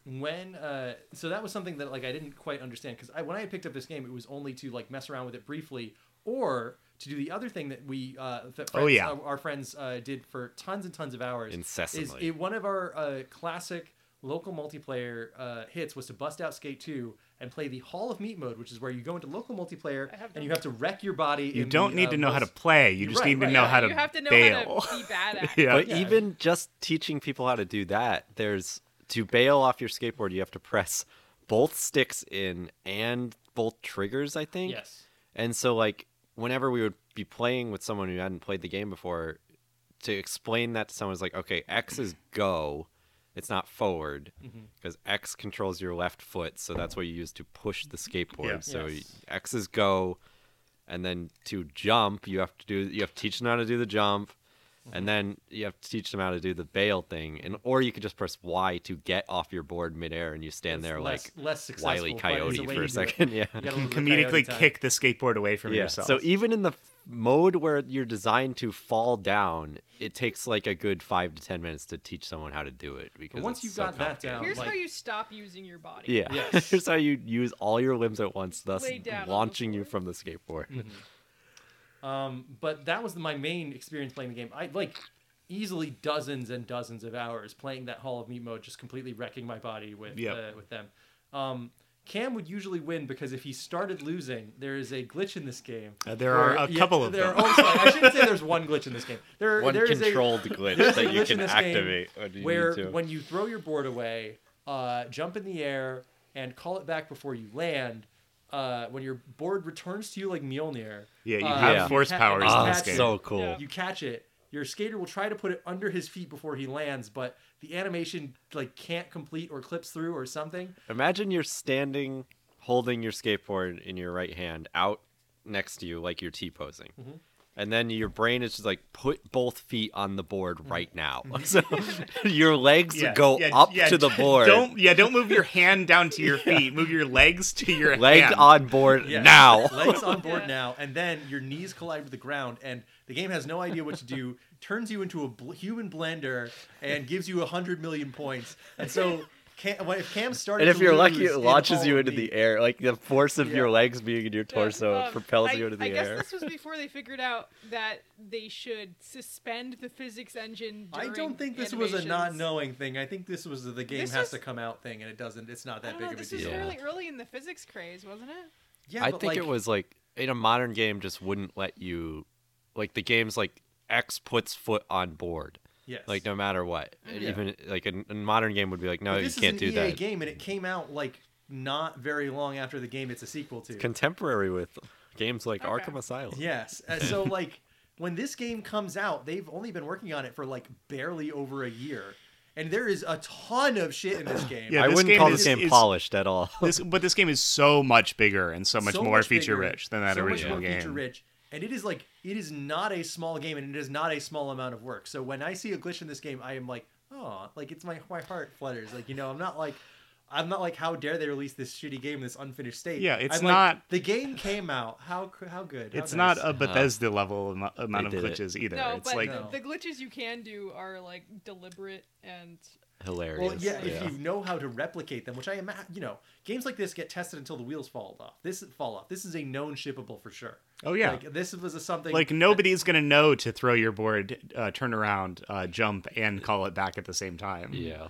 when uh so that was something that like i didn't quite understand because i when i had picked up this game it was only to like mess around with it briefly or to do the other thing that we uh that Oh, friends- yeah. uh, our friends uh did for tons and tons of hours is Incessantly. it, one of our uh classic local multiplayer uh hits was to bust out skate 2 and play the hall of meat mode which is where you go into local multiplayer I have and done you have to wreck your body You in don't the, need uh, to know how to most- play. You You're just right, need to right, know yeah, how to you have to know bail. how to be bad at. it. yeah. But even just teaching people how to do that, there's to bail off your skateboard, you have to press both sticks in and both triggers, I think. Yes. And so, like, whenever we would be playing with someone who hadn't played the game before, to explain that to someone is like, okay, X is go, it's not forward, Mm-hmm. because X controls your left foot, so that's what you use to push the skateboard. Yeah. So Yes. X is go, and then to jump, you have to do you have to teach them how to do the jump, Mm-hmm. and then you have to teach them how to do the bail thing, and or you could just press Y to get off your board midair, and you stand there less, like less successful, Wily but it's Coyote the for way to a do it. second, yeah. You You gotta can learn the coyote comedically time. kick the skateboard away from yourself. So even in the f- mode where you're designed to fall down, it takes like a good five to ten minutes to teach someone how to do it because once it's you've so got that down, complicated. Here's like- how you stop using your body. Yeah. Yes. Here's how you use all your limbs at once, thus Lay down on the launching you floor. from the skateboard. Um, but that was my main experience playing the game. I like easily dozens and dozens of hours playing that Hall of Meat mode, just completely wrecking my body with Yep. uh, with them. Um, Cam would usually win because if he started losing, there is a glitch in this game. Uh, there are where- a yeah, couple of there them. Are also, I shouldn't say there's one glitch in this game. There, One there is a- controlled glitch there's a that you glitch can in this game activate when you need where to. when you throw your board away, uh, jump in the air and call it back before you land. Uh, when your board returns to you like Mjolnir, Yeah, you uh, have Yeah. force ca- powers you in Ah, this catch game. it. so cool. Yeah. You catch it. Your skater will try to put it under his feet before he lands, but the animation like can't complete or clips through or something. Imagine you're standing holding your skateboard in your right hand out next to you like you're T posing. Mm-hmm. And then your brain is just like put both feet on the Mm-hmm. board right now. So your legs go up to the board. Don't yeah, don't move your hand down to your feet. Move your legs to your leg hand. on board Yeah. now. Legs on board Yeah. now, and then your knees collide with the ground, and the game has no idea what to do. Turns you into a bl- human blender and gives you hundred million points. And so, Cam, well, if Cam started, and if to you're lose lucky, it in launches Hall you of into the Meat- air. Like the force of your Yeah. Uh, legs being in your torso Yeah, um, propels I- you into the I air. guess this was before they figured out that they should suspend the physics engine. I don't during think this was a animations. not knowing thing. I think this was the, the game This has is- to come out thing, and it doesn't. It's not I that don't big of know. a This deal. was Yeah. fairly early in the physics craze, wasn't it? Yeah, I but, think like, it was like in a modern game just wouldn't let you like the game's like X puts foot on board. Yes. Like no matter what. And Yeah. Even like a, a modern game would be like, no, But you this can't is do an EA that. game, and it came out like not very long after the game it's a sequel to. Contemporary with games like Okay. Arkham Asylum. yes, Uh, so like when this game comes out, they've only been working on it for like barely over a year, and there is a ton of shit in this game. Yeah, I this wouldn't game call this is- game is- polished at all. This, but this game is so much bigger and so much So more bigger, feature rich than that so original much more game. Feature rich, and it is like it is not a small game, and it is not a small amount of work. So when I see a glitch in this game, I am like, oh, like it's my my heart flutters. Like you know, I'm not like. I'm not like how dare they release this shitty game in this unfinished state. Yeah, it's I'm like, not- the game came out. How cr- how good? How It's nice. not a Bethesda level am- amount of did it. glitches either. No, it's but like No. the glitches you can do are like deliberate and Hilarious. Well, yeah, if yeah. you know how to replicate them, which I imagine, you know, games like this get tested until the wheels fall off. This fall off. This is a known shippable for sure. Oh, yeah. like this was a something like nobody's gonna know to throw your board, uh, turn around, uh, jump, and call it back at the same time. Yeah.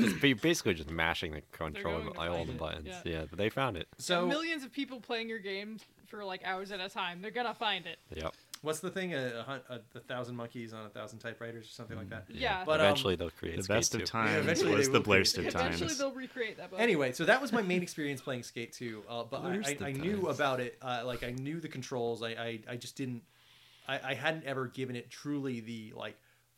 It's ba- basically just mashing the control going to all find the it, buttons. yeah. Yeah, but they found it. So millions of people playing your game for like hours at a time. They're gonna find it. Yep. what's the thing? A, a, hun- a, a thousand monkeys on a thousand typewriters or something like that. Yeah. But, um, Eventually they'll create The Skate best 2. of times eventually was they the will create blurst it. of Eventually times. they'll recreate that. Bug. Anyway, so that was my main experience playing Skate 2. Uh, but I, Blurst I, the I knew times. about it. Uh, like I knew the controls. I I, I just didn't. I, I hadn't ever given it truly the like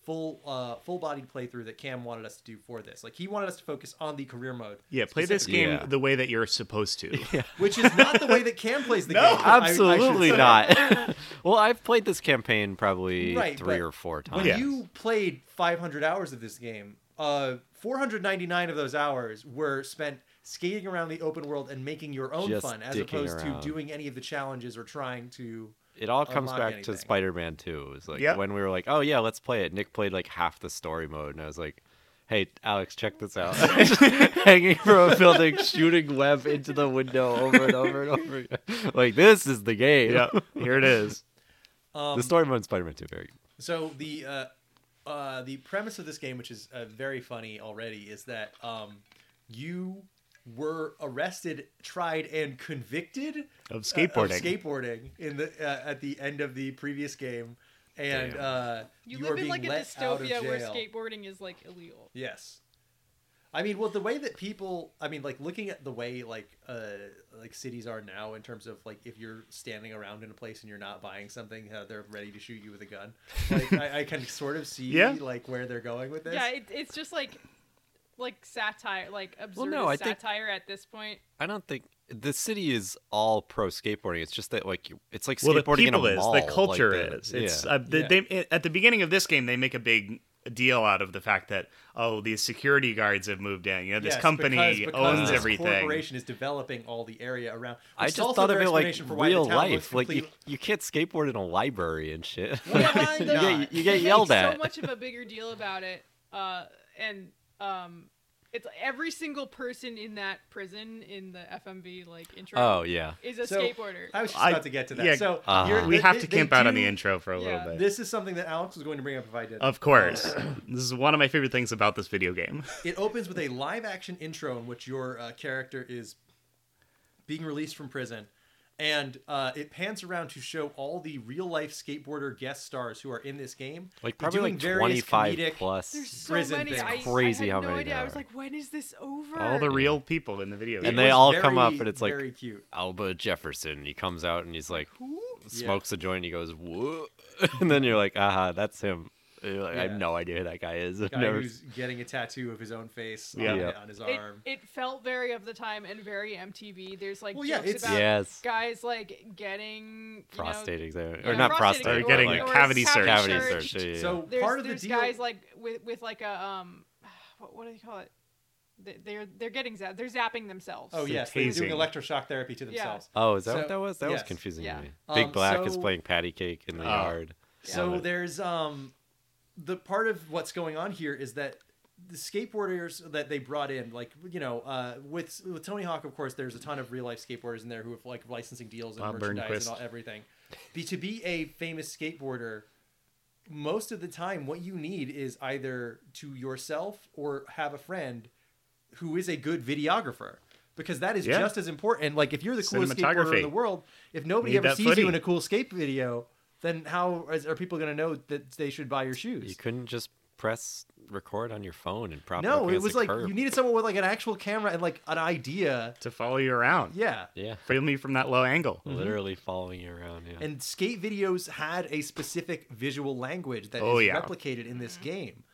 full uh full bodied playthrough that Cam wanted us to do for this. Like he wanted us to focus on the career mode. Yeah, play this specifically, game Yeah. the way that you're supposed to. which is not the way that Cam plays the game. I- I should Absolutely say. not. well, I've played this campaign probably Right, three but or four times. When Yeah. you played 500 hours of this game, uh, 499 of those hours were spent skating around the open world and making your own Just fun, as dicking opposed around. to doing any of the challenges or trying to. It all comes unlock back anything. to Spider-Man 2. It was like Yep. when we were like, "Oh yeah, let's play it." Nick played like half the story mode, and I was like, "Hey, Alex, check this out." Hanging from a building, shooting web into the window over and over and over. Again. Like this is the game. yeah, here it is. Um, the story mode in Spider-Man 2 very good. So the uh, uh, the premise of this game, which is uh, very funny already, is that um, you were arrested, tried, and convicted Of uh, of skateboarding. skateboarding in the uh, at the end of the previous game, and Damn. uh, you, you, are live in being like a let out of dystopia where jail. skateboarding is like illegal. Yes. I mean, well, the way that people, I mean, like looking at the way like uh like cities are now in terms of like if you're standing around in a place and you're not buying something, how they're ready to shoot you with a gun. Like I, I can sort of see Yeah. like where they're going with this. Yeah, it, it's just like like satire, like absurd no, I think- satire at this point. I don't think the city is all pro skateboarding. It's just that like you- it's like well, the skateboarding people in is, a mall. the culture like, the- is. It's yeah. uh, the, Yeah. they, at the beginning of this game they make a big deal out of the fact that oh these security guards have moved in. You know this Yes, company because- because owns this everything. Corporation is developing all the area around. I which is just also thought of their it like explanation for why the real town looks life. Like you, complete- you can't skateboard in a library and shit. Why you, not? get, you get They yelled make at. So much of a bigger deal about it, uh, and um, it's every single person in that prison in the FMV like intro. oh yeah. is a So, skateboarder. I was just I- about to get to that. yeah, uh, so Uh-huh. you're- We they- have they- to they camp out on do- the intro for a Yeah. little bit. This is something that Alex was going to bring up if I did. Of course, this is one of my favorite things about this video game. It opens with a live action intro in which your uh, character is being released from prison. And uh, it pans around to show all the real life skateboarder guest stars who are in this game. Like They're probably doing like various twenty five comedic- plus. There's so prison many. thing. I, Crazy I had how no many idea. there I was are. like, when is this over? All the real people in the video game. And they It's all come very, up and it's like- very cute. Alba Jefferson. He comes out and he's like smokes a joint. And he goes whoa, and then you're like, aha, that's him. And you're like, I Yeah. have no idea who that guy is. I've Guy never- who's getting a tattoo of his own face Yeah. on, Yeah. on his It, arm. it felt very of the time and very MTV. There's like Well, yeah, jokes it's- about Yes. guys like getting you know, prostate exam yeah, or not prostate, Or but, getting like, a cavity search. cavity searched. search. yeah, yeah, yeah. So There's, part of the there's deal. guys like with with like a um, what, what do they call it? They- They're they're getting zapped. They're zapping themselves. oh They're yes, they're tasing. doing electroshock therapy to Yeah. themselves. Oh, is that So- what that was? That was yes. confusing Yeah. to me. Um, Big Black is so- playing patty cake in the Oh. yard. So Love it. there's um the part of what's going on here is that the skateboarders that they brought in, like you know, uh, with with Tony Hawk, of course, there's a ton of real life skateboarders in there who have like licensing deals and Bob merchandise and Burnquist. all, everything. Be to be a famous skateboarder, most of the time, what you need is either to yourself or have a friend who is a good videographer because that is Yeah. just as important. Like if you're the coolest skateboarder Cinematography. in the world, if nobody Need ever that sees footy. you in a cool skate video, then how is, are people going to know that they should buy your You shoes? couldn't just press record on your phone and prop up No, it against was a like curb. you needed someone with like an actual camera and like an idea. to follow you around. Yeah. Yeah. Film me from that low angle. Mm-hmm. Literally following you around. Yeah. And skate videos had a specific visual language that is Oh, yeah. replicated in this game.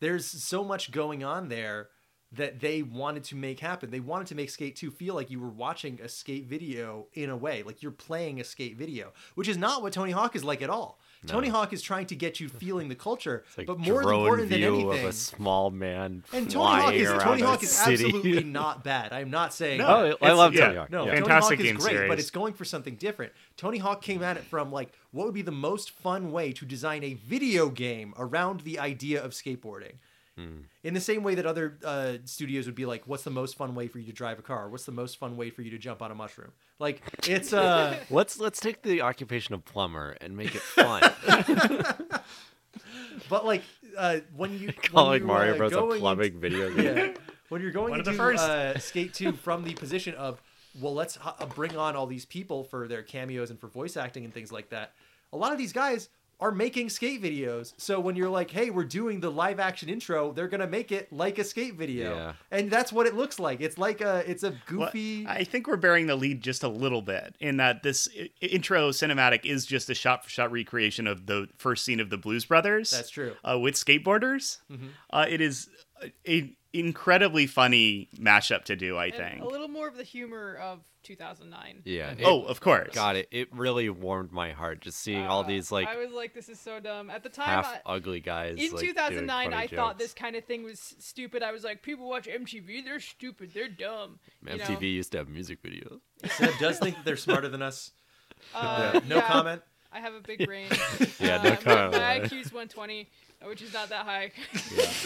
There's so much going on there that they wanted to make happen. They wanted to make Skate 2 feel like you were watching a skate video in a way, like you're playing a skate video, which is not what Tony Hawk is like at all. Tony Hawk is trying to get you feeling the culture, it's like but more drone important than view of anything. a small man and Tony Hawk flying is around Tony a Hawk is city. absolutely not bad. I'm not saying No, that. oh, I It's- love yeah, Tony Hawk. No, yeah. Fantastic Tony game Hawk is great, but series. it's going for something different. Tony Hawk came at it from like, what would be the most fun way to design a video game around the idea of skateboarding? Hmm. In the same way that other uh, studios would be like, what's the most fun way for you to drive a car? What's the most fun way for you to jump on a mushroom? Like, it's uh, Let's let's take the occupation of plumber and make it fun. but like uh, when you when Calling you, Mario uh, Bros going a into- plumbing video game. yeah. When you're going One of to the first. Uh, Skate 2 from the position of, well, let's h- uh, bring on all these people for their cameos and for voice acting and things like that. A lot of these guys are making skate videos. So when you're like, hey, we're doing the live action intro, they're going to make it like a skate video. Yeah. And that's what it looks like. It's like a, it's a goofy. I think we're bearing the lead just a little bit in that this i- intro cinematic is just a shot-for-shot recreation of the first scene of the Blues Brothers. That's true. Mm-hmm. Uh, with skateboarders, uh, it is an incredibly funny mashup to do. I And think. a little more of the humor of 2009. Yeah. it- oh, of course. God, it, it really warmed my heart just seeing all Uh, these like I was like, this is so dumb. At the time, half I, ugly guys. in like, doing 2009, I funny thought jokes. this kind of thing was stupid. I was like, people watch MTV, they're stupid, they're dumb. you know? MTV used to have music videos. Seb does think that they're smarter than us. Uh, No yeah, comment. I have a big brain. Uh, Yeah, no Um, comment. My IQ's 120, which is not that high.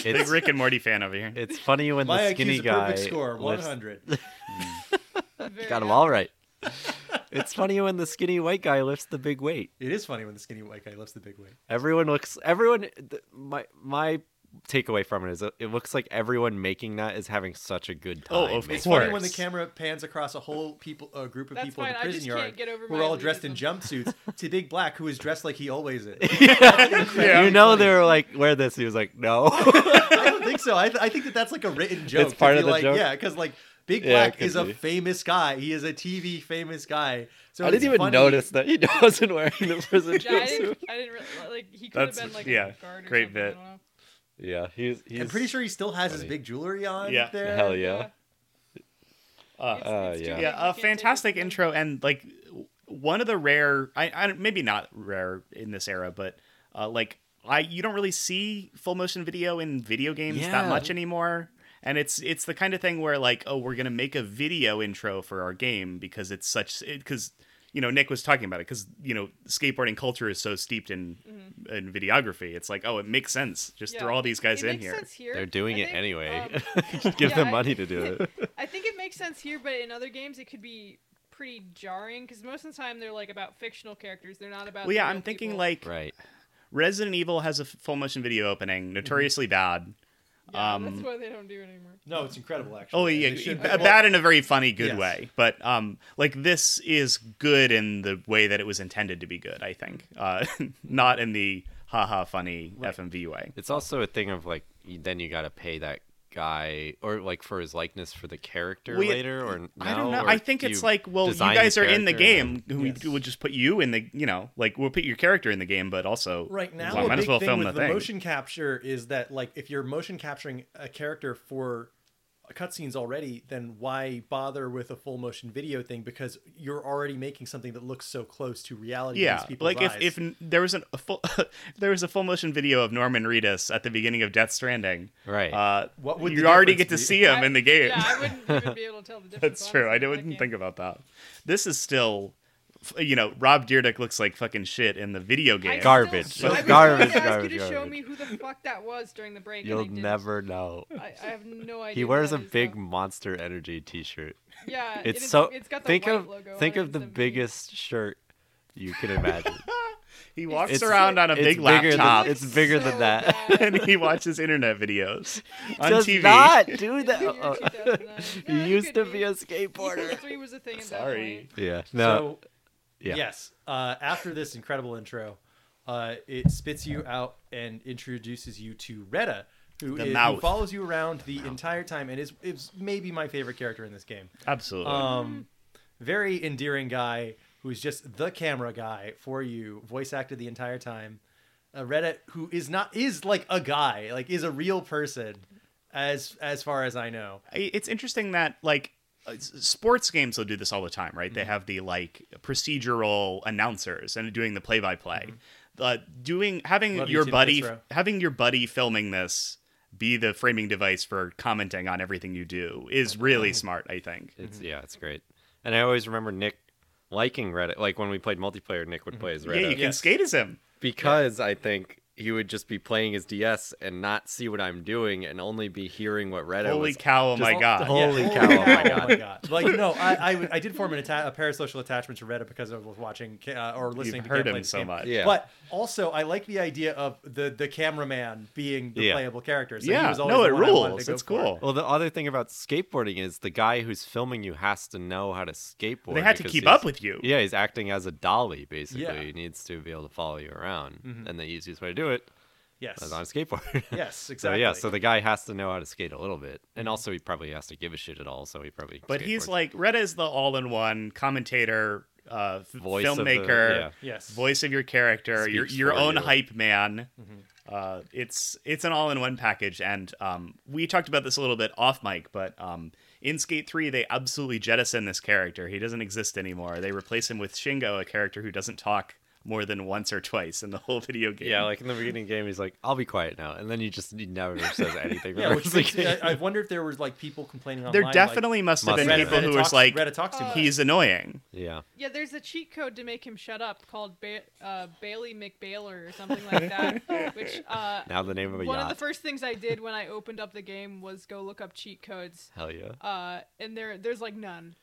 Big It's, Rick and Morty fan over here. it's funny when My the skinny IQ's a guy perfect score, lifts- 100. Very got him high. all right. it's funny when the skinny white guy lifts the big weight. It is funny when the skinny white guy lifts the big weight. Everyone looks. Everyone. th- My my takeaway from it is it looks like everyone making that is having such a good time. Oh, of making It's funny when course. the camera pans across a whole people, a group of That's people in fine, the I just prison can't yard. get over who are my all dressed in jumpsuits to Big Black, who is dressed like he always is. it. You know they were like, wear this. He was like, no. I don't think so. I, th- I think that that's like a written joke. It's to part be of the like, joke? Yeah, because like Big Yeah, it Black could is a be. famous guy. He is a TV famous guy. So I didn't it's even funny- notice that he wasn't wearing the prison I suit. didn't, I didn't really like. He could have That's been like yeah, a guard or great something, I bit. don't know. Yeah, he's he's I'm pretty sure he still has his big jewelry on Yeah. there. hell yeah. Uh, Uh, it's too yeah. big. yeah, a fantastic intro and like w- one of the rare I, I don't- maybe not rare in this era but uh, like I you don't really see full motion video in video games that Yeah. much anymore and it's it's the kind of thing where like oh we're going to make a video intro for our game because it's such cuz you know Nick was talking about it cuz you know skateboarding culture is so steeped in in videography it's like oh it makes sense just Mm-hmm. Yeah. throw all these guys It in makes here sense here. They're doing I it think, anyway. um, Give yeah, them I- money to do it. I think it makes sense here, but in other games, it could be pretty jarring because most of the time they're like about fictional characters. They're not about. well yeah the I'm real thinking people. like Right. Resident Evil has a f- full motion video Mm-hmm. opening notoriously bad Yeah, um, that's why they don't do it anymore. No, it's incredible actually. Oh They yeah, should- b- bad in a very funny, good Yes. way. But um, like this is good in the way that it was intended to be good. I think, uh, not in the haha funny FMV way. It's also a thing of like you- then you got to pay that guy or like for his likeness for the character We- later or no? I don't know. Or I think do it's you like, well, you design guys are in the character and game. We will just put you in the, you know, like we'll put your character in the game, but also right now well, a might big as well thing film with the the thing. motion capture is that like if you're motion capturing a character for cutscenes already then why bother with a full motion video thing because you're already making something that looks so close to reality in yeah, these people's like if, eyes. if n- there was an, a full there was a full motion video of Norman Reedus at the beginning of Death Stranding, Right. Uh, What would you the already get to difference see him I- in the game? Yeah, I wouldn't even be able to tell the difference. That's true. I honestly, if didn't came- think about that. This is still, f- you know, Rob Deerdick looks like fucking shit in the video I game. still- Garbage. I was Garbage, gonna ask you garbage, to show garbage. me who the fuck that was during the break. and I You'll didn't. never know. I, I have no idea. He who wears that a is, big though. Monster Energy T-shirt. Yeah, It's it is- so It's got the think white of logo on think it. of the It's amazing. biggest shirt you can imagine. he walks It's- around on a it's big bigger than- laptop it's bigger So than that. bad. and he watches internet videos on Does TV. not do It's that. the year Oh, 2009. you Yeah, it used could to be a Equals skateboarder. Three was a thing. At That Sorry. point. yeah. No. so yeah. yes uh, after this incredible intro uh, it spits you out and introduces you to Retta who, The is- who mouth. follows you around the entire time and is, is maybe my favorite character in this game Absolutely. um, very endearing guy who's just the camera guy for you, voice acted the entire time. Uh, Reddit, who is not is like a guy, like is a real person, as as far as I know. I- it's interesting that like uh, s- sports games will do this all the time, right? Mm-hmm. They have the like procedural announcers and doing the Mm-hmm. play-by-play. Uh, doing having Love you, your Tim buddy Fitzroy. having your buddy filming this be the framing device for commenting on everything you do is really smart, I think. It's yeah, it's great. And I always remember Nick liking Reddit. Like when we played multiplayer, Nick would play as Reddit. Mm-hmm. Yeah, you can skate as him. because I think he would just be playing his DS and not see what I'm doing and only be hearing what Reddit Holy was. cow! Oh just- my god! Holy cow! Oh my Oh god! my god! Like no, I I, I did form an atta- a parasocial attachment to Reddit because I was watching uh, or listening You've to heard Cam play him this so game. much. Yeah. But also, I like the idea of the the cameraman being the Yeah. playable character. So he yeah. was always No, the it one I wanted to rules. go It's for. cool. Well, the other thing about skateboarding is the guy who's filming you has to know how to skateboard. They had to because keep he's- up with you. Yeah, he's acting as a dolly basically. Yeah. He needs to be able to follow you around, and the easiest way to do it Yes. is on a skateboard. Yes, So yeah, exactly. so the guy has to know how to skate a little bit, and also he probably has to give a shit at all. So he probably. But he's skateboards. like Retta is the all-in-one commentator, uh, f- Voice of the- filmmaker, yeah. Yes. voice of your character, your Speaks your for own you. hype man. Mm-hmm. Uh, it's it's an all-in-one package, and um, we talked about this a little bit off mic, but um, in Skate Three, they absolutely jettison this character. He doesn't exist anymore. They replace him with Shingo, a character who doesn't talk more than once or twice in the whole video game. Yeah, like in the beginning of the game, he's like, "I'll be quiet now," and then he just he never says anything. for Yeah, the which rest of the makes- uh, game. I, I wonder if there was like people complaining online. there like, definitely must have Must been have people been. who Reddit was talks- like, Reddit talks to me. "He's annoying." yeah, Yeah, there's a cheat code to make him shut up called ba- uh, Bailey McBailer or something like that. which uh, now the name of a one of yacht. the first things I did when I opened up the game was go look up cheat codes, Hell yeah! uh, and there there's like none.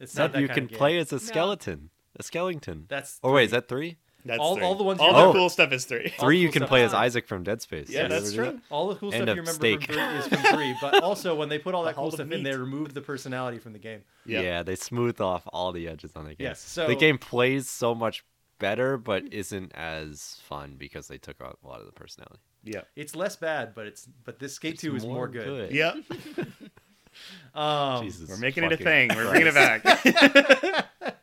It's Said not that you kind can of game. play as a skeleton, a skeleton. That's or wait, is that three? That's All- three. all the ones all you- the Oh. cool stuff is three. Three, you cool can stuff. play as Isaac from Dead Space. Yeah, You that's remember true. All the cool stuff uh, End you of steak. remember from three is from three, but also when they put all that cool All the stuff in, they meat. removed the personality from the game. that? Yeah. they smooth off all the edges on the game. Yes, so- the game plays so much better, but isn't as fun because they took out a lot of the personality. Yeah. It's less bad, but it's but this Skate Two is more, good. Yep. Um, Jesus We're making it a fucking thing. We're bringing it Christ. back.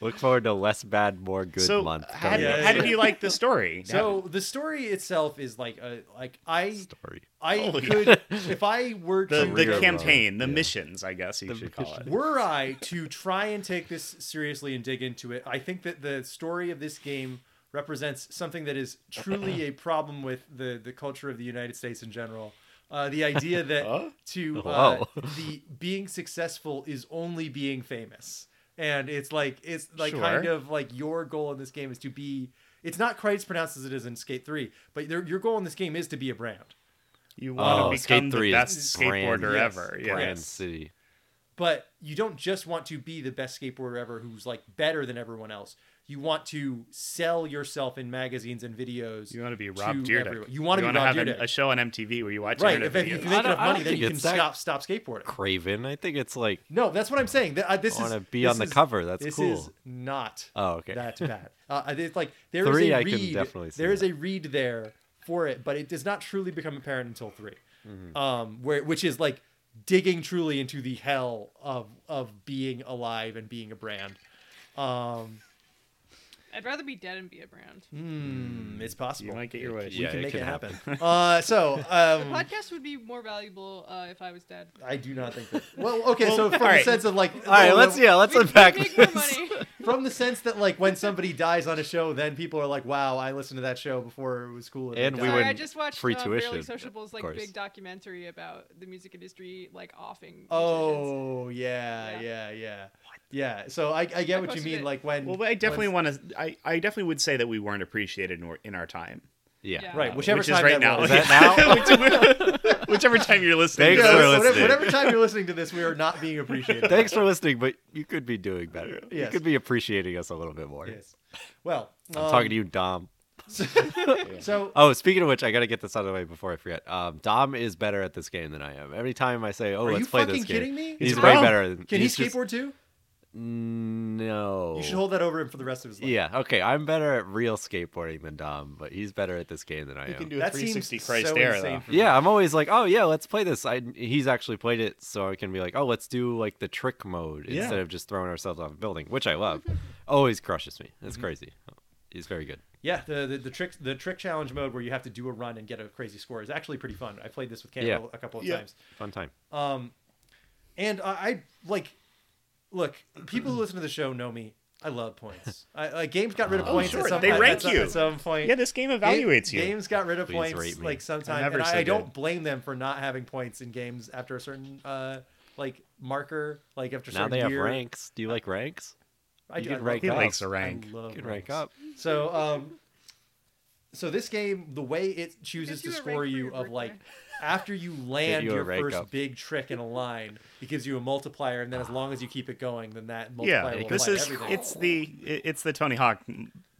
Look forward to less bad, more good so, month. how, coming did, up. how did you like the story? So the story itself is like a like I Story. I Holy- could if I were the, to the Career campaign, the missions, I guess you should call it. were I to try and take this seriously and dig into it, I think that the story of this game represents something that is truly a problem with the the culture of the United States in general. Uh, the idea that to uh, Whoa. the being successful is only being famous, and it's like it's like kind Sure. of like your goal in this game is to be. It's not quite as pronounced as it is in Skate Three, but their- your goal in this game is to be a brand. You want Oh, to Skate become the 3 is best brand- skateboarder Yes, ever. Yeah. Brand Yes. City. but you don't just want to be the best skateboarder ever who's like better than everyone else you want to sell yourself in magazines and videos You want to be Rob to Dyrdek. everyone. you want to be wanna rob have an- Dyrdek. a show on MTV where you watch right if, internet if you videos. make I don't- enough I money don't then think you can it's that- stop stop skateboarding Craven. I think it's like no that's what i'm saying that, uh, this I wanna is be this on the is- cover, that's this cool. is not Oh, okay. that bad uh, it's like there is Three, a I read can definitely see there is that. a read there for it but it does not truly become apparent until 3 Mm-hmm. um where which is like digging truly into the hell of of being alive and being a brand um I'd rather be dead and be a brand. Mm, it's possible. You might get your wish. we Yeah, can it make can it happen. happen. uh, so um, Podcast would be more valuable uh, if I was dead. I do not think that. Well, okay. so Well, from all the right. sense of like, All right, let's yeah, let's We'd- we'd unpack make more this. money. From the sense that like when somebody dies on a show, then people are like, "Wow, I listened to that show before it was cool." And they we died." Sorry, I wouldn't just watched free uh, Barely tuition, Sociable's of like course. big documentary about the music industry, like offing. musicians. Oh yeah, yeah, yeah, yeah. So I, I get I what you posted mean. it. Like when. Well, I definitely when- want to. I, I definitely would say that we weren't appreciated in, our- in our time. Yeah. Yeah. Right, whichever which time is right that now. was. Is that now? Whichever- whichever time you're listening. Thanks to for this. whatever, listening. whatever time you're listening to this, we are not being appreciated. Thanks for listening, but you could be doing better. You Yes. could be appreciating us a little bit more. Yes. Well, um, I'm talking to you, Dom. So Oh, speaking of which, I got to get this out of the way before I forget. Um, Dom is better at this game than I am. Every time I say, "Oh, Are let's you play fucking this game," kidding me? he's It's way wrong. better. than- can he he's just- skateboard too? No. You should hold that over him for the rest of his life. Yeah. Okay. I'm better at real skateboarding than Dom, but he's better at this game than I You am. can do a That seems 360 Christ so era, insane though. for yeah, I'm always like, oh yeah, let's play this. I he's actually played it, so I can be like, oh, let's do like the trick mode Yeah. instead of just throwing ourselves off a building, which I love. always crushes me. Mm-hmm. It's crazy. He's very good. Yeah, the, the the trick the trick challenge mode where you have to do a run and get a crazy score is actually pretty fun. I played this with Campbell Yeah. a couple of Yeah. times, Fun time. and I, I like. Look, people who listen to the show know me. I love points. I, like games got rid of points. Oh, sure, At some they at rank some- you. at some point. Yeah, this game evaluates Ga- you. Games got rid of Please points rate me. like I'm sometime, never and so I, I don't good. blame them for not having points in games after a certain uh like marker. Like after a Now certain they have year. ranks. Do you like ranks? I You do. can I love rank He up. likes I a rank. love You can rank ranks. up. So um so this game, the way it chooses Gives you to a score rank for you your of like birthday. after you land you a your rank first up. big trick in a line, it gives you a multiplier, and then as long as you keep it going, then that multiplier Ah. Yeah, will this apply to is everything. it's the it- it's the Tony Hawk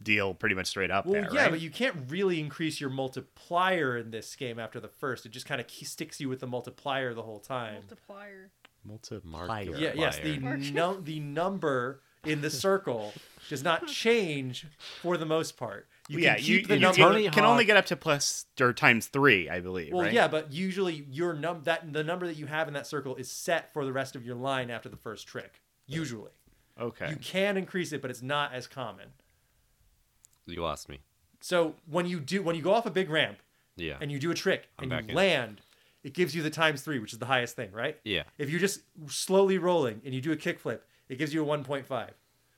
deal, pretty much straight up. well, there, yeah, right? but you can't really increase your multiplier in this game after the first. It just kind of sticks you with the multiplier the whole time. Multiplier. multiplier. Yeah, yes, the num- the number in the circle does not change for the most part. You yeah, can you, keep the you number. can- Tony can only Hawk- get up to plus or times three, I believe. Well, right? yeah, but usually your num that the number that you have in that circle is set for the rest of your line after the first trick. Usually, Okay. you can increase it, but it's not as common. You lost me. So when you do when you go off a big ramp Yeah. and you do a trick I'm back and you in. land, it gives you the times three, which is the highest thing, right? Yeah. If you're just slowly rolling and you do a kickflip, it gives you a one point five.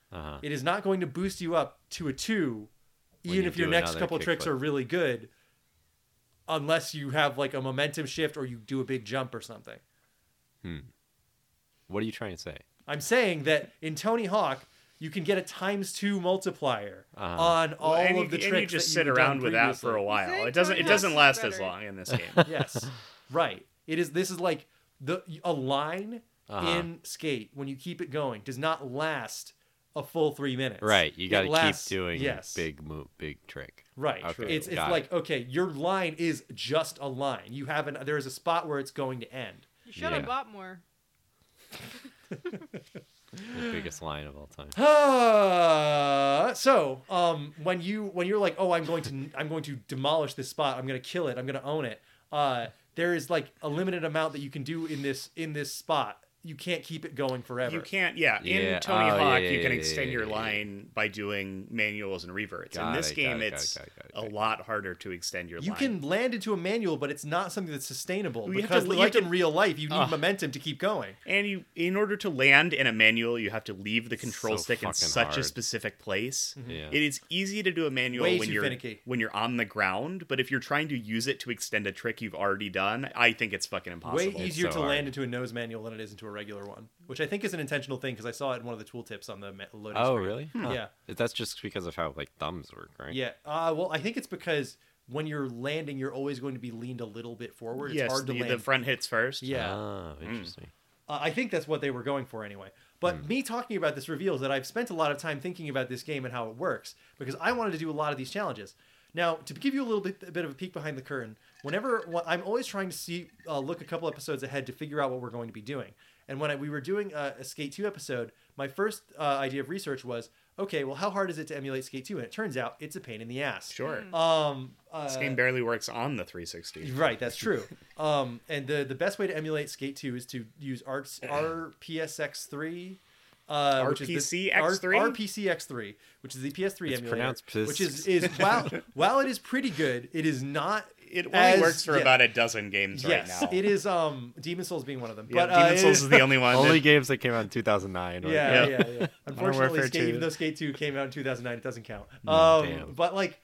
Uh-huh. It is not going to boost you up to a two, When even you if your do next another couple kickflip. tricks are really good, unless you have like a momentum shift or you do a big jump or something. What are you trying to say? I'm saying that in Tony Hawk, you can get a times two multiplier Uh-huh. on all Well, and you, of the and tricks. you just that sit you've around done with that for a previously. while. think It doesn't. Tony It doesn't Hawk's last as better. long in this game. Yes, right. It is. This is like the a line Uh-huh. in skate when you keep it going does not last a full three minutes. Right. You It got to keep lasts- doing yes. big move, big trick. Right. Okay, It's it's got it. like okay, your line is just a line. You have an there is a spot where it's going to end. You should Yeah. have bought more. The biggest line of all time. Ah, so um, when you when you're like, oh, I'm going to I'm going to demolish this spot. I'm going to kill it. I'm going to own it. Uh, there is like a limited amount that you can do in this in this spot. You can't keep it going forever. You can't, yeah. Yeah, In Tony oh, yeah, Hawk, yeah, you can yeah, extend yeah, your yeah, yeah. line by doing manuals and reverts. Got in this it, got game, it, got it's it, got it, got it, a lot harder to extend your You line. can land into a manual, but it's not something that's sustainable You have to- because, you like have to- in real life, you need Ugh. momentum to keep going. And you, in order to land in a manual, you have to leave the control So stick in fucking such a hard. specific place. Mhm. Yeah. It is easy to do a manual Mm-hmm. Way when too you're finicky. when you're on the ground, but if you're trying to use it to extend a trick you've already done, I think it's fucking impossible. Way so easier to hard. land into a nose manual than it is into a regular one, which I think is an intentional thing because I saw it in one of the tooltips on the ma- loading. Oh, screen. really? Hmm. Yeah. That's just because of how like thumbs work, right? Yeah. Uh, well, I think it's because when you're landing, you're always going to be leaned a little bit forward. It's yes, hard to the, land. the front hits first. Yeah. Oh, interesting. Uh, I think that's what they were going for anyway. But me talking about this reveals that I've spent a lot of time thinking about this game and how it works because I wanted to do a lot of these challenges. Now, to give you a little bit, a bit of a peek behind the curtain, whenever wh- I'm always trying to see, uh, look a couple episodes ahead to figure out what we're going to be doing. And when I, we were doing uh, a Skate 2 episode, my first uh, idea of research was, okay, well, how hard is it to emulate Skate 2? And it turns out it's a pain in the ass. Sure. Um, uh, this game barely works on the 360. Right, that's true. um, and the the best way to emulate Skate 2 is to use Arts RPSX3. Uh, which is the- R- RPCX3? RPCX3 which is the PS3 It's emulator, pronounced piss. which is is while while it is pretty good, it is not. It only as- works for yeah, about a dozen games Yes, right now. it is. Um, Demon Souls being one of them. Yeah, but uh, Demon it Souls is the only one. Only that- games that came out in 2009. were- yeah, Yeah. yeah, yeah. Unfortunately, Warfare Skate, 2. even though Skate 2 came out in 2009, it doesn't count. Um, Mm, damn. But like,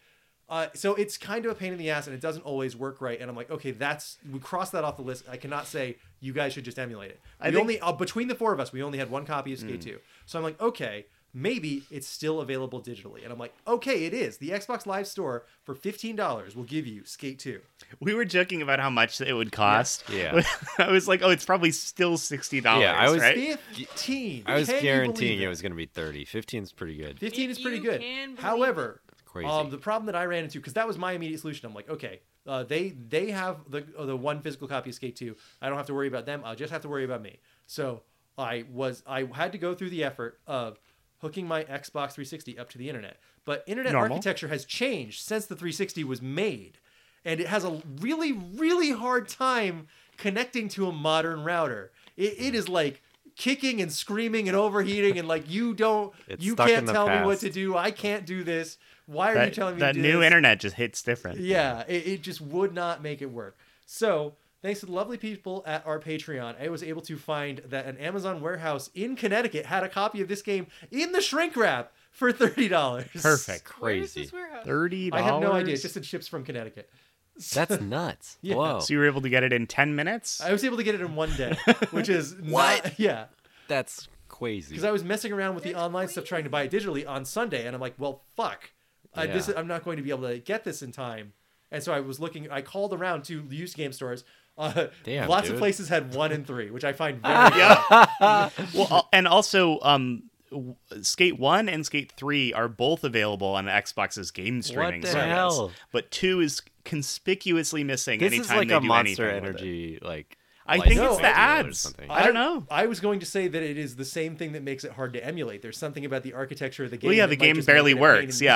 uh, so it's kind of a pain in the ass, and it doesn't always work right. And I'm like, okay, that's we crossed that off the list. I cannot say you guys should just emulate it. We I think- only uh, between the four of us, we only had one copy of Mm. Skate 2. So I'm like, okay. Maybe it's still available digitally, and I'm like, okay, it is. The Xbox Live Store for fifteen dollars will give you Skate Two. We were joking about how much it would cost. Yeah. I was like, oh, it's probably still sixty dollars. Yeah, I was right? Fifteen. I was Can you believe guaranteeing it? it was going to be 30. 15's pretty good. 15 is If pretty you good. can believe However, Crazy. um, the problem that I ran into because that was my immediate solution. I'm like, okay, uh, they they have the uh, the one physical copy of Skate 2. I don't have to worry about them. I'll just have to worry about me. So I was I had to go through the effort of hooking my Xbox 360 up to the internet. But internet Normal. architecture has changed since the 360 was made, and it has a really really hard time connecting to a modern router. It, it is like kicking and screaming and overheating and like you don't It's you stuck in can't the tell me past. what to do. I can't do this. Why are that you telling me that to do new this? internet just hits different. Yeah, it, it just would not make it work. So thanks to the lovely people at our Patreon, I was able to find that an Amazon warehouse in Connecticut had a copy of this game in the shrink wrap for thirty dollars. Perfect. Where is Crazy. this warehouse? Thirty I dollars. have no idea. It's just in ships from Connecticut. That's nuts. Yeah. Whoa. So you were able to get it in ten minutes. I was able to get it in one day, which is What? Not, yeah. That's crazy. because I was messing around with the online stuff trying to buy it digitally on Sunday, and I'm like, well, fuck, I, this Yeah. I'm not going to be able to get this in time. And so I was looking, I called around to used game stores. Uh, Damn, lots of dude. places had one and three, which I find very well, al- and also, um, w- Skate One and Skate Three are both available on Xbox's game streaming the service, hell? but two is conspicuously missing. this is anytime like they a do Monster anything with it. Energy like. I think license it's the deal or ads. something. I don't know. I was going to say that it is the same thing that makes it hard to emulate. There's something about the architecture of the game. Well, yeah, that the might game just make barely it a pain works. in-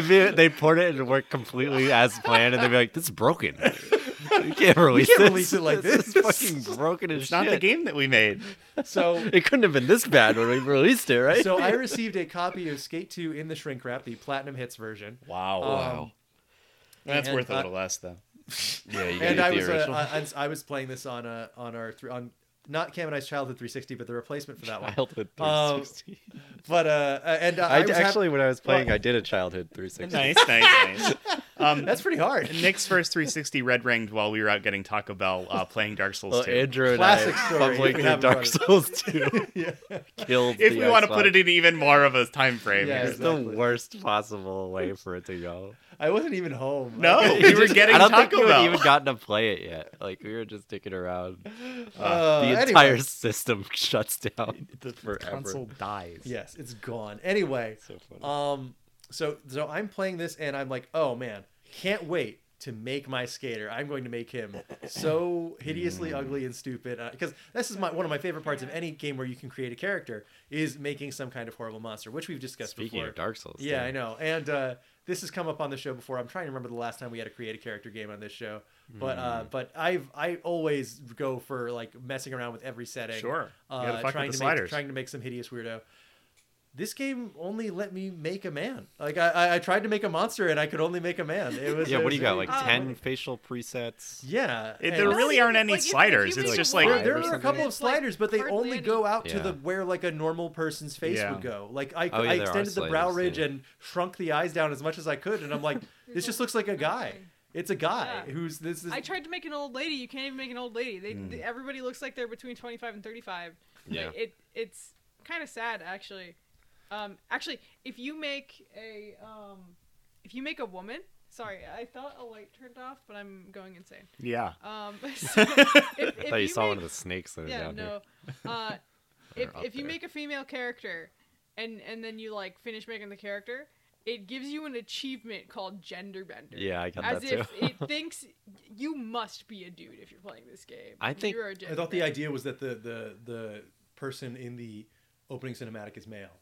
Yeah, They'd be- they port it and it worked completely as planned, and they'd be like, "This is broken. You can't release can't this. release it like this." is fucking broken as it's not the shit. game that we made. So It couldn't have been this bad when we released it, right? so I received a copy of Skate 2 in the shrink wrap, the platinum hits version. Wow, Wow. that's and, worth a uh, little less though. yeah, you and I was uh, I, I was playing this on uh, on our thr- on not Cam and I's childhood 360, but the replacement for that one. childhood Um, 360. But uh, uh, and uh, I, I, was hap- actually, when I was playing, Well- I did a childhood 360. Nice, nice, nice. Um, that's pretty hard. Nick's first 360 red ringed while we were out getting Taco Bell, uh, playing Dark Souls Well, 2. Andrew and Classic I story, if fumbling we through haven't Dark brought it Souls 2 killed. if the we want to put Xbox. it in even more of a time frame, Yeah, here's it's Exactly. the worst possible way for it to go. I wasn't even home. No, we were getting I don't think Taco you Bell. had even gotten to play it yet. Like we were just dicking around. Uh, the anyway. entire system shuts down forever. dies. Yes, it's gone. Anyway, So funny. um, so so I'm playing this and I'm like, oh man, can't wait to make my skater. I'm going to make him so hideously ugly and stupid. Because this is my one of my favorite parts of any game where you can create a character is making some kind of horrible monster, which we've discussed Speaking before. of Dark Souls, yeah, too. I know. And uh, this has come up on the show before. I'm trying to remember the last time we had a create a character game on this show, but uh, Mm. but I've I always go for like messing around with every setting. Sure. You gotta uh, fuck with trying to the make, sliders. trying to make some hideous weirdo this game only let me make a man. Like I- I, I tried to make a monster and I could only make a man. It was yeah, it what was do you got? really Like Um, funny. ten facial presets. Yeah, It- and- there really aren't any like, if- if sliders. you It's make just one- like there, there or are a something. couple of sliders, but they Hardly only any. go out to Yeah. the where like a normal person's face Yeah. would go. Like I, Oh, yeah, I there are extended the brow sliders, ridge yeah. and shrunk the eyes down as much as I could, and I'm like, this just looks like a guy. Nothing. It's a guy Yeah. who's this. is I tried to make an old lady. You can't even make an old lady. They, Hmm. they- everybody looks like they're between 25 and 35. Like, Yeah. it it's kind of sad actually. Um, actually, if you make a um, if you make a woman, sorry, I thought a light turned off, but I'm going insane. Yeah. Um, so if, I if thought you, saw make, one of the snakes that are Yeah, down here. no. Uh, if up if you there. make a female character, and and then you like finish making the character, it gives you an achievement called gender bender. Yeah, I got As that too. if it thinks you must be a dude if you're playing this game. I think- You're a I gender thought the bender. idea was that the the the person in the opening cinematic is male,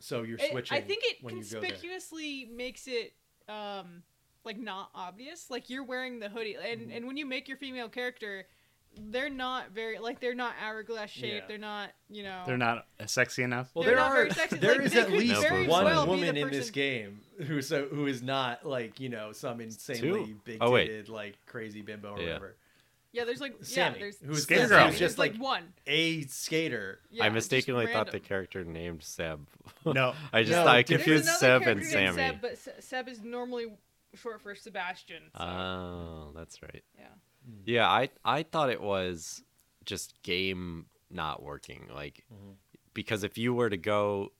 so you're It- switching. I think it when you go there. conspicuously makes it um like not obvious. Like you're wearing the hoodie, and Mm-hmm. and when you make your female character, they're not very like they're not hourglass shaped. Yeah. They're not you know. They're not sexy enough. Well, They're there not are very sexy. there Like, is they at could least very one well be woman the in this person- game who so who is not like you know some insanely big Oh, wait. titted like crazy bimbo or Yeah. whatever. Yeah, there's like Sammy, yeah, there's who is Skater who's Girl. just like, like one. a skater. Yeah, I just mistakenly thought the random. character named Seb. No. I just No, thought I dude. There's confused another Seb character and named Sammy. Seb, but Se- Seb is normally short for Sebastian. So, Oh, that's right. yeah. Mm. Yeah, I I thought it was just game not working. Like Mm-hmm. because if you were to go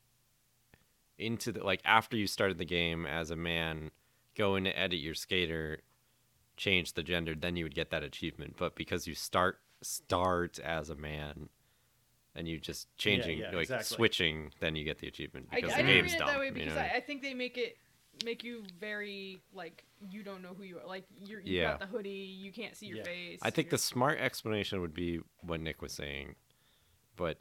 into the like after you started the game as a man, go in to edit your skater, change the gender, then you would get that achievement. But because you start start as a man and you just changing yeah, like exactly. switching, then you get the achievement I, because the I didn't game's read it dumb. that way you because know? I, I think they make it make you very like you don't know who you are. Like you're you Yeah. got the hoodie, you can't see your Yeah. face. I think you're- the smart explanation would be what Nick was saying, but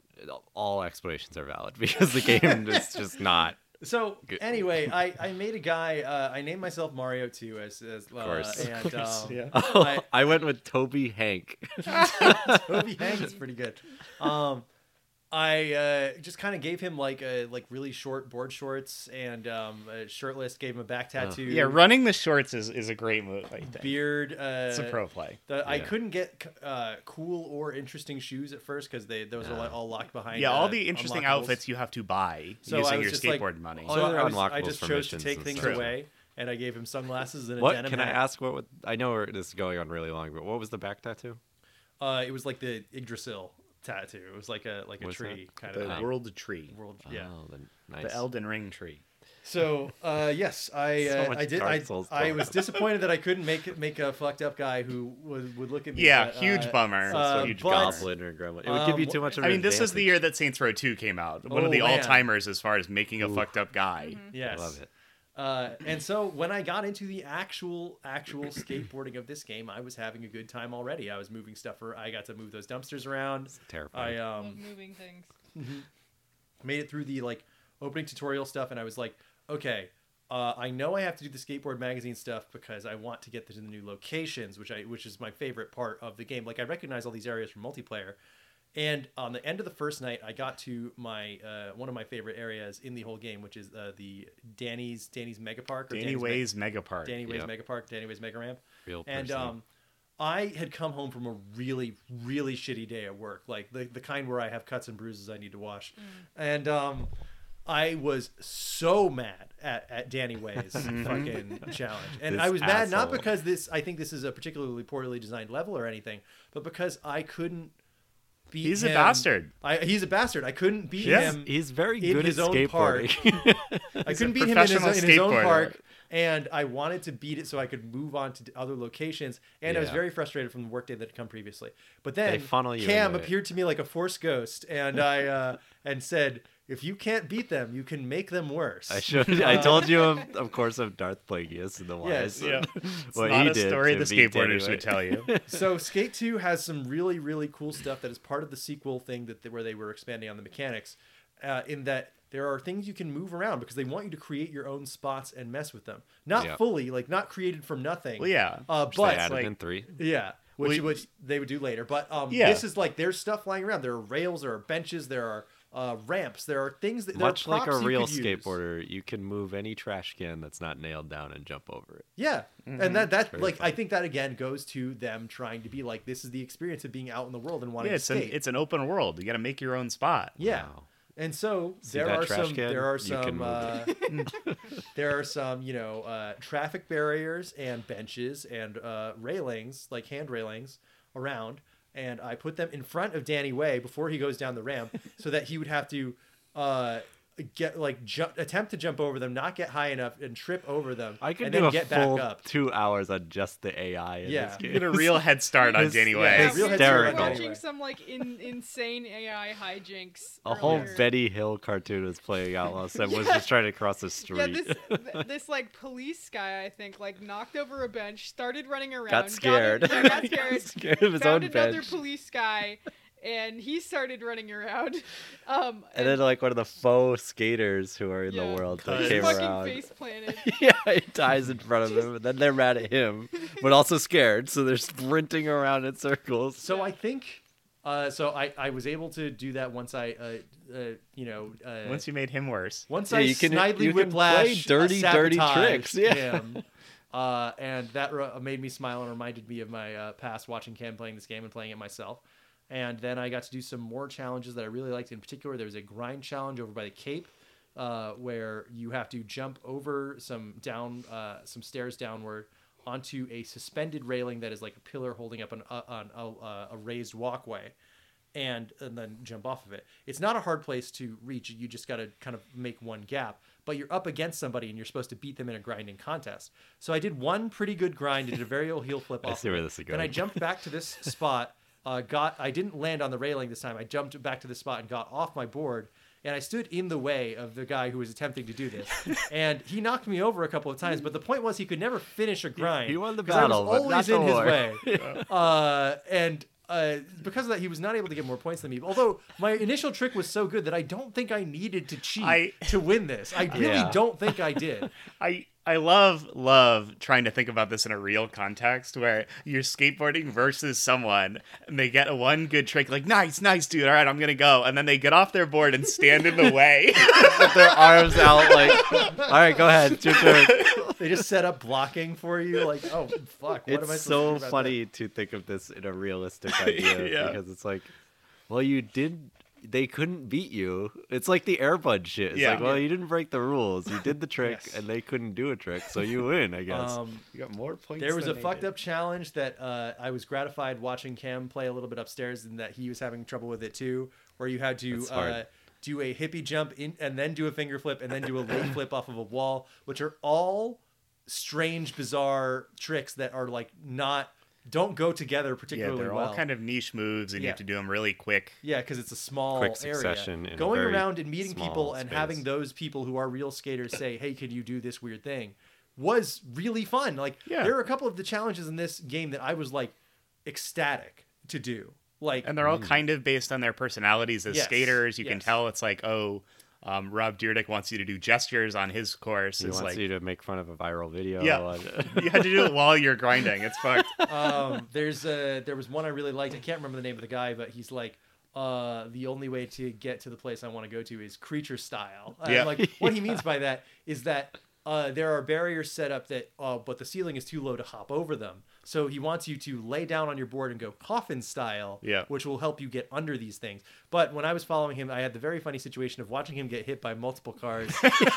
all explanations are valid because the game is just not. So Good. anyway, I, I made a guy. Uh, I named myself Mario too, as as uh, course. and um, Yeah. I- I went with Toby Hank. Toby Hank is pretty good. Um, I uh, just kind of gave him like a like really short board shorts and um, a shirtless. Gave him a back tattoo. Yeah, running the shorts is, is a great move, I think. beard. Uh, it's a pro play. the- I Yeah. couldn't get c- uh, cool or interesting shoes at first because they those are like, all locked behind. Yeah, all uh, the interesting unlockables. outfits you have to buy So I using was your just like, skateboard money. So I, was, I Unlockables just for chose to missions take and things stuff. away, and I gave him sunglasses and a what denim can I hat. ask? What would I know? where This is going on really long, but what was the back tattoo? Uh, it was like the Yggdrasil tattoo. It was like a like a What's that? tree kind the of thing. world tree, world. Yeah. Oh, the, nice. the Elden Ring tree. So uh, yes, I So uh, much I did. Dark I, Souls I going was on. disappointed that I couldn't make make a fucked up guy who would, would look at me. Yeah, but, huge uh, bummer. uh, huge but- goblin or gremlin. It would give you Um, too much. Of I an mean, this is the advantage. year that Saints Row 2 came out. One Oh, of the man. Mm-hmm. all timers as far as making a fucked up guy. Yes. I love it. Uh, and so when I got into the actual actual skateboarding of this game, I was having a good time already. I was moving stuff. ar- I got to move those dumpsters around. I Terrifying. love um, moving things. made it through the like opening tutorial stuff and i was like okay uh, i know i have to do the skateboard magazine stuff because i want to get to the new locations which i which is my favorite part of the game like i recognize all these areas from multiplayer and on the end of the first night i got to my uh, one of my favorite areas in the whole game which is uh, the danny's danny's mega park or Danny Danny's Meg- Way's Mega Park. danny way's Yeah. mega park danny way's mega ramp Real and person. um I had come home from a really, really shitty day at work, like the, the kind where I have cuts and bruises I need to wash. And um, I was so mad at, at Danny Way's fucking challenge. And Mm-hmm. This I was mad not asshole. because this, I think this is a particularly poorly designed level or anything, but because I couldn't beat He's a him. bastard. I, he's a bastard. I couldn't beat Yes. him. He's very in good at his own part. skateboarding. I couldn't beat him in professional his, in his own skateboarder. park, and I wanted to beat it so I could move on to d- other locations. And I was Yeah. very frustrated from the workday that had come previously. But then They funnel you Cam into it. appeared to me like a force ghost, and I uh, and said, If you can't beat them, you can make them worse. I showed. I told you, of, of course, of Darth Plagueis and the Yes. Wise. Yeah. and It's what not he a did story to the beat skateboarders anyway. would tell you. so Skate 2 has some really really cool stuff that is part of the sequel thing that they, where they were expanding on the mechanics uh, in that there are things you can move around because they want you to create your own spots and mess with them. Not Yeah. fully, like not created from nothing. Well, yeah. Uh, Which they but added like, in three. Yeah. Which, Well, you- which they would do later, but um, Yeah. this is like there's stuff lying around. There are rails, there are benches, there are uh, ramps, there are things that there are Much like a props you real could use. skateboarder, you can move any trash can that's not nailed down and jump over it. Yeah, Mhm. and that that Very like I think that again goes to them trying to be like this is the experience of being out in the world and wanting Yeah, to it's an skate. it's an open world. You got to make your own spot. yeah, and so See there that are trash some can? there are You can some uh, move there are some you know uh, traffic barriers and benches and uh, railings like hand railings around, and I put them in front of Danny Way before he goes down the ramp so that he would have to. Uh, Get like jump, attempt to jump over them, not get high enough, and trip over them. I could and do then a get full back up. two hours on just the AI in Yeah. this You game. get a real head start on It's- Danny yeah, Way. it's Yeah, real head start on We're hysterical. Danny Way. watching some like in, insane AI hijinks. A whole earlier. Betty Hill cartoon was playing out while Sam was Yeah. just trying to cross the street. Yeah, this th- this like police guy, I think, like knocked over a bench, started running around, Got scared. got, yeah, got scared, scared of his found own another bench. police guy, and he started running around. Um, and then like one of the faux skaters who are in Yeah. the world Cuz- that came fucking around. face planted. yeah, he dies in front of them, and then they're mad at him, but also scared, so they're sprinting around in circles. So I think, uh, so I, I was able to do that once I, uh, uh, you know, uh, Once you made him worse. once Yeah, I you can- snidely you can play whiplash dirty, dirty sabotaged tricks, yeah. him, uh, and that re- made me smile and reminded me of my uh, past watching Ken playing this game and playing it myself. And then I got to do some more challenges that I really liked. In particular, there was a grind challenge over by the Cape, uh, where you have to jump over some down, uh, some stairs downward onto a suspended railing that is like a pillar holding up an, uh, on a, uh, a raised walkway and and then jump off of it. It's not a hard place to reach. You just got to kind of make one gap. But you're up against somebody and you're supposed to beat them in a grinding contest. So I did one pretty good grind, did a varial heel flip I off. see of where it. this is Then I going. jumped back to this spot. Uh, got I didn't land on the railing this time. I jumped back to the spot and got off my board. And I stood in the way of the guy who was attempting to do this, and he knocked me over a couple of times. But the point was, he could never finish a grind. he won the 'cause I was battle, but not always the in his war. way uh, and uh, because of that, he was not able to get more points than me. Although my initial trick was so good that I don't think I needed to cheat I- to win this. I really Yeah. don't think I did. I I love love trying to think about this in a real context where you're skateboarding versus someone and they get a one good trick like nice nice dude all right I'm gonna go and then they get off their board and stand in the way With their arms out, like, all right, go ahead, it's your turn. They just set up blocking for you. Like, oh fuck, what am I It's supposed so to do about funny to think of this in a realistic idea Yeah. because it's like, well, you did. They couldn't beat you. It's like the airbud shit. It's Yeah. like, well, you didn't break the rules. You did the trick, Yes. and they couldn't do a trick, so you win, I that? guess. Um, you got more points there was a fucked up challenge that uh, I was gratified watching Cam play a little bit upstairs, and that he was having trouble with it too, where you had to That's hard. uh, do a hippie jump in, and then do a finger flip, and then do a leg flip off of a wall, which are all strange, bizarre tricks that are like not don't go together yeah particularly they're well. all kind of niche moves and you Yeah. have to do them really quick Yeah, because it's a small Quick succession in area. a Going very around and meeting small people and space. having those people who are real skaters say, "Hey, can you do this weird thing?" was really fun. Like Yeah. there are a couple of the challenges in this game that I was like ecstatic to do. Like and they're all kind of based on their personalities as Yes, skaters you can yes. tell it's like oh um, Rob Deerdick wants you to do gestures on his course he it's wants like you to make fun of a viral video. Yeah. on- you had to do it while you're grinding it's fucked um, there's a there was one I really liked. I can't remember the name of the guy, but he's like, uh, the only way to get to the place I want to go to is creature style. And, Yeah. like what he means by that is that uh, there are barriers set up that, uh, but the ceiling is too low to hop over them. So he wants you to lay down on your board and go coffin style, Yeah. which will help you get under these things. But when I was following him, I had the very funny situation of watching him get hit by multiple cars.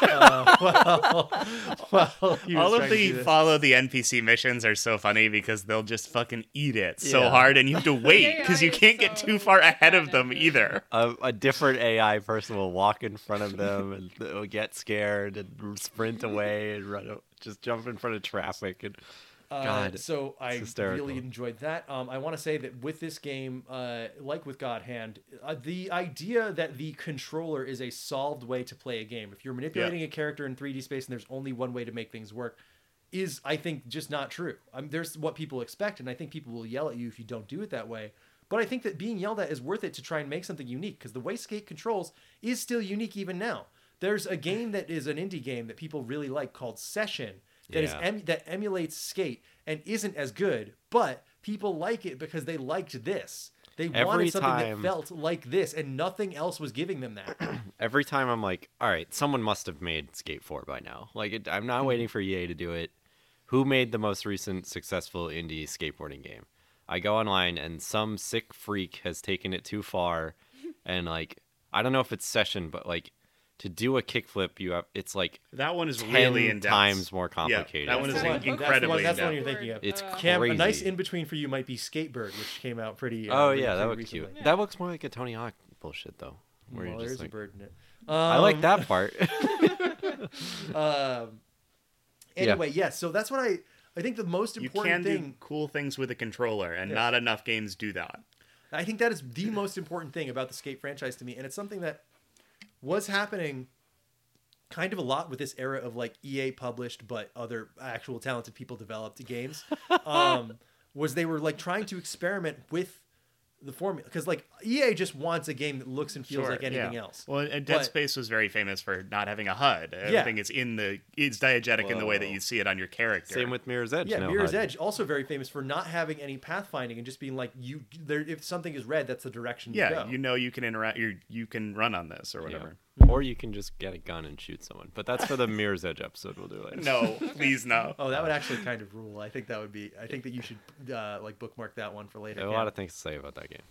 uh, while, while he was All of trying to do the this. follow the NPC missions are so funny because they'll just fucking eat it so Yeah. hard, and you have to wait because you AI is can't get so too far ahead of bad them at it. either. a, a different AI person will walk in front of them and they'll get scared and sprint away and run, o- just jump in front of traffic. And Uh, God, so I it's hysterical. really enjoyed that. Um, I want to say that with this game, uh, like with God Hand, uh, the idea that the controller is a solved way to play a game. If you're manipulating a character in 3D space and there's only one way to make things work, is I think just not true. I mean, there's what people expect, and I think people will yell at you if you don't do it that way. But I think that being yelled at is worth it to try and make something unique because the way Skate controls is still unique even now. There's a game that is an indie game that people really like called Session that is Yeah. em- that emulates Skate and isn't as good, but people like it because they liked this. They Every wanted something time- that felt like this, and nothing else was giving them that. Every time I'm like, all right, someone must have made Skate 4 by now. Like, it, I'm not waiting for EA to do it. Who made the most recent successful indie skateboarding game? I go online and some sick freak has taken it too far, and like, I don't know if it's session, but like, to do a kickflip, you have it's like That one is 10 really in-depth. times more Yeah, that complicated. one is That's the in- that's the incredibly That's the one in-depth. you're thinking of. It's Cam, a nice crazy. in between for you might be Skatebird, which came out pretty. Uh, Oh yeah, that would looked cute. That looks more like a Tony Hawk bullshit though. Where Well, you're there's just a like, bird in it. I like Um, that part. um, Yeah. anyway, yes. so that's what I. I think the most You can important thing. do cool things with a controller, and Yeah. not enough games do that. I think that is the most important thing about the skate franchise to me, and it's something that was happening kind of a lot with this era of like EA published but other actual talented people developed games. Um, was they were like trying to experiment with the formula because like EA just wants a game that looks and feels Sure, like anything yeah. else. Well, and Dead But- Space was very famous for not having a HUD. Everything is in the it's diegetic in the way that Whoa. you see it on your character. Same with Mirror's Edge. Yeah, no Mirror's HUD. Edge also very famous for not having any pathfinding and just being like you there if something is red that's the direction you yeah, go. you know you can interact. You you can run on this or whatever. Or you can just get a gun and shoot someone. But that's for the Mirror's Edge episode we'll do later. No, please no. Oh, that would actually kind of rule. I think that would be. I think that you should uh, like bookmark that one for later. There are a yeah. lot of things to say about that game.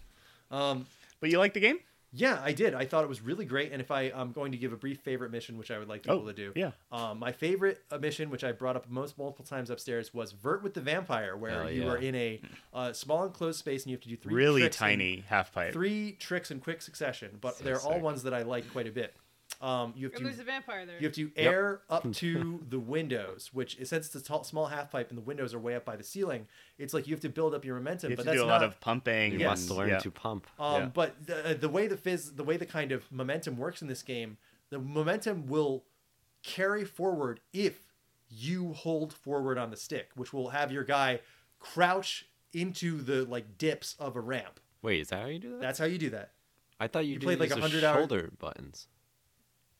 Um, But you like the game? yeah, I did. I thought it was really great. And if I, I'm going to give a brief favorite mission, which I would like people Oh, to do. yeah. Um, my favorite uh, mission, which I brought up most multiple times upstairs, was Vert with the Vampire, where Hell you yeah. are in a uh, small enclosed space and you have to do three really tricks in- tiny half pipe. three tricks in quick succession, but they're all sick. ones that I like quite a bit. Um, you have And there's a to. vampire there. You have to air up to the windows, which is- since it's a tall, small half pipe and the windows are way up by the ceiling, it's like you have to build up your momentum. you have but to that's do a not, lot of pumping. You and- must learn yeah. to pump. Um, Yeah. But the, the way the fizz, the way the kind of momentum works in this game, the momentum will carry forward if you hold forward on the stick, which will have your guy crouch into the like dips of a ramp. Wait, is that how you do that? That's how you do that. I thought you, you did played it like as a 100 hour- shoulder buttons.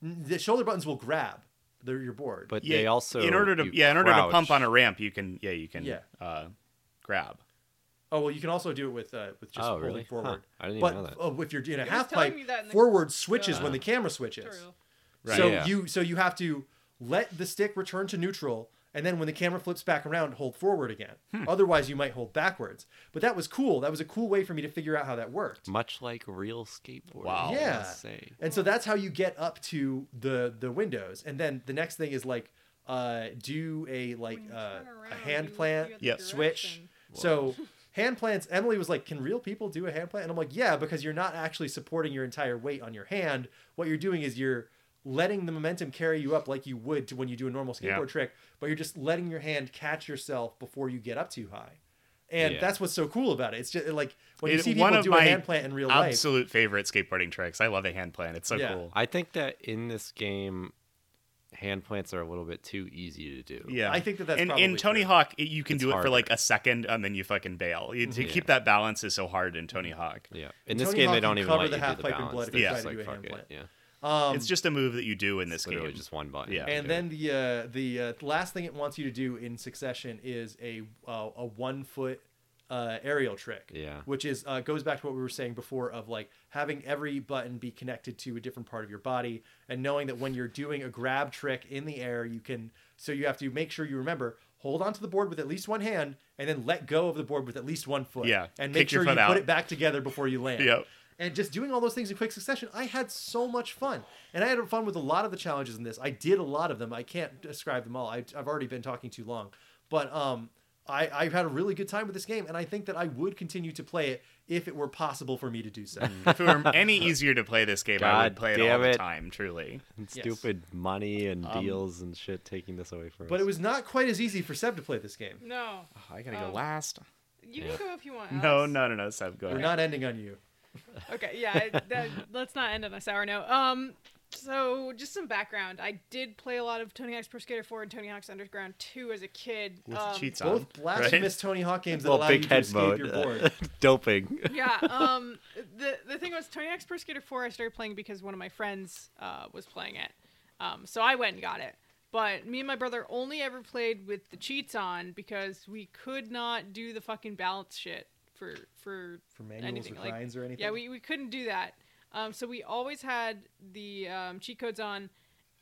The shoulder buttons will grab. They're your board. But Yeah, they also in order to you yeah in order to pump crouch. on a ramp you can yeah you can Yeah. uh, grab. Oh well, you can also do it with uh, with just Oh, holding really? Huh. forward. I didn't but, even know that. uh, if you're doing a was half telling pipe, me that in the uh, forward switches when the camera switches. Tutorial. Right. So Yeah. you so you have to let the stick return to neutral, and then when the camera flips back around, hold forward again. Hmm. Otherwise, you might hold backwards. But that was cool. That was a cool way for me to figure out how that worked. Much like real skateboarding. Wow. I must Yeah. Say. And so that's how you get up to the the windows. And then the next thing is like uh do a like When you uh, turn a around, hand you- plant you have the Yep. switch. direction. So hand plants. Emily was like, "Can real people do a hand plant?" And I'm like, "Yeah, because you're not actually supporting your entire weight on your hand. What you're doing is you're letting the momentum carry you up like you would to when you do a normal skateboard Yeah. trick, but you're just letting your hand catch yourself before you get up too high." And Yeah. that's what's so cool about it. It's just like when you It- see one people of do a my hand plant in real life. Absolute favorite skateboarding tricks. I love a hand plan. It's so Yeah. cool. I think that in this game, hand plants are a little bit too easy to do. Yeah, I think that that's in, in probably Tony true. Hawk. It, you can It's do it for harder. Mm-hmm. like a second and then you fucking bail. You, to Yeah. Mm-hmm. keep that balance is so hard in Tony Hawk. Yeah. In In this Tony game, Hawk, they you don't even cover let the you do half the pipe in balance. blood if They're you just try like, to do a fuck hand it. plant. Yeah. Um, it's just a move that you do in this It's literally game. just one button. Yeah. You and do it. then the uh, the uh, last thing it wants you to do in succession is a uh, a one foot uh, aerial trick. Yeah. Which is uh, goes back to what we were saying before of like having every button be connected to a different part of your body and knowing that when you're doing a grab trick in the air, you can. So you have to make sure you remember hold onto the board with at least one hand and then let go of the board with at least one foot. Yeah, And kick make your sure you foot out. put it back together before you land. Yep. And just doing all those things in quick succession, I had so much fun. And I had fun with a lot of the challenges in this. I did a lot of them. I can't describe them all. I, I've already been talking too long. But um, I, I've had a really good time with this game, and I think that I would continue to play it if it were possible for me to do so. Mm. if it were any easier to play this game, I would God play it all damn the it. time. Truly. And Yes. stupid money and Um, deals and shit taking this away from But us. it was not quite as easy for Seb to play this game. No. I gotta go go last. You can Yeah. go if you want. No, Alex. no, no, no, Seb, go We're ahead. not ending on you. Okay, yeah, I, that, let's not end on a sour note. Um, so just some background. I did play a lot of Tony Hawk's Pro Skater 4 and Tony Hawk's Underground 2 as a kid. With um, cheats on. Both blasphemous right? Tony Hawk games that well, allow big you to head escape mode, your board. doping. yeah. Um. The the thing was Tony Hawk's Pro Skater 4. I started playing because one of my friends uh, was playing it. Um. So I went and got it. But me and my brother only ever played with the cheats on because we could not do the fucking balance shit for for For manuals anything. or Like, grinds or anything? Yeah, we, we couldn't do that. Um, so we always had the um, cheat codes on,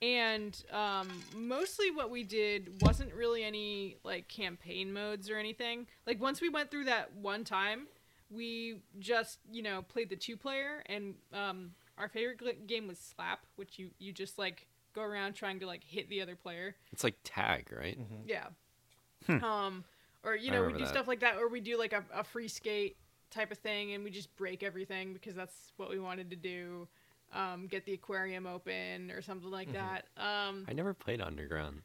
and um, mostly what we did wasn't really any like campaign modes or anything. Like once we went through that one time, we just you know played the two player, and um, our favorite gl- game was Slap, which you you just like go around trying to like hit the other player. It's like tag, right? Yeah. um, or you Hmm. I know, we remember do that. stuff like that, or we do like a, a free skate type of thing, and we just break everything because that's what we wanted to do. Um, get the aquarium open or something like Mm-hmm. that. Um, I never played Underground.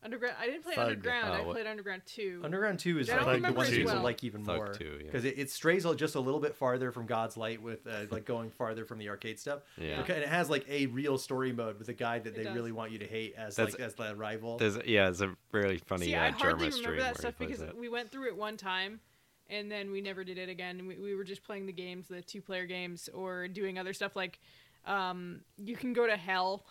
underground. I didn't play Thug. underground. Oh, I what- played underground two. Underground 2 is I don't like, the remember one as that people well. like even Thug more 2, yeah. because it, it strays a- just a little bit farther from God's Light with uh, like going farther from the arcade stuff. Yeah. Okay, and it has like a real story mode with a guy that It they does. really want you to hate as That's- like as the rival. There's yeah, it's a really funny See, uh, I hardly Germa stream remember where that he stuff plays because it. we went through it one time, and then we never did it again. And we, we were just playing the games, the two-player games, or doing other stuff like um, you can go to hell.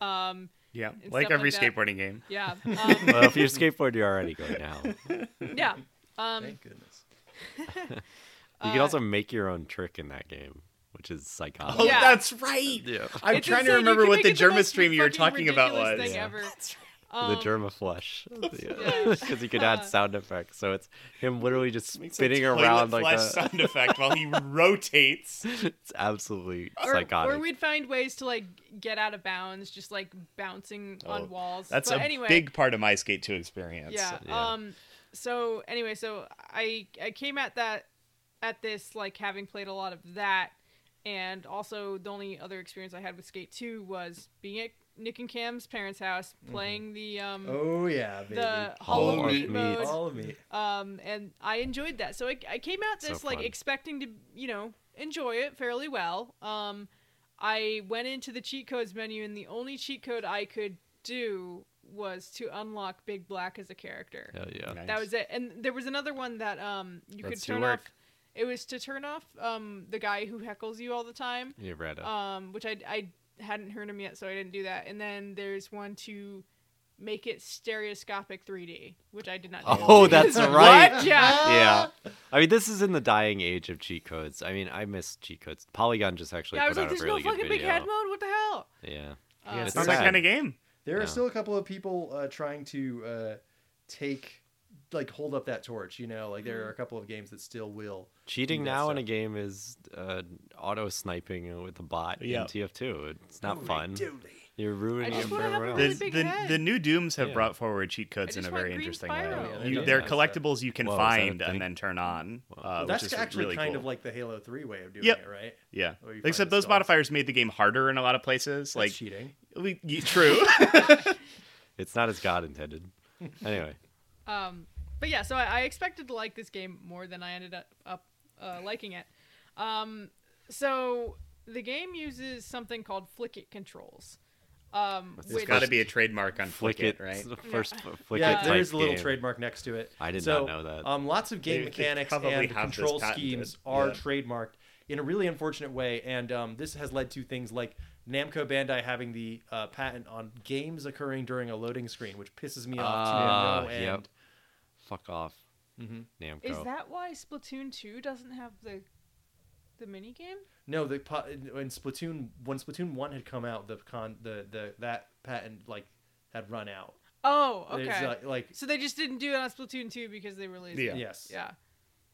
Um, Yeah, and like stuff every like that. skateboarding game. yeah. Um, well, if you're a skateboard, you're already going now. You yeah. Um, Thank goodness. can Uh, also make your own trick in that game, which is psychotic. Oh, Yeah. that's right. Yeah. I'm It's trying to insane. You remember can what make the it the Germa most stream you were fucking talking about ridiculous was. thing Yeah. ever. the Um, germa flush Yeah. because you could add sound effects so it's him literally just Makes a spinning toilet around like flush a, sound effect while he rotates. it's absolutely or, psychotic or we'd find ways to like get out of bounds, just like bouncing Oh, on walls. That's but a anyway, big part of my skate 2 experience. yeah, uh, yeah. Um. So anyway, so I I came at that at this like having played a lot of that, and also the only other experience I had with Skate Two was being at Nick and Cam's parents' house Mm-hmm. playing the um Oh yeah, baby. the Hollow hollow of meat meat. mode. All of me. um, and I enjoyed that. So I, I came out So this like fun. expecting to, you know, enjoy it fairly well. Um, I went into the cheat codes menu, and the only cheat code I could do was to unlock Big Black as a character. Hell yeah Nice. That was it. And there was another one that um you Let's do could turn work. off. It was to turn off um the guy who heckles you all the time you read it um, which I, I hadn't heard him yet, so I didn't do that. And then there's one to make it stereoscopic 3D, which I did not. Do. oh that's right Yeah. yeah i mean this is in the dying age of cheat codes i mean i miss cheat codes polygon just actually yeah, put I was like, out there's a really no good fucking video big head mode. What the hell? yeah Um, Uh, It's It's not sad. that kind of game. There Yeah. are still a couple of people uh, trying to uh, take, like, hold up that torch. You know, like Mm-hmm. there are a couple of games that still will. cheating Do that now in a stuff. game is uh, auto sniping with a bot Yeah. in tf2 it's not fun you're I ruining just it for wanna have a everyone really else. The, big the, head. the new Dooms have Yeah. brought forward cheat codes I in a just want very green interesting spiral. way. Yeah, they You- don't they're have that. collectibles you can Whoa, is that a find thing? and then turn on, uh, Well, that's which is actually really kind cool. of like the Halo Three way of doing Yep. it, right? yeah. where you find Except the those skulls. modifiers made the game harder in a lot of places. That's Like, cheating. we, y- true. It's not as God intended. Anyway, Um, but yeah, so I, I expected to like this game more than I ended up, up uh, liking it. Um, so the game uses something called flick it controls. Um, There's which, got to be a trademark on flick, it, right? the First flick it. yeah, type there is a little game. trademark next to it. I did not So, know that. Um, lots of game They- they mechanics probably and have this control patented, schemes are yeah. trademarked in a really unfortunate way, and um, this has led to things like Namco Bandai having the uh, patent on games occurring during a loading screen, which pisses me off Ah, to no yep. end. Fuck off, Mhm. Namco. is that why Splatoon 2 doesn't have the the mini game? No, the po- when Splatoon when Splatoon one had come out, the con the, the that patent like had run out. Oh, There's, okay. uh, like So they just didn't do it on Splatoon 2 because they were lazy. Yeah. yes, Yeah.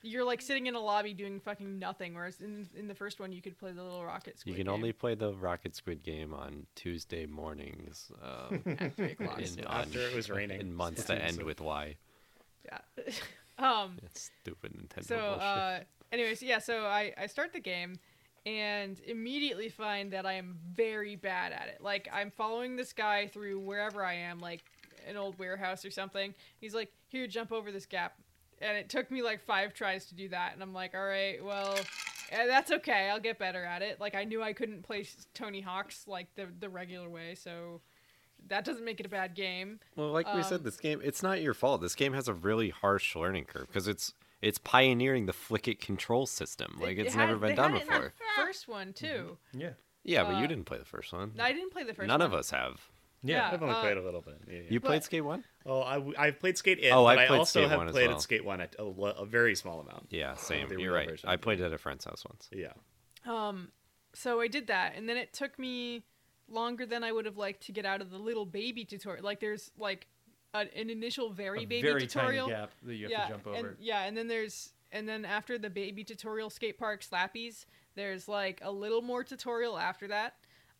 You're like sitting in a lobby doing fucking nothing, whereas in, in the first one you could play the little rocket You squid. can game only play the Rocket Squid game on Tuesday mornings. Um, at three o'clock. in, on- After it was raining. in months that Splatoon, end so- with Y. Yeah. um. Stupid Nintendo. So, uh, anyways, yeah. So I I start the game, and immediately find that I am very bad at it. Like I'm following this guy through wherever I am, like an old warehouse or something. He's like, "Here, jump over this gap," and it took me like five tries to do that. And I'm like, "All right, well." eh, that's okay. I'll get better at it. Like I knew I couldn't play s- Tony Hawk's like the the regular way, so that doesn't make it a bad game. Well, like we Um, said, this game it's not your fault. This game has a really harsh learning curve because it's it's pioneering the flick it control system. Like It it's had- never been they done had it in the before. First one too. Yeah. Yeah, but uh, you didn't play the first one. I didn't play the first. None one. of us have. Yeah, I've only uh, played a little bit. Yeah, yeah. You played But- Skate One? Oh, I, w- I've played Skate It, Oh, but I I, played also Skate have 1 as played well. at Skate One at a, lo- a very small amount. Yeah, same. the real You're right. version. I played it at a friend's house once. Yeah. Um, so I did that, and then it took me longer than I would have liked to get out of the little baby tutorial. Like there's like a, an initial very A baby very tiny tutorial gap that you have to jump And, over. yeah, and then there's and then after the baby tutorial skate park slappies, there's like a little more tutorial after that.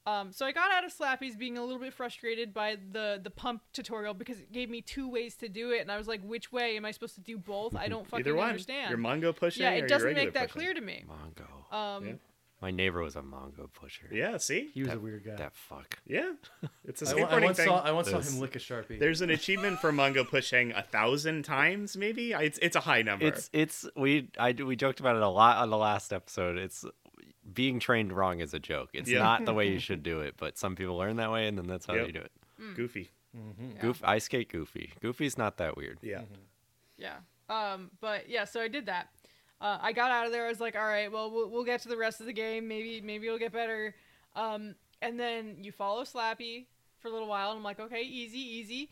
Um, so I got out of Slappies being a little bit frustrated by the the pump tutorial because it gave me two ways to do it, and I was like, which way am I supposed to do both? I don't fucking Either one. understand. Your Mongo pushing Yeah, or it your doesn't regular make that pushing. clear to me. Mongo. Um, Yeah. My neighbor was a Mongo pusher. Yeah, see? He was That- a weird guy. That fuck. Yeah. It's a I, wa- skateboarding I once thing. saw I once saw This- him lick a sharpie. There's an achievement for Mongo pushing a thousand times, maybe? I- It's, it's a high number. It's it's we I we joked about it a lot on the last episode. It's being trained wrong is a joke. It's Yeah. not the way you should do it, but some people learn that way and then that's how Yep. they do it. Goofy. Yeah. Goof I skate goofy. Goofy's not that weird. Yeah. Yeah. Um. But yeah. So I did that. Uh, I got out of there. I was like, all right. Well, we'll we'll get to the rest of the game. Maybe maybe it'll get better. Um. And then you follow Slappy for a little while, and I'm like, okay, easy, easy.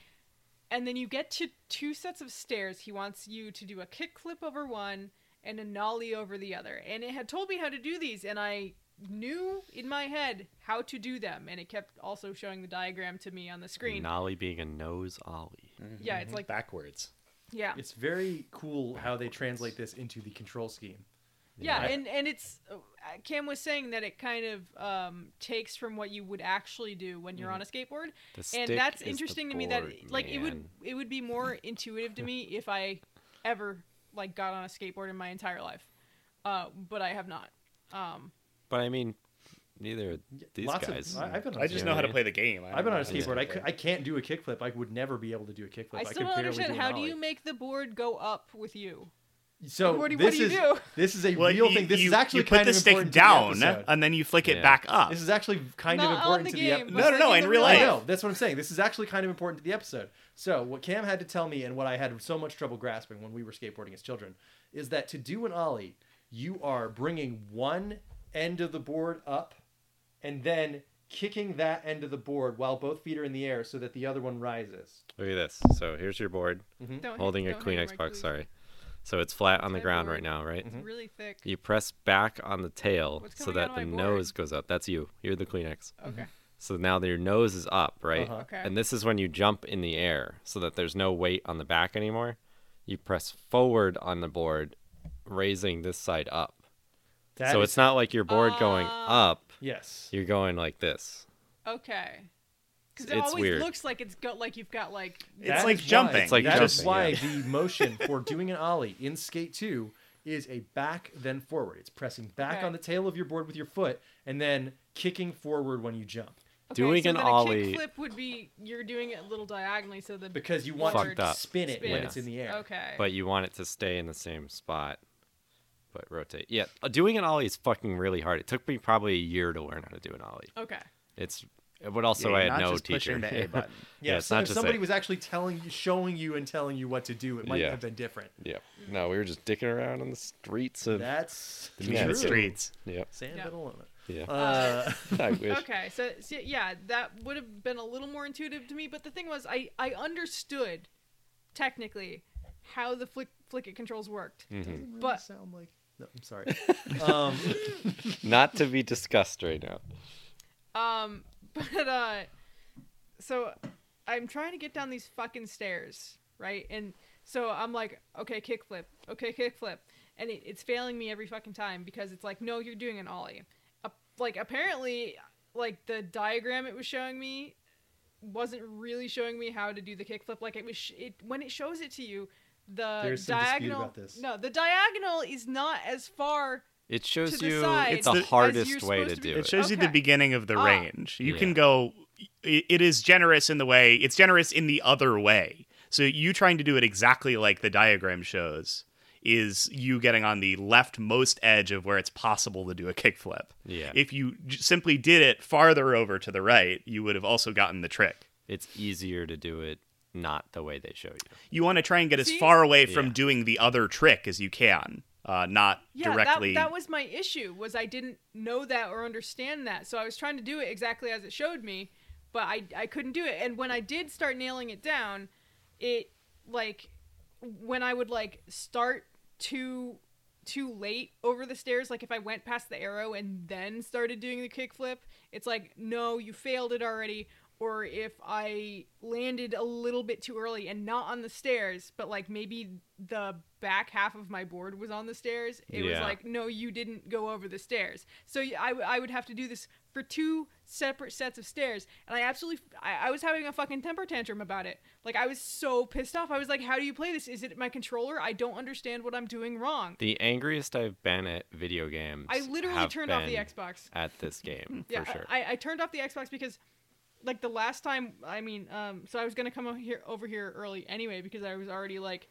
And then you get to two sets of stairs. He wants you to do a kickflip over one and a nollie over the other. And it had told me how to do these, and I knew in my head how to do them. And it kept also showing the diagram to me on the screen. Nolly being a nose ollie. Mm. Yeah, it's like Backwards. yeah. It's very cool how they translate this into the control scheme. yeah Yeah. and and it's uh, cam was saying that it kind of um takes from what you would actually do when you're on a skateboard The and stick that's is the interesting to me that board, like it would man. it would be more intuitive to me if i ever like got on a skateboard in my entire life uh but i have not um But I mean neither of these Lots guys. Of, I, have been on I just skateboard. know how to play the game. I I've been on a don't know how skateboard. to I, play. cou- I can't do a kickflip. I would never be able to do a kickflip. i could still don't barely understand do an how do ollie. you make the board go up with you So what do you- what this do you is do? this is a Well, real you- thing. This you- is actually you put kind the of stick important to the down Uh, episode. and then you flick it Yeah. back up. This is actually kind Not of on important the to the game, episode. but No, no, like no, in in the real real life. life. I know. That's what I'm saying. This is actually kind of important to the episode. So, what Cam had to tell me and what I had so much trouble grasping when we were skateboarding as children is that to do an Ollie, you are bringing one end of the board up and then kicking that end of the board while both feet are in the air so that the other one rises. Look at this. So here's your board. Don't hit- Holding a don't hit clean my glue. Xbox, sorry. So it's flat on the my ground board. right now, right? it's really thick You press back on the tail What's so coming out that of the my board? nose goes up. That's you. You're the Kleenex. okay So now your nose is up, right? Uh-huh. Okay. And this is when you jump in the air so that there's no weight on the back anymore. You press forward on the board, raising this side up. That so is- it's not like your board going Oh. up, yes. you're going like this. okay because it It's always weird. looks like it's got like you've got like It's like is why- jumping. It's like that is jumping, why yeah. the motion for doing an ollie in Skate 2 is a back then forward. It's pressing back Okay. on the tail of your board with your foot and then kicking forward when you jump. Okay, Doing so an then ollie- A kickflip would be you're doing it a little diagonally, so the Because you want Fucked to up. spin it when Yeah. it's in the air. Okay. But you want it to stay in the same spot, but rotate. Yeah, uh, doing an ollie is fucking really hard. It took me probably a year to learn how to do an ollie. okay. It's, but also Yeah, I you're had not no just pushing teacher. the A button. Yeah, Yeah, it's so not if just somebody like- was actually telling you, showing you and telling you what to do, it might Yeah. have been different. Yeah. No, we were just dicking around on the streets of. That's The Yeah, Yeah, the true. it's streets. Yep. Sand Yeah. Petaluma. Yeah. Uh, I wish. Okay. So, so yeah, that would have been a little more intuitive to me. But the thing was, I I understood technically how the flick flick it controls worked. but But- sound like no, I'm sorry. Um, Not to be discussed right now. Um, but uh, so I'm trying to get down these fucking stairs, right? And so I'm like, okay, kickflip, okay, kickflip, and it, it's failing me every fucking time because it's like, no, you're doing an ollie. Uh, like apparently, like the diagram it was showing me wasn't really showing me how to do the kickflip. Like it was, sh- it when it shows it to you, the There's some dispute diagonal. about this. No, the diagonal is not as far. It shows the you side it's the as hardest you're way supposed to to do It, it. shows you the Okay. beginning of the Ah. range. You Yeah. can go. i it is generous in the way. It's generous in the other way. So you trying to do it exactly like the diagram shows is you getting on the leftmost edge of where it's possible to do a kickflip. Yeah. If you j- simply did it farther over to the right, you would have also gotten the trick. It's easier to do it not the way they show you. You want to try and get as See? far away from Yeah. doing the other trick as you can, uh, not Yeah, directly. that that was my issue. Was I didn't know that or understand that, so I was trying to do it exactly as it showed me, but I I couldn't do it. And when I did start nailing it down, it like when I would like start too too late over the stairs, like if I went past the arrow and then started doing the kickflip, it's like, no, you failed it already. Or if I landed a little bit too early and not on the stairs, but like maybe the back half of my board was on the stairs, it was Yeah. like, no, you didn't go over the stairs. So y- I, w- I would have to do this for two separate sets of stairs. And I absolutely, I, I was having a fucking temper tantrum about it. Like, I was so pissed off. I was like, how do you play this? Is it my controller? I don't understand what I'm doing wrong. The angriest I've been at video games. I literally have turned off the been Xbox. at this game Yeah, for sure. I, I turned off the Xbox because, like, the last time, I mean, um, so I was gonna come over here over here early anyway because I was already like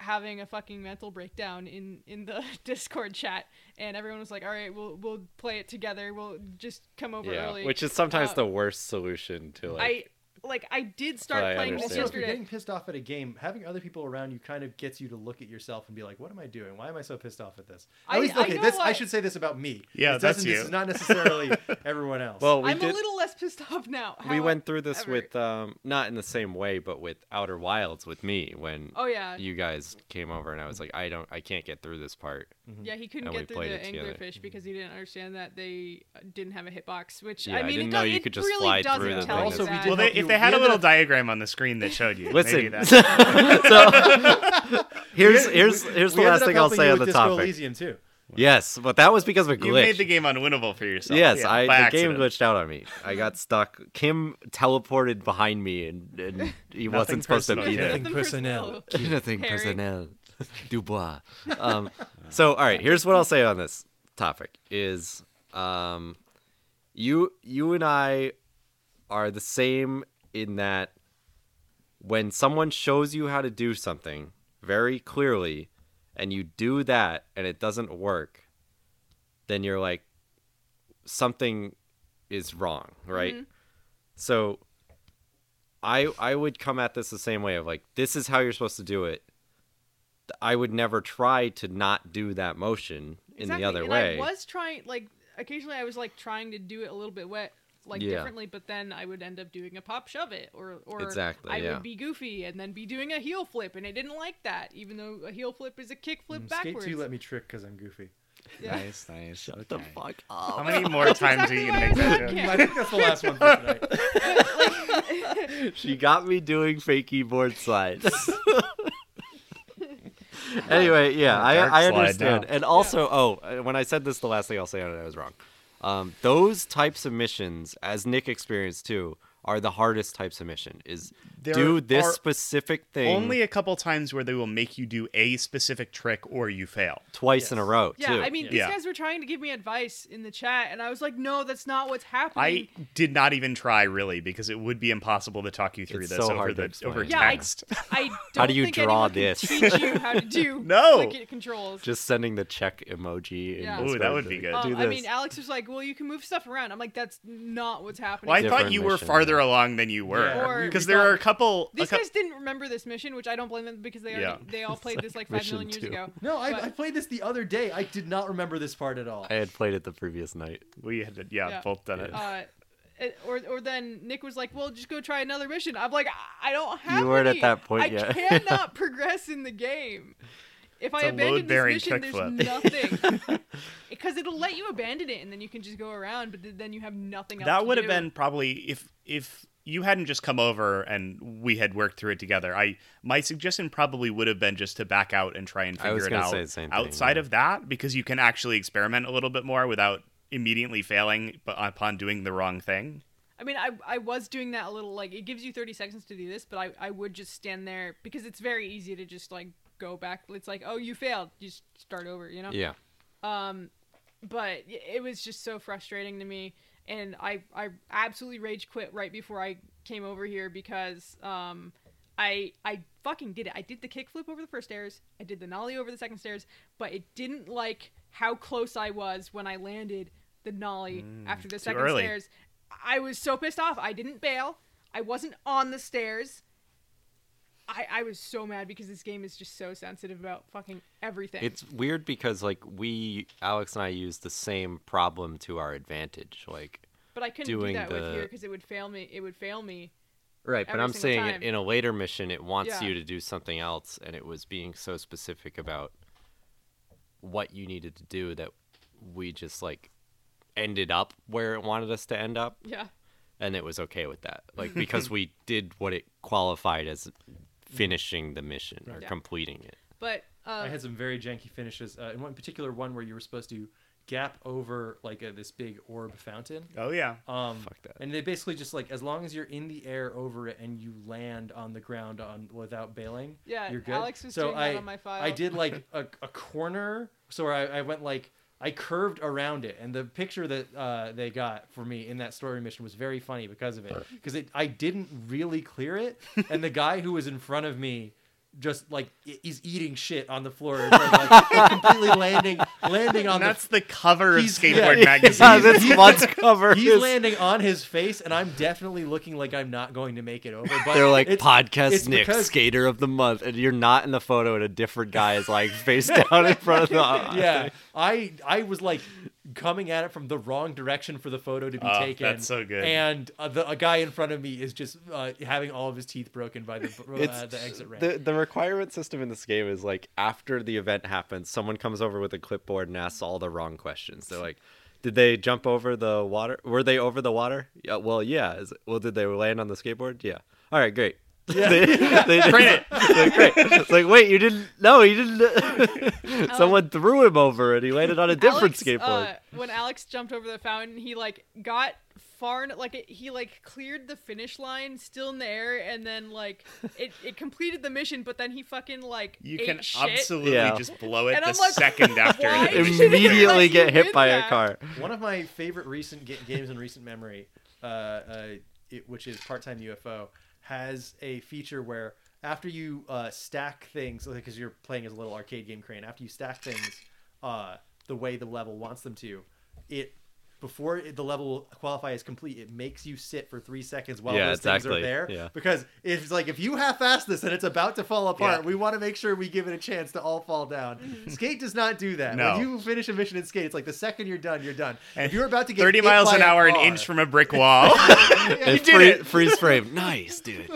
having a fucking mental breakdown in in the Discord chat, and everyone was like, "All right, we'll we'll play it together. We'll just come over yeah, early." which is sometimes Uh, the worst solution to like. I like I did start I playing understand. this Also, if you're yesterday. getting pissed off at a game, having other people around you kind of gets you to look at yourself and be like, "What am I doing? Why am I so pissed off at this?" At I- least, I okay, know that's, I what- should say this about me. Yeah, It doesn't- that's you. This is not necessarily everyone else. well, we I'm did. a little less pissed off now. we How- went through this ever- with um not in the same way but with outer wilds with me when Oh yeah, you guys came over and i was like i don't i can't get through this part Yeah, he couldn't And we get through played the it together. anglerfish because he didn't understand that they uh, didn't have a hitbox. Which Yeah, I I mean, didn't it know does, you it could just really slide doesn't through the tell thing us Also, we that. did well, they, help you. if they had We a little ended diagram on the screen that showed you, maybe listen that. so here's here's We- here's we the ended last up thing i'll helping say you on with the Disco topic Elysium too. yes but that was because of a glitch You made the game unwinnable for yourself. Yes, yeah, I the by game accident. glitched out on me. I got stuck. Kim teleported behind me, and, and he Nothing wasn't supposed to personal, be Kim. there. Nothing personnel. Nothing Harry. personnel. Dubois. Um, so, all right, here's what I'll say on this topic: is um, you you and I are the same in that when someone shows you how to do something very clearly, and you do that, and it doesn't work, then you're like, something is wrong, right? Mm-hmm. So I I would come at this the same way of like this is how you're supposed to do it. I would never try to not do that motion in exactly. the other and way. I was trying, like, occasionally I was like trying to do it a little bit wet, like Yeah. differently, but then I would end up doing a pop shove it, or or Exactly, I yeah. would be goofy and then be doing a heel flip, and I didn't like that, even though a heel flip is a kick flip Mm, Skate backwards. two let me trick because I'm goofy. Yeah. Nice, nice. Shut the fuck How Oh, up. many more times are you gonna make exactly that what I joke? was I think that's the last one for tonight. she got me doing fake keyboard slides. anyway, yeah, I, dark I slide now. understand. And also, oh, uh, when I said this, the last thing I'll say on it, I was wrong. Um, those types of missions, as Nick experienced too, are the hardest types of mission. Is There do this are specific thing Only a couple times where they will make you do a specific trick or you fail. twice in a row Yeah, too. I mean, Yeah. these guys were trying to give me advice in the chat, and I was like, "No, that's not what's happening." I did not even try really because it would be impossible to talk you through It's this so over hard to the explain. over Yeah, I- text. I don't How do you think draw anyone can this? Teach you how to do No. clicky controls. just sending the check emoji. in Yeah. Ooh, that Discord would to be good. Um, Do this. I mean, Alex was like, "Well, you can move stuff around." I'm like, "That's not what's happening." well, I thought different you were mission, farther yeah. along than you Yeah, Or- were we- because we there are a thought- couple. a These cou- guys didn't remember this mission, which I don't blame them because they already, Yeah. they all played this like five Mission million years two. ago. No, I, But- I played this the other day. I did not remember this part at all. I had played it the previous night. we had yeah, Yeah. both done it. uh, it- or or then Nick was like, "Well, just go try another mission." I'm like, "I- "I don't have." You weren't at any. that point I yet." cannot progress in the game. If I a abandon this load-bearing mission, there's kickflip. nothing. Because it'll let you abandon it, and then you can just go around, but th- then you have nothing else. that to would have do. been probably if if you hadn't just come over and we had worked through it together i my suggestion probably would have been just to back out and try and I was figure it gonna out say the same thing, outside yeah. of that because you can actually experiment a little bit more without immediately failing bu- upon doing the wrong thing I mean, I I was doing that a little like it gives you 30 seconds to do this, but I I would just stand there because it's very easy to just like go back. It's like, oh, you failed. You just start over, you know? Yeah. Um, but y- it was just so frustrating to me. And I, I absolutely rage quit right before I came over here because um, I I fucking did it. I did the kickflip over the first stairs. I did the nollie over the second stairs, but it didn't like how close I was when I landed the nollie after the Mm, too second early. stairs. I was so pissed off. I didn't bail. I wasn't on the stairs. I, I was so mad because this game is just so sensitive about fucking everything. It's weird because like we Alex and I use the same problem to our advantage. Like but I couldn't do doing that with the- here because it would fail me. It would fail me. Right, but every I'm single saying time. it in a later mission it wants Yeah. you to do something else and it was being so specific about what you needed to do that we just like ended up where it wanted us to end up Yeah. and it was okay with that. Like because we did what it qualified as finishing the mission or Yeah. completing it. But uh, I had some very janky finishes. Uh, and one in particular, one where you were supposed to gap over like uh this big orb fountain. Oh yeah. Um, Fuck that. And they basically just like as long as you're in the air over it and you land on the ground on without bailing, Yeah, you're good. Alex was so doing that I, on my file. I did like a, a corner, so I, I went like I curved around it, and the picture that uh, they got for me in that story mission was very funny because of it, because it I didn't really clear it, and the guy who was in front of me. Just like i- he's eating shit on the floor, and, like, like, completely landing, landing on. And that's the the cover of He's- Skateboard yeah. Magazine. Yeah, that's month's cover. He's landing on his face, and I'm definitely looking like I'm not going to make it over. But They're like it's- podcast it's Nick because- skater of the month, and you're not in the photo, and a different guy is like face down in front of the. yeah, I I was like coming at it from the wrong direction for the photo to be Oh, taken. that's so good. And uh, the a guy in front of me is just uh, having all of his teeth broken by the uh, the exit ramp. The, the requirement system in this game is like after the event happens, someone comes over with a clipboard and asks all the wrong questions. They're like, "Did they jump over the water? Were they over the water? Yeah. Well, yeah. Is, well, did they land on the skateboard? Yeah. All right, great. Yeah. they, they just- Print it. they're great. It's like, wait, you didn't? No, you didn't. someone threw him over, and he landed on a different Alex, skateboard. Uh, when Alex jumped over the fountain, he like got far, en- like it, he like cleared the finish line, still in the air, and then like it, it completed the mission. But then he fucking like You ate can shit. absolutely Yeah. just blow it And the I'm like, second after. why it hits the Immediately ground. get hit by a car. One of my favorite recent ga- games in recent memory, uh, uh, it, which is Part Time UFO, has a feature where after you uh, stack things, because you're playing as a little arcade game crane, after you stack things uh, the way the level wants them to, it before it, the level will qualify as complete, it makes you sit for three seconds while Yeah, those things exactly. are there. Yeah. Because it's like if you half-ass this and it's about to fall apart, Yeah. we want to make sure we give it a chance to all fall down. Skate does not do that. No. When you finish a mission in skate, it's like the second you're done, you're done. If you're about to get 30 hit miles by an a hour, an car- inch from a brick wall. you And did free- it. freeze frame. Nice, dude.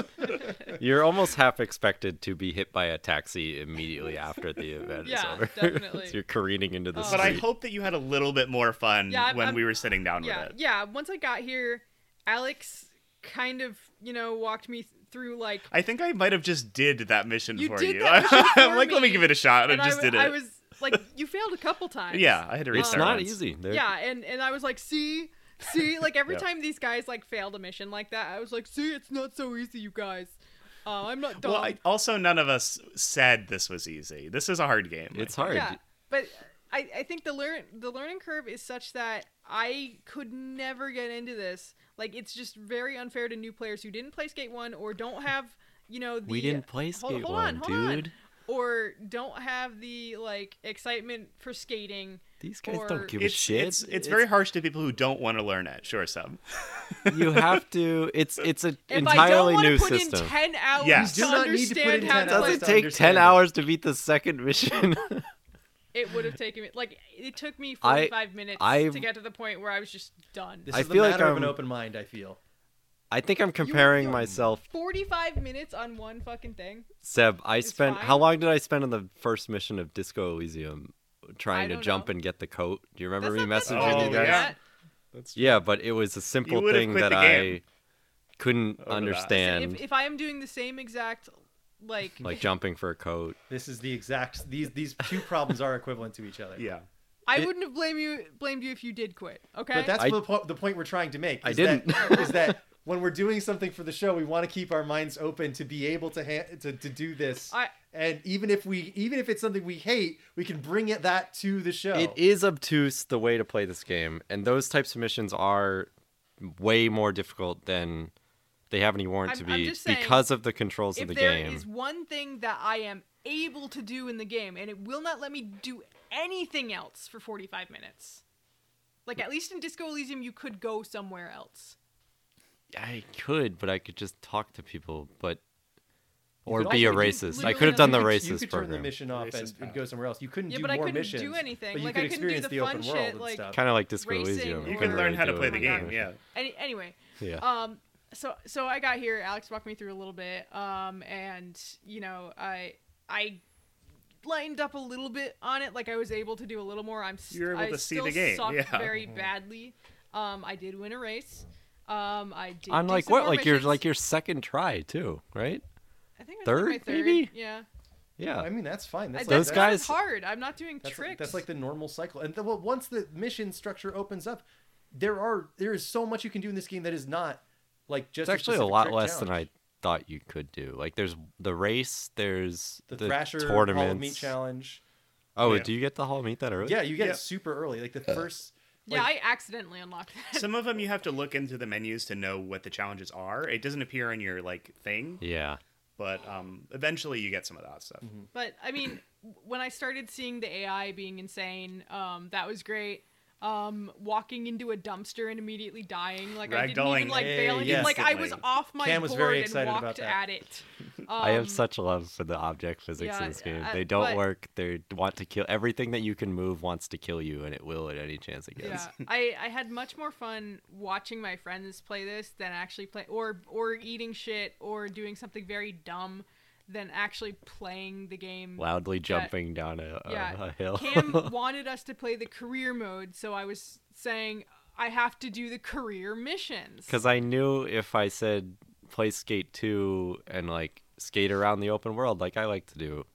You're almost half expected to be hit by a taxi immediately after the event is Yeah, over. definitely. So you're careening into the Um, But street. I hope that you had a little bit more fun Yeah, I'm- when I'm- we were sitting down yeah, with it. yeah. Once I got here, Alex kind of you know walked me th- through like I think I might have just did that mission You for did you. that mission I'm for like, let me me, give it a shot, and, I just w- did it. I was like, you failed a couple times. Yeah, I had to Um, restart. once. Yeah, and and I was like, see, see, like every Yeah. time these guys like failed a mission like that, I was like, see, it's not so easy, you guys. Uh, I'm not dumb. Well, I, also none of us said this was easy. This is a hard game. It's Yeah, but I, I think the learn the learning curve is such that I could never get into this. Like it's just very unfair to new players who didn't play Skate One or don't have you know the, We didn't play hold- Skate hold on, 1, hold on. dude. Or don't have the like excitement for skating. These or- it's, It's, it's very harsh to people who don't want to learn it. Sure, sub. you have to. It's it's an If I don't entirely wanna new put in system. 10 hours Yes. to You do not need to put in understand how 10 to hours play- Does it take ten hours to beat the second mission? It would have taken me like it took me I- forty five minutes I've- to get to the point where I was just done. This I is the feel like matter of an I'm- open mind. I feel. I think I'm comparing myself. Forty five minutes on one fucking thing. Seb, I It's spent fine. how long did I spend on the first mission of Disco Elysium, trying to don't jump and get the coat? Do you remember me that messaging bad. you Oh, guys? yeah. Yeah, but it was a simple would've thing quit that the game I couldn't that. understand, If, if I am doing the same exact like like jumping for a coat. This is the exact. These these two problems are equivalent to each other. Yeah. I it- wouldn't have blamed you blamed you if you did quit. Okay. But that's I- the, po- the point we're trying to make. I is that- didn't. is that when we're doing something for the show, we want to keep our minds open to be able to ha- to, to do this. I- and even if we even if it's something we hate, we can bring it that to the Oh. show. It is obtuse the way to play this game, and those types of missions are way more difficult than they have any warrant I'm- to I'm be just saying, because of the controls if of the there game. is one thing that I am able to do in the game, and it will not let me do anything else for 45 minutes. Like, at least in Disco Elysium, you could go somewhere else. I could, but I could just talk to people, but You or could be be a also- you could racist. I literally could have done the You racist could- You could turn program. the mission off and, and go somewhere else. You couldn't Yeah, do but I more couldn't do missions. anything. But you Like, could I couldn't do experience the the, open fun world shit, and like- stuff. Kind of like Disco Racing Elysium. You can couldn't learn really how to do play it. Oh the game, yeah. Any, anyway, Yeah. um, so so I got here. Alex walked me through a little bit, um, and you know, I I lightened up a little bit on it. Like I was able to do a little more. I'm st- You're able I to see still the game, Sucked yeah. very badly. Um, I did win a race. Um, I did. On do like some what? more Like your missions. like your second try too, right? I think I took my third, maybe? Yeah. Yeah. I mean that's fine. That's I, like, Those that's that's- not guys- hard. I'm not doing That's like, tricks. that's like the normal cycle. And the, well, once the mission structure opens up, there are there is so much you can do in this game that is not like just It's actually a lot less than I thought you could do. Like there's the race, there's the, Thrasher Hall of Meat tournaments. challenge. Oh, Yeah. do you get the Hall of Meat that early? Yeah, you get Yeah. it super early, like the first. yeah, like- I accidentally unlocked that. Some of them you have to look into the menus to know what the challenges are. It doesn't appear on your like thing, Yeah. but um, eventually you get some of that stuff. But I mean, when I started seeing the AI being insane, um, that was great. Um, walking into a dumpster and immediately dying, like I didn't even Ragdolling like bail Hey, anything. Like I was instantly. off my Cam was board very and excited about walked that. at it. Um, I have such love for the object physics yeah, in this game. uh, they don't but- work. They want to kill everything that you can move wants to kill you, and it will at any chance it Yeah, gets. I, I had much more fun watching my friends play this than actually play or or eating shit or doing something very dumb than actually playing the game Loudly jumping down a, a, yeah. a hill. Cam wanted us to play the career mode, so I was saying I have to do the career missions. Because I knew if I said play Skate 2 and like skate around the open world like I like to do,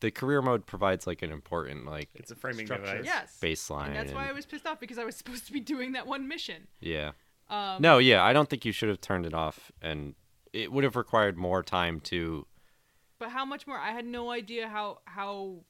the career mode provides like an important like It's a framing Structure. device. yes, baseline. and that's why I and- was pissed off because I was supposed to be doing that one mission. Yeah. Um, No, yeah, I don't think you should have turned it off, and it would have required more time to. but how much more? I had no idea how how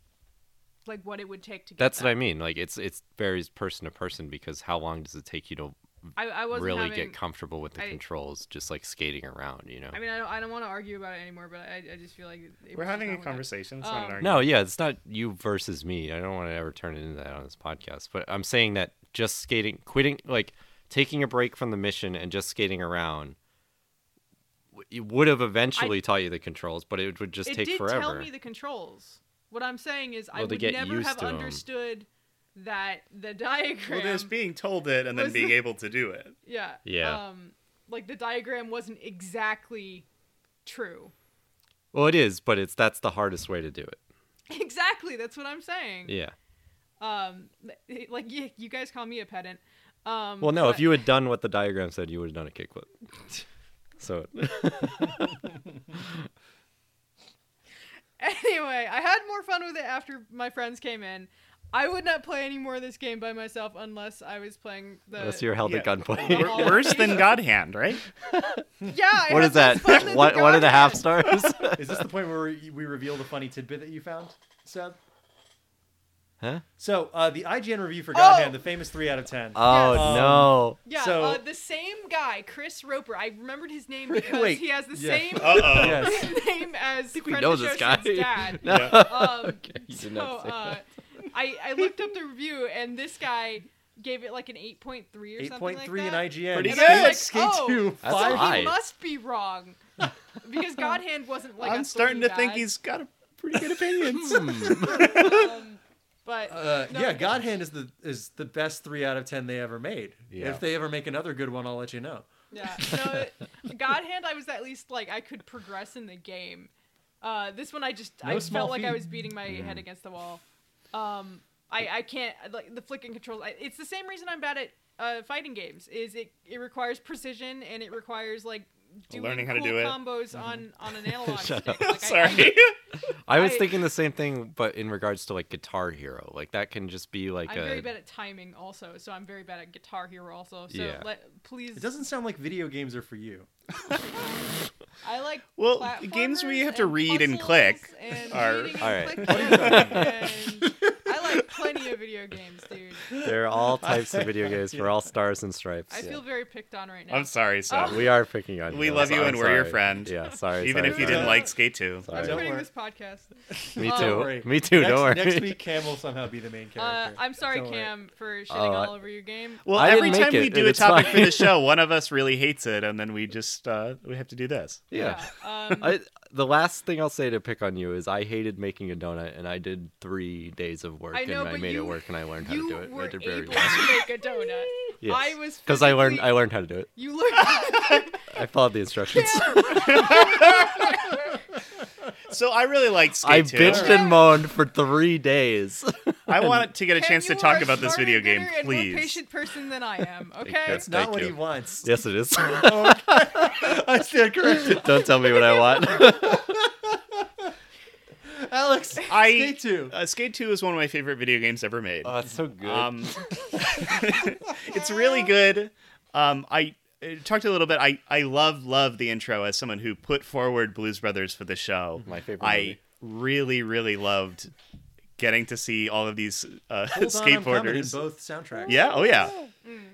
like what it would take to. Get That's that. what I mean. Like it's it's varies person to person because how long does it take you to I, I wasn't really having, get comfortable with the I- controls, just like skating around, you know? I mean, I don't, I don't want to argue about it anymore, but I, I just feel like it We're was having a just not worth it. conversation. It's not an Um, argument. no, yeah, it's not you versus me. I don't want to ever turn it into that on this podcast, but I'm saying that just skating, quitting, like taking a break from the mission and just skating around. w- It would have eventually taught you the controls, but it would just it take did forever. tell me the controls. What I'm saying is, I Well, to would get never used have to 'em. understood that the diagram. Well, there's being told it and then Was- being able to do it. Yeah. Yeah. Um, like the diagram wasn't exactly true. Well, it is, but it's that's the hardest way to do it. Exactly. That's what I'm saying. Yeah. Um, like you, you guys call me a pedant. Um, Well, no, but- if you had done what the diagram said, you would have done a kickflip. So Anyway, I had more fun with it after my friends came in. I would not play any more of this game by myself unless I was playing the. unless you're held yeah. at gunpoint, Wor- Oh, worse than God Hand, right? Yeah. I what had is less that? fun than One, the one and a half Godhead. stars? Is this the point where we we reveal the funny tidbit that you found, Seb? huh? So uh, the IGN review for Oh! Godhand, the famous three out of ten. Oh Yes. no! Yeah, So- uh, the same guy, Chris Roper. I remembered his name because Wait, he has the yeah. same Uh yes. name as We Friend know of this Joshua's guy. dad. no. Um, you so did not say uh, I, I looked up the review and this guy gave it like an 8.3 or Eight something point like three in that. IGN. Pretty And I good. was like, oh, Two, That's so five. high. he must be wrong. Because Godhand wasn't like a I'm starting three to think guy, he's got a pretty good opinions. um, but Uh, no, yeah, I- Godhand is the is the best three out of ten they ever made. Yeah. If they ever make another good one, I'll let you know. Yeah. No, Godhand, I was at least like I could progress in the game. Uh, this one, I just No I small felt like I feat. was beating my head against the wall. Um, I I can't like the flicking controls. I, it's the same reason I'm bad at uh, fighting games. Is it it requires precision and it requires like doing Learning how to cool do it. combos on on an analog Shut stick. up. Like, I- Sorry. I was I- thinking the same thing, but in regards to like Guitar Hero, like that can just be like I'm a very bad at timing, also, so I'm very bad at Guitar Hero, also. So Yeah. let, please, It doesn't sound like video games are for you. I like Well, games where you have to platformers read and puzzles click and are- reading and All right. clicking and- I like plenty of video games, dude. There are all types of video games. We're all stars and stripes. I feel very picked on right now. I'm sorry, Uh, Oh. Seth. we are picking on you. We I'm love you so- and I'm we're your sorry. friend. Yeah, sorry. Even sorry, if you sorry. didn't like Skate 2. I'm Sorry. quitting worry. this podcast. Me Um, too. Don't worry. Me too, Next, don't worry. Next week, Cam will somehow be the main character. Uh, I'm sorry, Don't worry. Cam, for shitting I- all over your game. Well, I didn't every make time it, we do and a it's topic for fine. the show, one of us really hates it, and then we just uh, we have to do this. Yeah. Um, I, the last thing I'll say to pick on you is I hated making a donut, and I did three days of work, I know, and I but made you- it work, and I learned how to you do it. and were I did very able well. to make a donut. I was because I learned. physically- I learned how to do it. You learned. I followed the instructions. So I really like Skate I 2. bitched and moaned for three days. I want to get a Cam, chance to you talk are about this smarter, video game, gooder, and please. More patient person than I am. Okay. you. It's not Thank what you. he wants. yes, it is. I stand corrected. Don't tell me what I want. Alex, I Skate 2. Uh, Skate 2 is one of my favorite video games ever made. oh, it's so good. Um, it's really good. Um, I uh, talked a little bit. I, I love love the intro as someone who put forward Blues Brothers for the show. My favorite I movie. really really loved getting to see all of these uh, Hold on, I'm coming skateboarders. in both soundtracks. yeah. Oh yeah.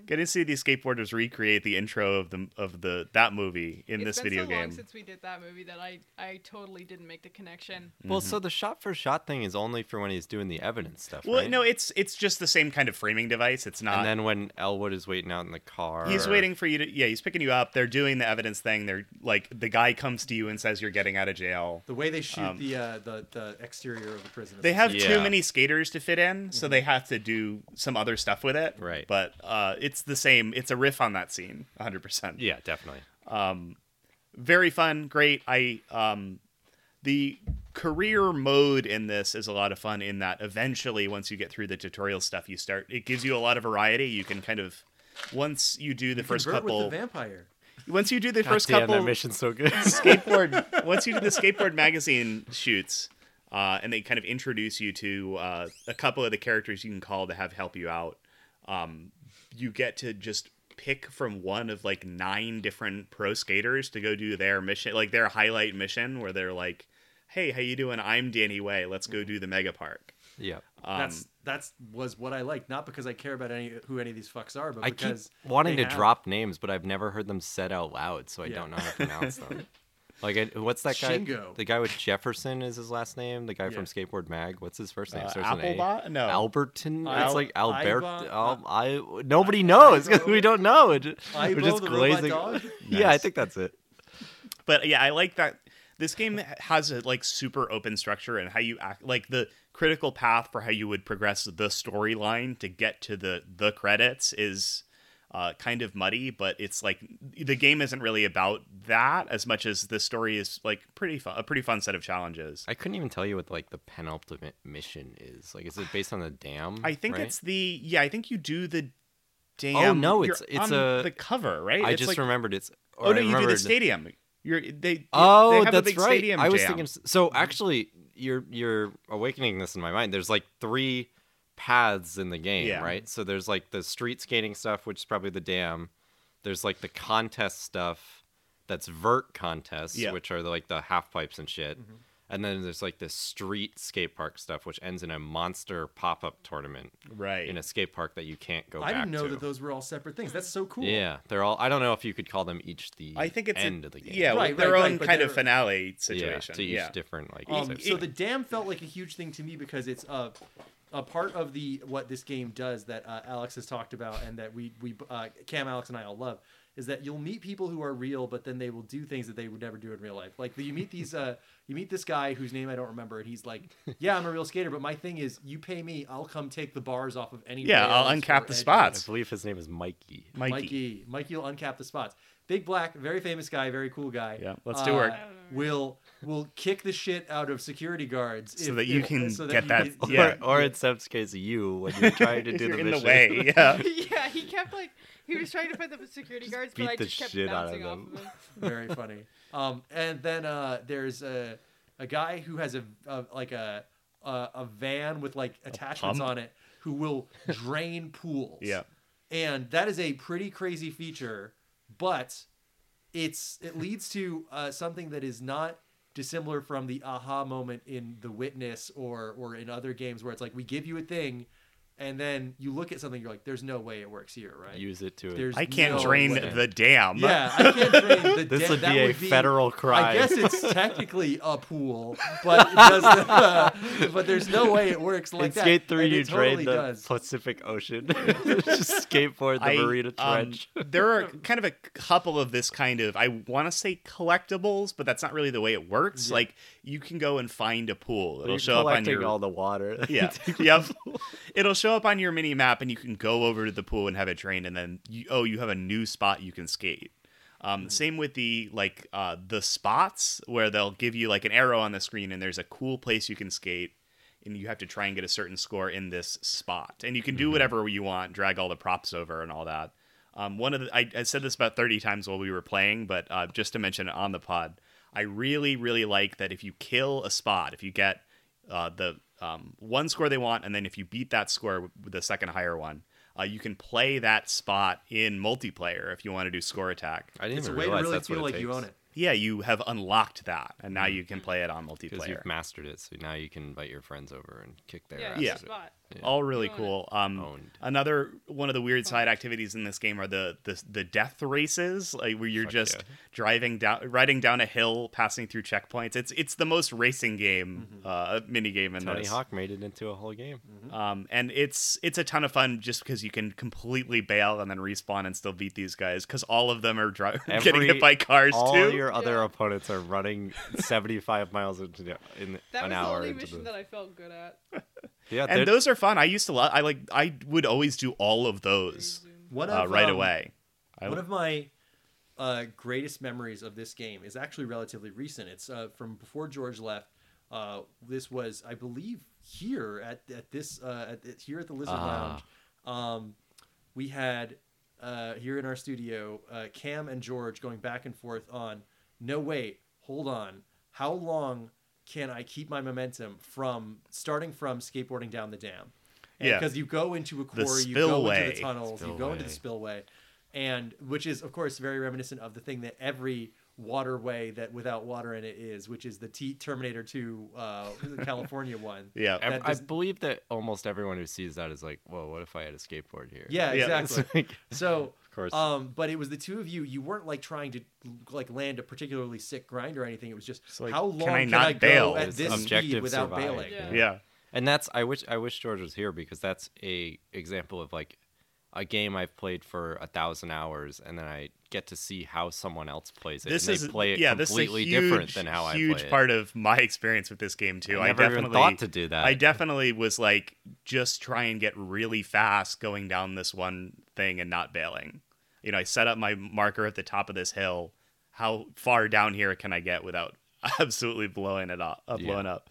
Getting to see these skateboarders recreate the intro of the of the that movie in It's this been video so game. long since we did that movie that I I totally didn't make the connection. Well, so the shot for shot thing is only for when he's doing the evidence stuff. well, right? no, it's it's just the same kind of framing device. It's not. And then when Elwood is waiting out in the car, He's waiting for you to. Yeah, he's picking you up. They're doing the evidence thing. They're like the guy comes to you and says you're getting out of jail. The way they shoot Um, the, uh, the the exterior of the prison. is They have too Yeah. many skaters to fit in, so they have to do some other stuff with it. Right. But uh, it's the same. It's a riff on that scene, 100. percent Yeah, definitely. Very fun, great. I um, the career mode in this is a lot of fun. In that, eventually, once you get through the tutorial stuff, you start. It gives you a lot of variety. You can kind of once you do the first Convert couple. with the vampire. once you do the first Damn, couple that mission's so good. skateboard once you do the skateboard magazine shoots uh, and they kind of introduce you to uh, a couple of the characters you can call to have help you out um, you get to just pick from one of like nine different pro skaters to go do their mission like their highlight mission where they're like hey how you doing i'm danny way let's go do the mega park yeah. that's that's was what I liked. Not because I care about any who any of these fucks are, but I keep because wanting they to have- drop names, but I've never heard them said out loud, so I Yeah. don't know how to pronounce them. Like, I, what's that guy? Shingo. The guy with Jefferson is his last name. The guy from Yeah. Skateboard Mag. What's his first name? Uh, Starts with an A. Applebot? No. Alberton. Al- it's like Albert. Ivan- Al- I nobody knows because we don't know. It, Ivo we're just the robot glazing. dog? Yeah, I think that's it. but yeah i like that this game has a like super open structure and how you act like the critical path for how you would progress the storyline to get to the the credits is uh, kind of muddy but it's like the game isn't really about that as much as the story is like pretty fun, a pretty fun set of challenges I couldn't even tell you what like the penultimate mission is. Like, is it based on the dam? i think right? Oh, it's the yeah i think you do the damn no, you're it's- it's on a- the cover right I It's just like- remembered it's. or oh I no you do the remembered- stadium you're they Oh, they have that's a big right. stadium I was jam. thinking. So actually, you're you're awakening this in my mind. There's like three paths in the game, Yeah. right? So there's like the street skating stuff, which is probably the dam. There's like the contest stuff, that's vert contests, Yeah. Mm-hmm. which are the, like the half pipes and shit. And then there's like the street skate park stuff, which ends in a monster pop up tournament right in a skate park that you can't go. I back didn't know to. that those were all separate things. That's so cool. Yeah, they're all. I don't know if you could call them each the I think it's a- end of the game. Yeah, Right, their right, own right, but kind of they're- finale Yeah, situation. to each Yeah. different like. Um, type so eh. of the dam felt like a huge thing to me because it's a a part of the what this game does that uh, Alex has talked about and that we we uh, Cam Alex and I all love is that you'll meet people who are real but then they will do things that they would never do in real life. Like you meet these uh you meet this guy whose name I don't remember and he's like, "Yeah, I'm a real skater, but my thing is you pay me, I'll come take the bars off of any Yeah, I'll rails uncap or the edges." spots. I believe his name is Mikey. Mikey. Mikey. Mikey will uncap the spots. big black, very famous guy, very cool guy. Uh, Yeah, let's do work. Will will kick the shit out of security guards So if- that you if- can so get you that- can- yeah. Or, or in Seb's case, you when you're trying to do You're the in the mission. way, yeah. yeah, he kept like he was trying to fight the security guards, but beat I the just kept shit out bouncing of off them. of him. very funny. Um, and then uh, there's a a guy who has a, a like a, a a van with like attachments pump? on it who will drain pools. Yeah. and that is a pretty crazy feature, but it's it leads to uh, something that is not dissimilar from the aha moment in The Witness or or in other games where it's like we give you a thing. And then you look at something, you're like, "There's no way it works here, right?" Use it to There's I can't no drain way. the dam. Yeah, I can't drain the This dam. would That be a federal I crime. guess it's technically a pool, but it does, uh, but there's no way it works like In that. Skate 3, and it you totally drain the does. Pacific Ocean. Just skateboard the I, Marina um, Trench. there are kind of a couple of this kind of I want to say collectibles, but that's not really the way it works. Like you can go and find a pool. It'll You're show up on collecting your all the water. yeah, yep. It'll show up on your mini map, and you can go over to the pool and have it drained, and then you, oh, you have a new spot you can skate. Um, Same with the like uh, the spots where they'll give you like an arrow on the screen, and there's a cool place you can skate, and you have to try and get a certain score in this spot, and you can do whatever you want, drag all the props over and all that. Um, one of the, I, I said this about 30 times while we were playing, but uh, just to mention it on the pod, I really, really like that if you kill a spot, if you get uh, the um, one score they want, and then if you beat that score with the second higher one, uh, you can play that spot in multiplayer if you want to do score attack. I It's a way to really feel like you own it. Yeah, you have unlocked that, and now you can play it on Because multiplayer. Mm-hmm. you've mastered it, so now you can invite your friends over and kick their Yeah, ass. you Yeah. just bought. All really cool. Um, Owned. another one of the weird side activities in this game are the the, the death races, like where you're just driving down, riding down a hill, passing through checkpoints. It's it's the most racing game, uh, mini game in Mm-hmm. Tony this. Hawk made it into a whole game. Um, and it's it's a ton of fun just because you can completely bail and then respawn and still beat these guys because all of them are dri- getting hit by cars all too. your other opponents are running 75 miles into the, in That an was the hour only into mission the. that I felt good at. Yeah, and they're- those are fun. I used to love. I like. I would always do all of those One uh, of, right um, away. I, One of my uh, greatest memories of this game is actually relatively recent. It's uh, from before George left. Uh, this was, I believe, here at at this uh, at, at- here at the Lizard Uh-huh. Ah. Lounge. Um, we had uh, here in our studio uh, Cam and George going back and forth on. No wait, hold on. How long can I keep my momentum from starting from skateboarding down the dam? Yeah. Because you go into a The quarry, you go into spillway. the tunnels, you go into the spillway, and which is of course very reminiscent of the thing that every waterway that without water in it is, which is the T- Terminator 2 uh, California one. Yeah. that Ev- I does- believe that almost everyone who sees that is like, "Whoa, what if I had a skateboard here?" yeah, Yeah. exactly. so, of course. um, but it was the two of you. You weren't like trying to like land a particularly sick grind or anything. It was just like, how can long I can not I go bail? at It's this speed objective without survive, bailing? Yeah. yeah. and that's I wish I wish George was here because that's a example of like a game I've played for a thousand hours, and then I get to see how someone else plays it. This and is they play it yeah. This is a completely huge, different than how I huge play part of my experience with this game too. I I, never even definitely thought to do that. I definitely was like just try and get really fast going down this one thing and not bailing. You know, I set up my marker at the top of this hill. How far down here can I get without absolutely blowing it up? Uh, Yeah. blowing up.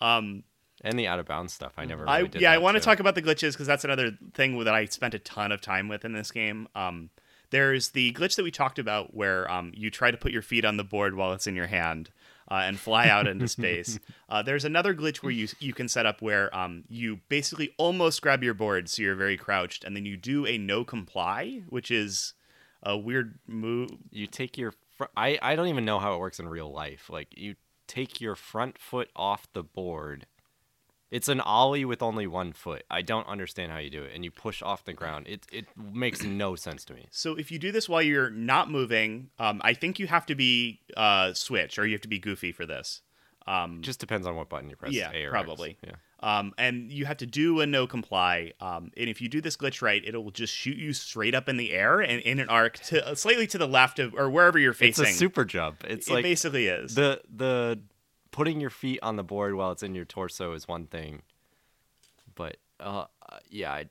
Um, it. And the out of bounds stuff, I never. Mm-hmm. I Really did yeah, I that, want to so- talk about the glitches because that's another thing that I spent a ton of time with in this game. Um, there's the glitch that we talked about where um, you try to put your feet on the board while it's in your hand uh, and fly out into space. Uh, there's another glitch where you you can set up where um, you basically almost grab your board, so you're very crouched, and then you do a no comply, which is a weird move. you take your fr- I I don't even know how it works in real life. Like you take your front foot off the board. It's an ollie with only one foot. I don't understand how you do it, and you push off the ground. It it makes no sense to me. So if you do this while you're not moving, um, I think you have to be uh, switch or you have to be goofy for this. Um, It just depends on what button you press. Yeah, A or X. probably. Yeah. Um, and you have to do a no comply. Um, and if you do this glitch right, it'll just shoot you straight up in the air and in an arc to uh, slightly to the left of or wherever you're It's facing. a super jump. It's it like basically is. the the putting your feet on the board while it's in your torso is one thing, but uh yeah, I,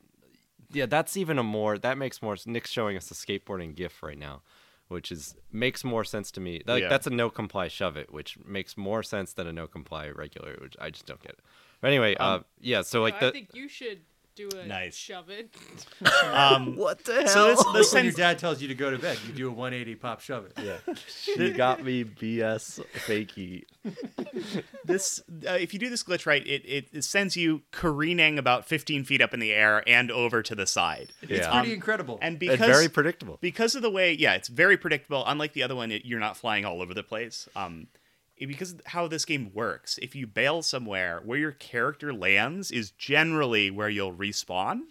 yeah, that's even a more that makes more. Nick's showing us the skateboarding gif right now, which is makes more sense to me. Like Yeah. that's a no comply shove it, which makes more sense than a no comply regular, which I just don't get it. But anyway, uh, Um, yeah. So like I the think you should do a Nice. shove it. Um, What the so hell? this- this when your sends- dad tells you to go to bed, you do a 180 pop shove it. Yeah. She got me BS fakey. this uh, if you do this glitch right it, it, it sends you careening about 15 feet up in the air and over to the side It's Um, pretty incredible. and because very predictable. because of the way yeah it's very predictable unlike the other one it, you're not flying all over the place um it- because of how this game works if you bail somewhere where your character lands is generally where you'll respawn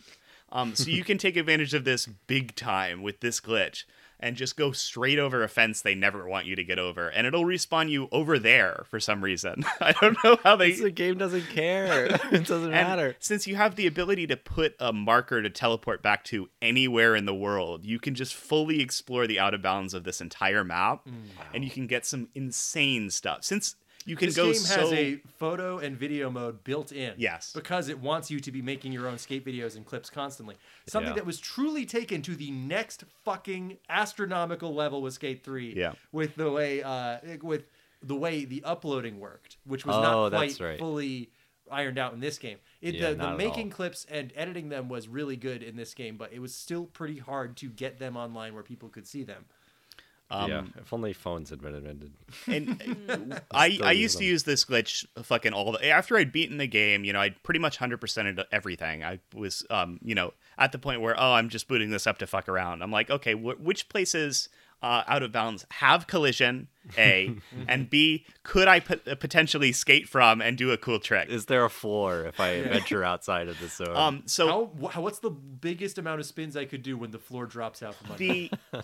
um so you can take advantage of this big time with this glitch and just go straight over a fence they never want you to get over and it'll respawn you over there for some reason i don't know how they the game doesn't care. it doesn't and matter. Since you have the ability to put a marker to teleport back to anywhere in the world, you can just fully explore the out of bounds of this entire map, Mm. and you can get some insane stuff. Since you can this go game so has a photo and video mode built in. Yes. Because it wants you to be making your own skate videos and clips constantly. Something Yeah. that was truly taken to the next fucking astronomical level with Skate 3. Yeah. With the way uh with the way the uploading worked, which was Oh, not that's quite right. fully ironed out in this game. It, Yeah, the, not the at making clips and editing them was really good in this game, but it was still pretty hard to get them online where people could see them. yeah, Um, if only phones had been invented. and uh, I, Still I use used to them. use this glitch fucking all the after I'd beaten the game, you know, I'd pretty much 100%ed everything. I was, um, you know, at the point where, oh, I'm just booting this up to fuck around. I'm like, okay, wh- which places uh, out of bounds have collision, A, and B, could I pot- potentially skate from and do a cool trick? Is there a floor if I venture outside of the zone? Um, so how, wh- what's the biggest amount of spins I could do when the floor drops out from under? The uh,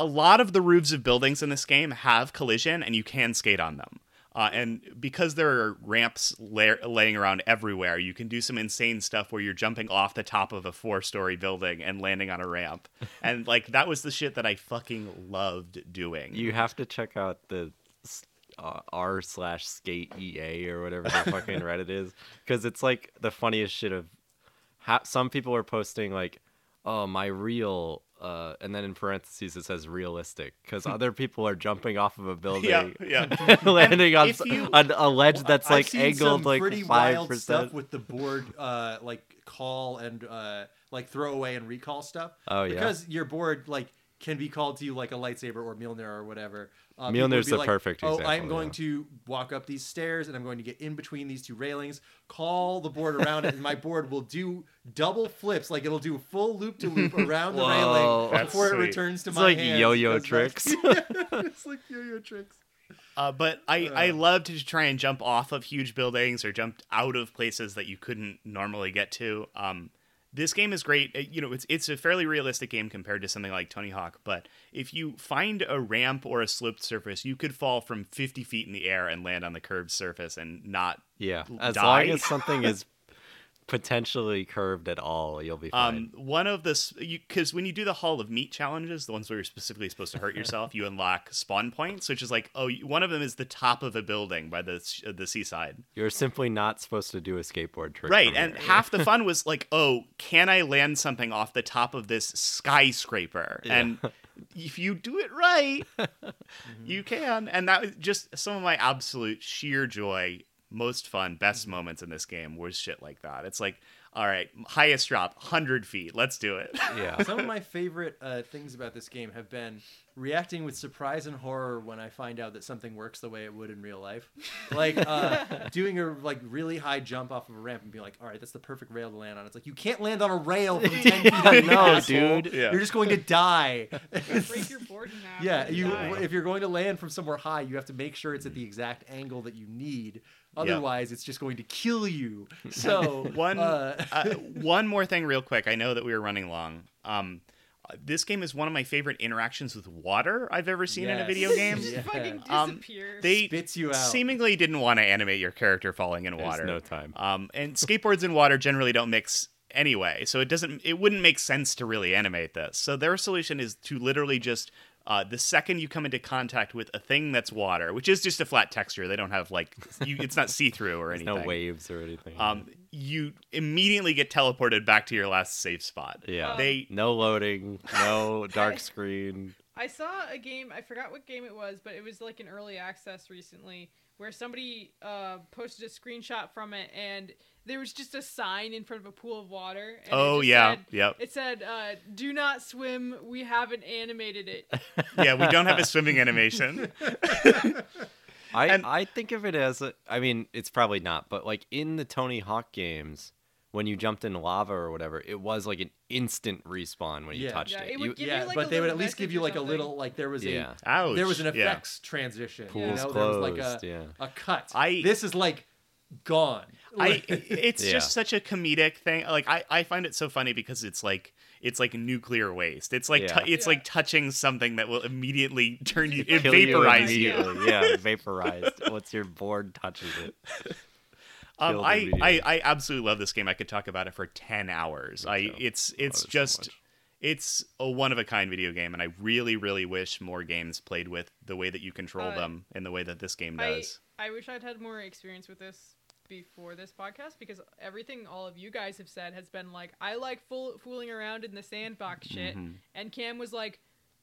a lot of the roofs of buildings in this game have collision, and you can skate on them. Uh, and because there are ramps la- laying around everywhere, you can do some insane stuff where you're jumping off the top of a four-story building and landing on a ramp. And like that was the shit that I fucking loved doing. You have to check out the s- uh, r slash skate ea or whatever the fucking Reddit is because it's like the funniest shit of how some people are posting like, oh my real. Uh, and then in parentheses it says realistic because other people are jumping off of a building, yeah. and landing on if s- you- on a ledge that's I've like seen angled some like pretty five wild stuff percent. with the board, uh, like call and uh, like throwaway and recall stuff. Oh, yeah? because your board like can be called to you like a lightsaber or Mjolnir or whatever. Uh, people would Mjolnir's be the like, perfect Oh, example, I'm going yeah. to walk up these stairs and I'm going to get in between these two railings, call the board around it, and my board will do double flips, like it'll do full loop to loop around the Whoa. railing That's before it sweet. returns to It's my like hands. yo-yo That's tricks. it's like yo-yo tricks. Uh, but I, I loved to try and jump off of huge buildings or jump out of places that you couldn't normally get to. Um, this game is great. Uh, You know, it's it's a fairly realistic game compared to something like Tony Hawk. But if you find a ramp or a sloped surface, you could fall from 50 feet in the air and land on the curved surface and not Yeah, l- as die. long as something is potentially curved at all, you'll be fine. Um, one of the because when you do the Hall of Meat challenges, the ones where you're specifically supposed to hurt yourself, you unlock spawn points, which is like oh, you- one of them is the top of a building by the s- uh, the seaside. You're simply not supposed to do a skateboard trick. Right, from and here. half the fun was like, oh, can I land something off the top of this skyscraper? Yeah. And if you do it right, you can. And that was just some of my absolute sheer joy, most fun, best moments in this game was shit like that. It's like, all right, highest drop, 100 feet, let's do it. Some of my favorite uh, things about this game have been reacting with surprise and horror when I find out that something works the way it would in real life, like uh, doing a like really high jump off of a ramp and being like, "All right, that's the perfect rail to land on." It's like you can't land on a rail from ten feet. Yeah, up, you no, asshole. dude. Yeah. You're just going to die. Break your board in half. yeah, and you die. if you're going to land from somewhere high, you have to make sure it's at the exact angle that you need. Yeah. Otherwise, it's just going to kill you. So one uh, uh, one more thing, real quick. I know that we were running long. Um, uh, this game is one of my favorite interactions with water I've ever seen in a Yes. video game. Just fucking disappears. they Spits you out. Seemingly didn't want to animate your character falling in water. no time. Um, and skateboards and water generally don't mix anyway, so it doesn't. It wouldn't make sense to really animate this. So their solution is to literally just. Uh, the second you come into contact with a thing that's water, which is just a flat texture, they don't have like you, it's not see through or anything. no waves or anything. Um, you immediately get teleported back to your last safe spot. yeah. They no loading, no dark screen. I saw a game. I forgot what game it was, but it was like an early access recently where somebody uh, posted a screenshot from it, and there was just a sign in front of a pool of water. And it Oh, just yeah. said- Yep. It said, uh, "Do not swim. We haven't animated it." yeah, we don't have a swimming animation. I I think of it as a, I mean it's probably not, but like in the Tony Hawk games, when you jumped in lava or whatever, it was like an instant respawn when you touched it. You- yeah, but they would at least give you like a little like there was Yeah. a there was an Ouch, yeah. effects transition. you Pools know? There was like a, closed, yeah. a cut. I- this is like gone. I it's Yeah. just such a comedic thing. Like I, I find it so funny because it's like it's like nuclear waste. It's like Yeah. tou- it's like touching something that will immediately turn you it Kill vaporize you. immediately. yeah, vaporized. Once your board touches it. Um, Killed I, I immediately. I absolutely love this game. I could talk about it for ten hours. I it's it's just it's a one of a kind video game, and I really really wish more games played with the way that you control Uh, them and the way that this game I- does. I, wish I'd had more experience with this before this podcast because everything all of you guys have said has been like, I like fool- fooling around in the sandbox shit, Mm-hmm. Mhm. and Cam was like,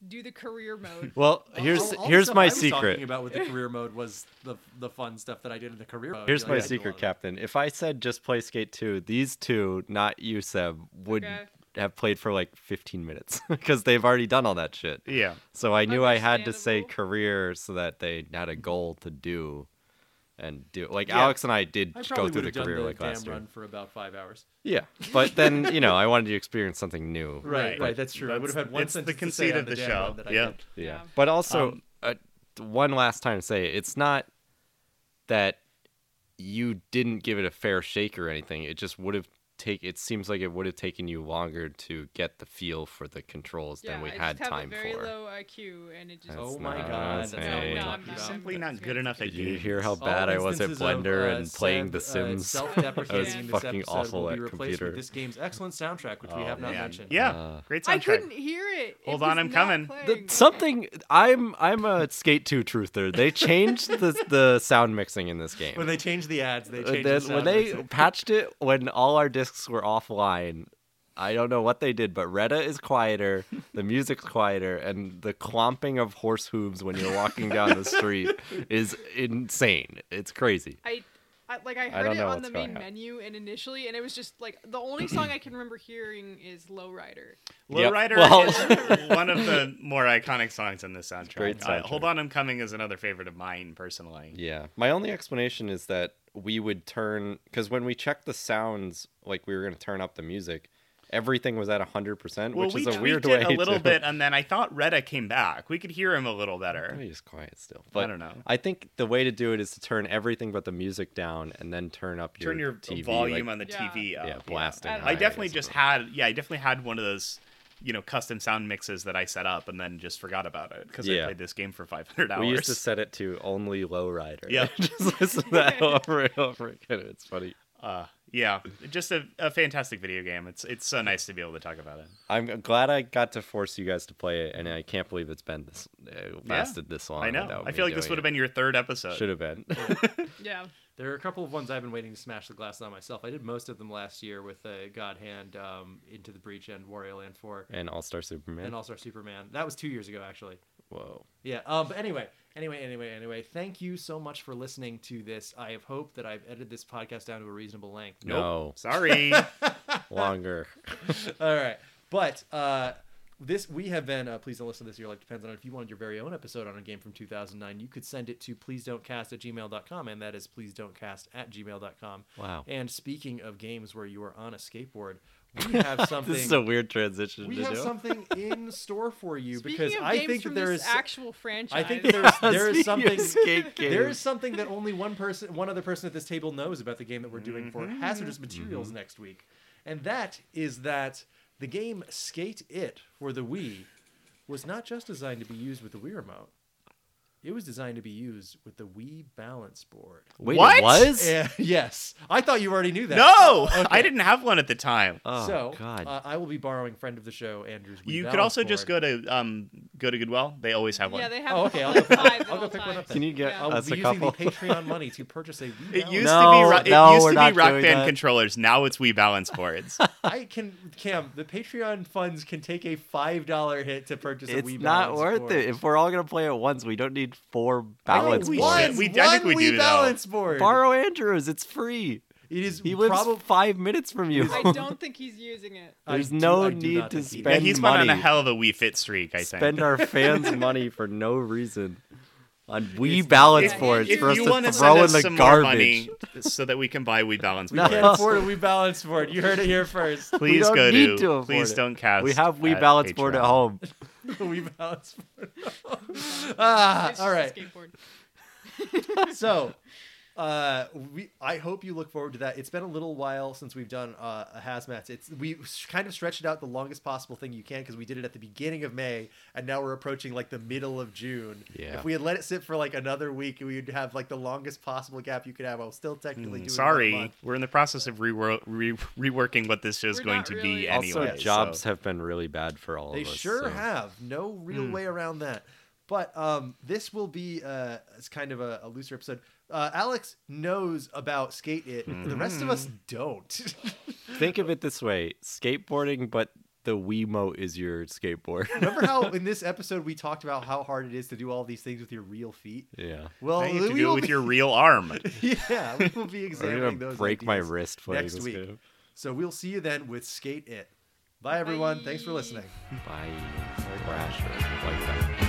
do the career mode. Well, All- here's- all- all the here's stuff my I was secret. Talking about with the career mode was the the fun stuff that I did in the career mode. Here's Like, my I did a secret, lot. Captain. If I said just play Skate 2, these two, not you, Seb, would Okay. have played for like 15 minutes because they've already done all that shit. Yeah. So I knew I had to say career so that they had a goal to do and do. Like Yeah. Alex and I did go probably through the would've done career the like last damn year. run for about five hours. Yeah, but then you know I wanted to experience something new. Right, right, But- that's true. I would've had one it's the sentence to say conceit on of the the damn show. one that I Yeah. did. Yeah. But also, Um, uh, one last time to say it, it's not that you didn't give it a fair shake or anything. It just would have take. It seems like it would have taken you longer to get the feel for the controls yeah, than we I had just time have a very for. low IQ, and it just. That's Oh my not God, what that's I'm not saying. what I'm You're simply not good enough at Did you games. hear how bad I was at Blender and playing The Sims? I was uh, self-deprecating this fucking episode will awful be at replaced computer. With this game's excellent soundtrack, which we Oh, have not man. mentioned. Yeah, Uh, great I soundtrack. couldn't hear it. Hold It on, was I'm not coming. The, something I'm I'm a Skate 2 truther. They changed the the sound mixing in this game. When they changed the ads, they Uh, changed then the sound when they mixing. patched it when all our discs were offline i don't know what they did but retta is quieter the music's quieter and the clomping of horse hooves when you're walking down the street is insane it's crazy I, I like I I heard don't it know on the what's main going on. menu and initially, and it was just like the only song I can remember hearing is "Lowrider." Lowrider Well- is one of the more iconic songs in this soundtrack. great Uh, Hold on, I'm coming is another favorite of mine personally. yeah my only explanation is that we would turn because when we checked the sounds like we were going to turn up the music everything was at 100% Well, which we is a weird way tweaked it a little to... bit, and then I thought Retta came back. We could hear him a little better. He's quiet still. I don't know. I think the way to do it is to turn everything but the music down and then turn up your Turn your TV, volume like- on the TV up. Yeah, blasting. I, high. definitely just had, yeah, I definitely had one of those, you know, custom sound mixes that I set up and then just forgot about it because I Yeah. played this game for 500 hours. We used to set it to only lowrider. Yeah. just listen to that over and over again. It's funny. Uh, yeah, just a, a fantastic video game. It's it's so nice to be able to talk about it. I'm glad I got to force you guys to play it, and I can't believe it's been this it Yeah. lasted this long. I know. without I me feel like this doing would have it. been your third episode. Should have been. Yeah. There are a couple of ones I've been waiting to smash the glass on myself. I did most of them last year with uh, God Hand, um, Into the Breach, and Wario Land 4, and All Star Superman. and All Star Superman. That was two years ago, actually. Whoa. Yeah. Um. But anyway, anyway, anyway, anyway. Thank you so much for listening to this. I have hoped that I've edited this podcast down to a reasonable length. No. Sorry. Longer. All right. But uh, this we have been. Uh, please don't listen to this. Your life depends on it. If you wanted your very own episode on a game from 2009, you could send it to please don't cast at gmail.com, and that is please don't cast at gmail.com. Wow. And speaking of games where you are on a skateboard, we have something. this is a weird transition we to have do. something in store for you Speaking because of I games think from that there this is actual I think franchise. there is Yeah, there is speaking something of skate there games. is something that only one person one other person at this table knows about the game that we're doing for Mhm. hazardous materials next week, and that is that the game Skate It for the Wii was not just designed to be used with the Wii remote. It was designed to be used with the Wii balance board. Wait, it What? was? Yeah, yes. I thought you already knew that. No, Okay. I didn't have one at the time. Oh, so, Uh, I will be borrowing friend of the show Andrew's. Wii you could balance also just board. go to um go to Goodwill. They always have one. Yeah, they have Oh, okay. I'll I'll go pick, five I'll go all pick one up. times. Then. Can you get I will us be a using couple? the Patreon money to purchase a Wii. It used No, to be Ro- it no, used we're to be not Rock doing Band that. controllers. Now it's Wii Balance boards. I can Cam. The Patreon funds can take a five dollar hit to purchase a It's Wii. not balance worth board. it. If we're all gonna play it once, we don't need four I think balance we boards. should. We- I think One we Wii do, though. balance board. Borrow Andrews. It's free. It is. He lives prob- five minutes from you. I don't think he's using it. There's do- no I do need not to think he- spend yeah, he's money. been on a hell of a Wii Fit streak. I think. spend our fans' money for no reason on Wii balance If- boards if for us you to wanna send throw in us the some more money garbage. so that we can buy Wii Balance we boards. can't afford a Wii balance board. You heard it here first. Please don't go need to. to afford please it. don't cast. We have Wii at balance board at Patreon. home. Wii balance board. ah, It's all right. just a skateboard. so uh we i hope you look forward to that it's been a little while since we've done uh a hazmats it's we s- kind of stretched it out the longest possible thing you can because we did it at the beginning of may and now we're approaching like the middle of june Yeah. if we had let it sit for like another week we'd have like the longest possible gap you could have while still technically doing one Mm, Sorry, month. we're in the process of rework, re- reworking what this show is going to be anyway. also, jobs so- have been really bad for all They of us. sure so- have. No real way around that. But um, this will be uh, it's kind of a, a looser episode. Uh, Alex knows about Skate It. The rest of us don't. Think of it this way: skateboarding, but the Wiimote is your skateboard. Remember how in this episode we talked about how hard it is to do all these things with your real feet? yeah. Well, Now you have to we do will it with be- your real arm. yeah, we will be I'm examining gonna those. break my ideas wrist playing next this week. game. So we'll see you then with Skate It. Bye everyone. Thanks for listening. Bye, Thrasher. Like that.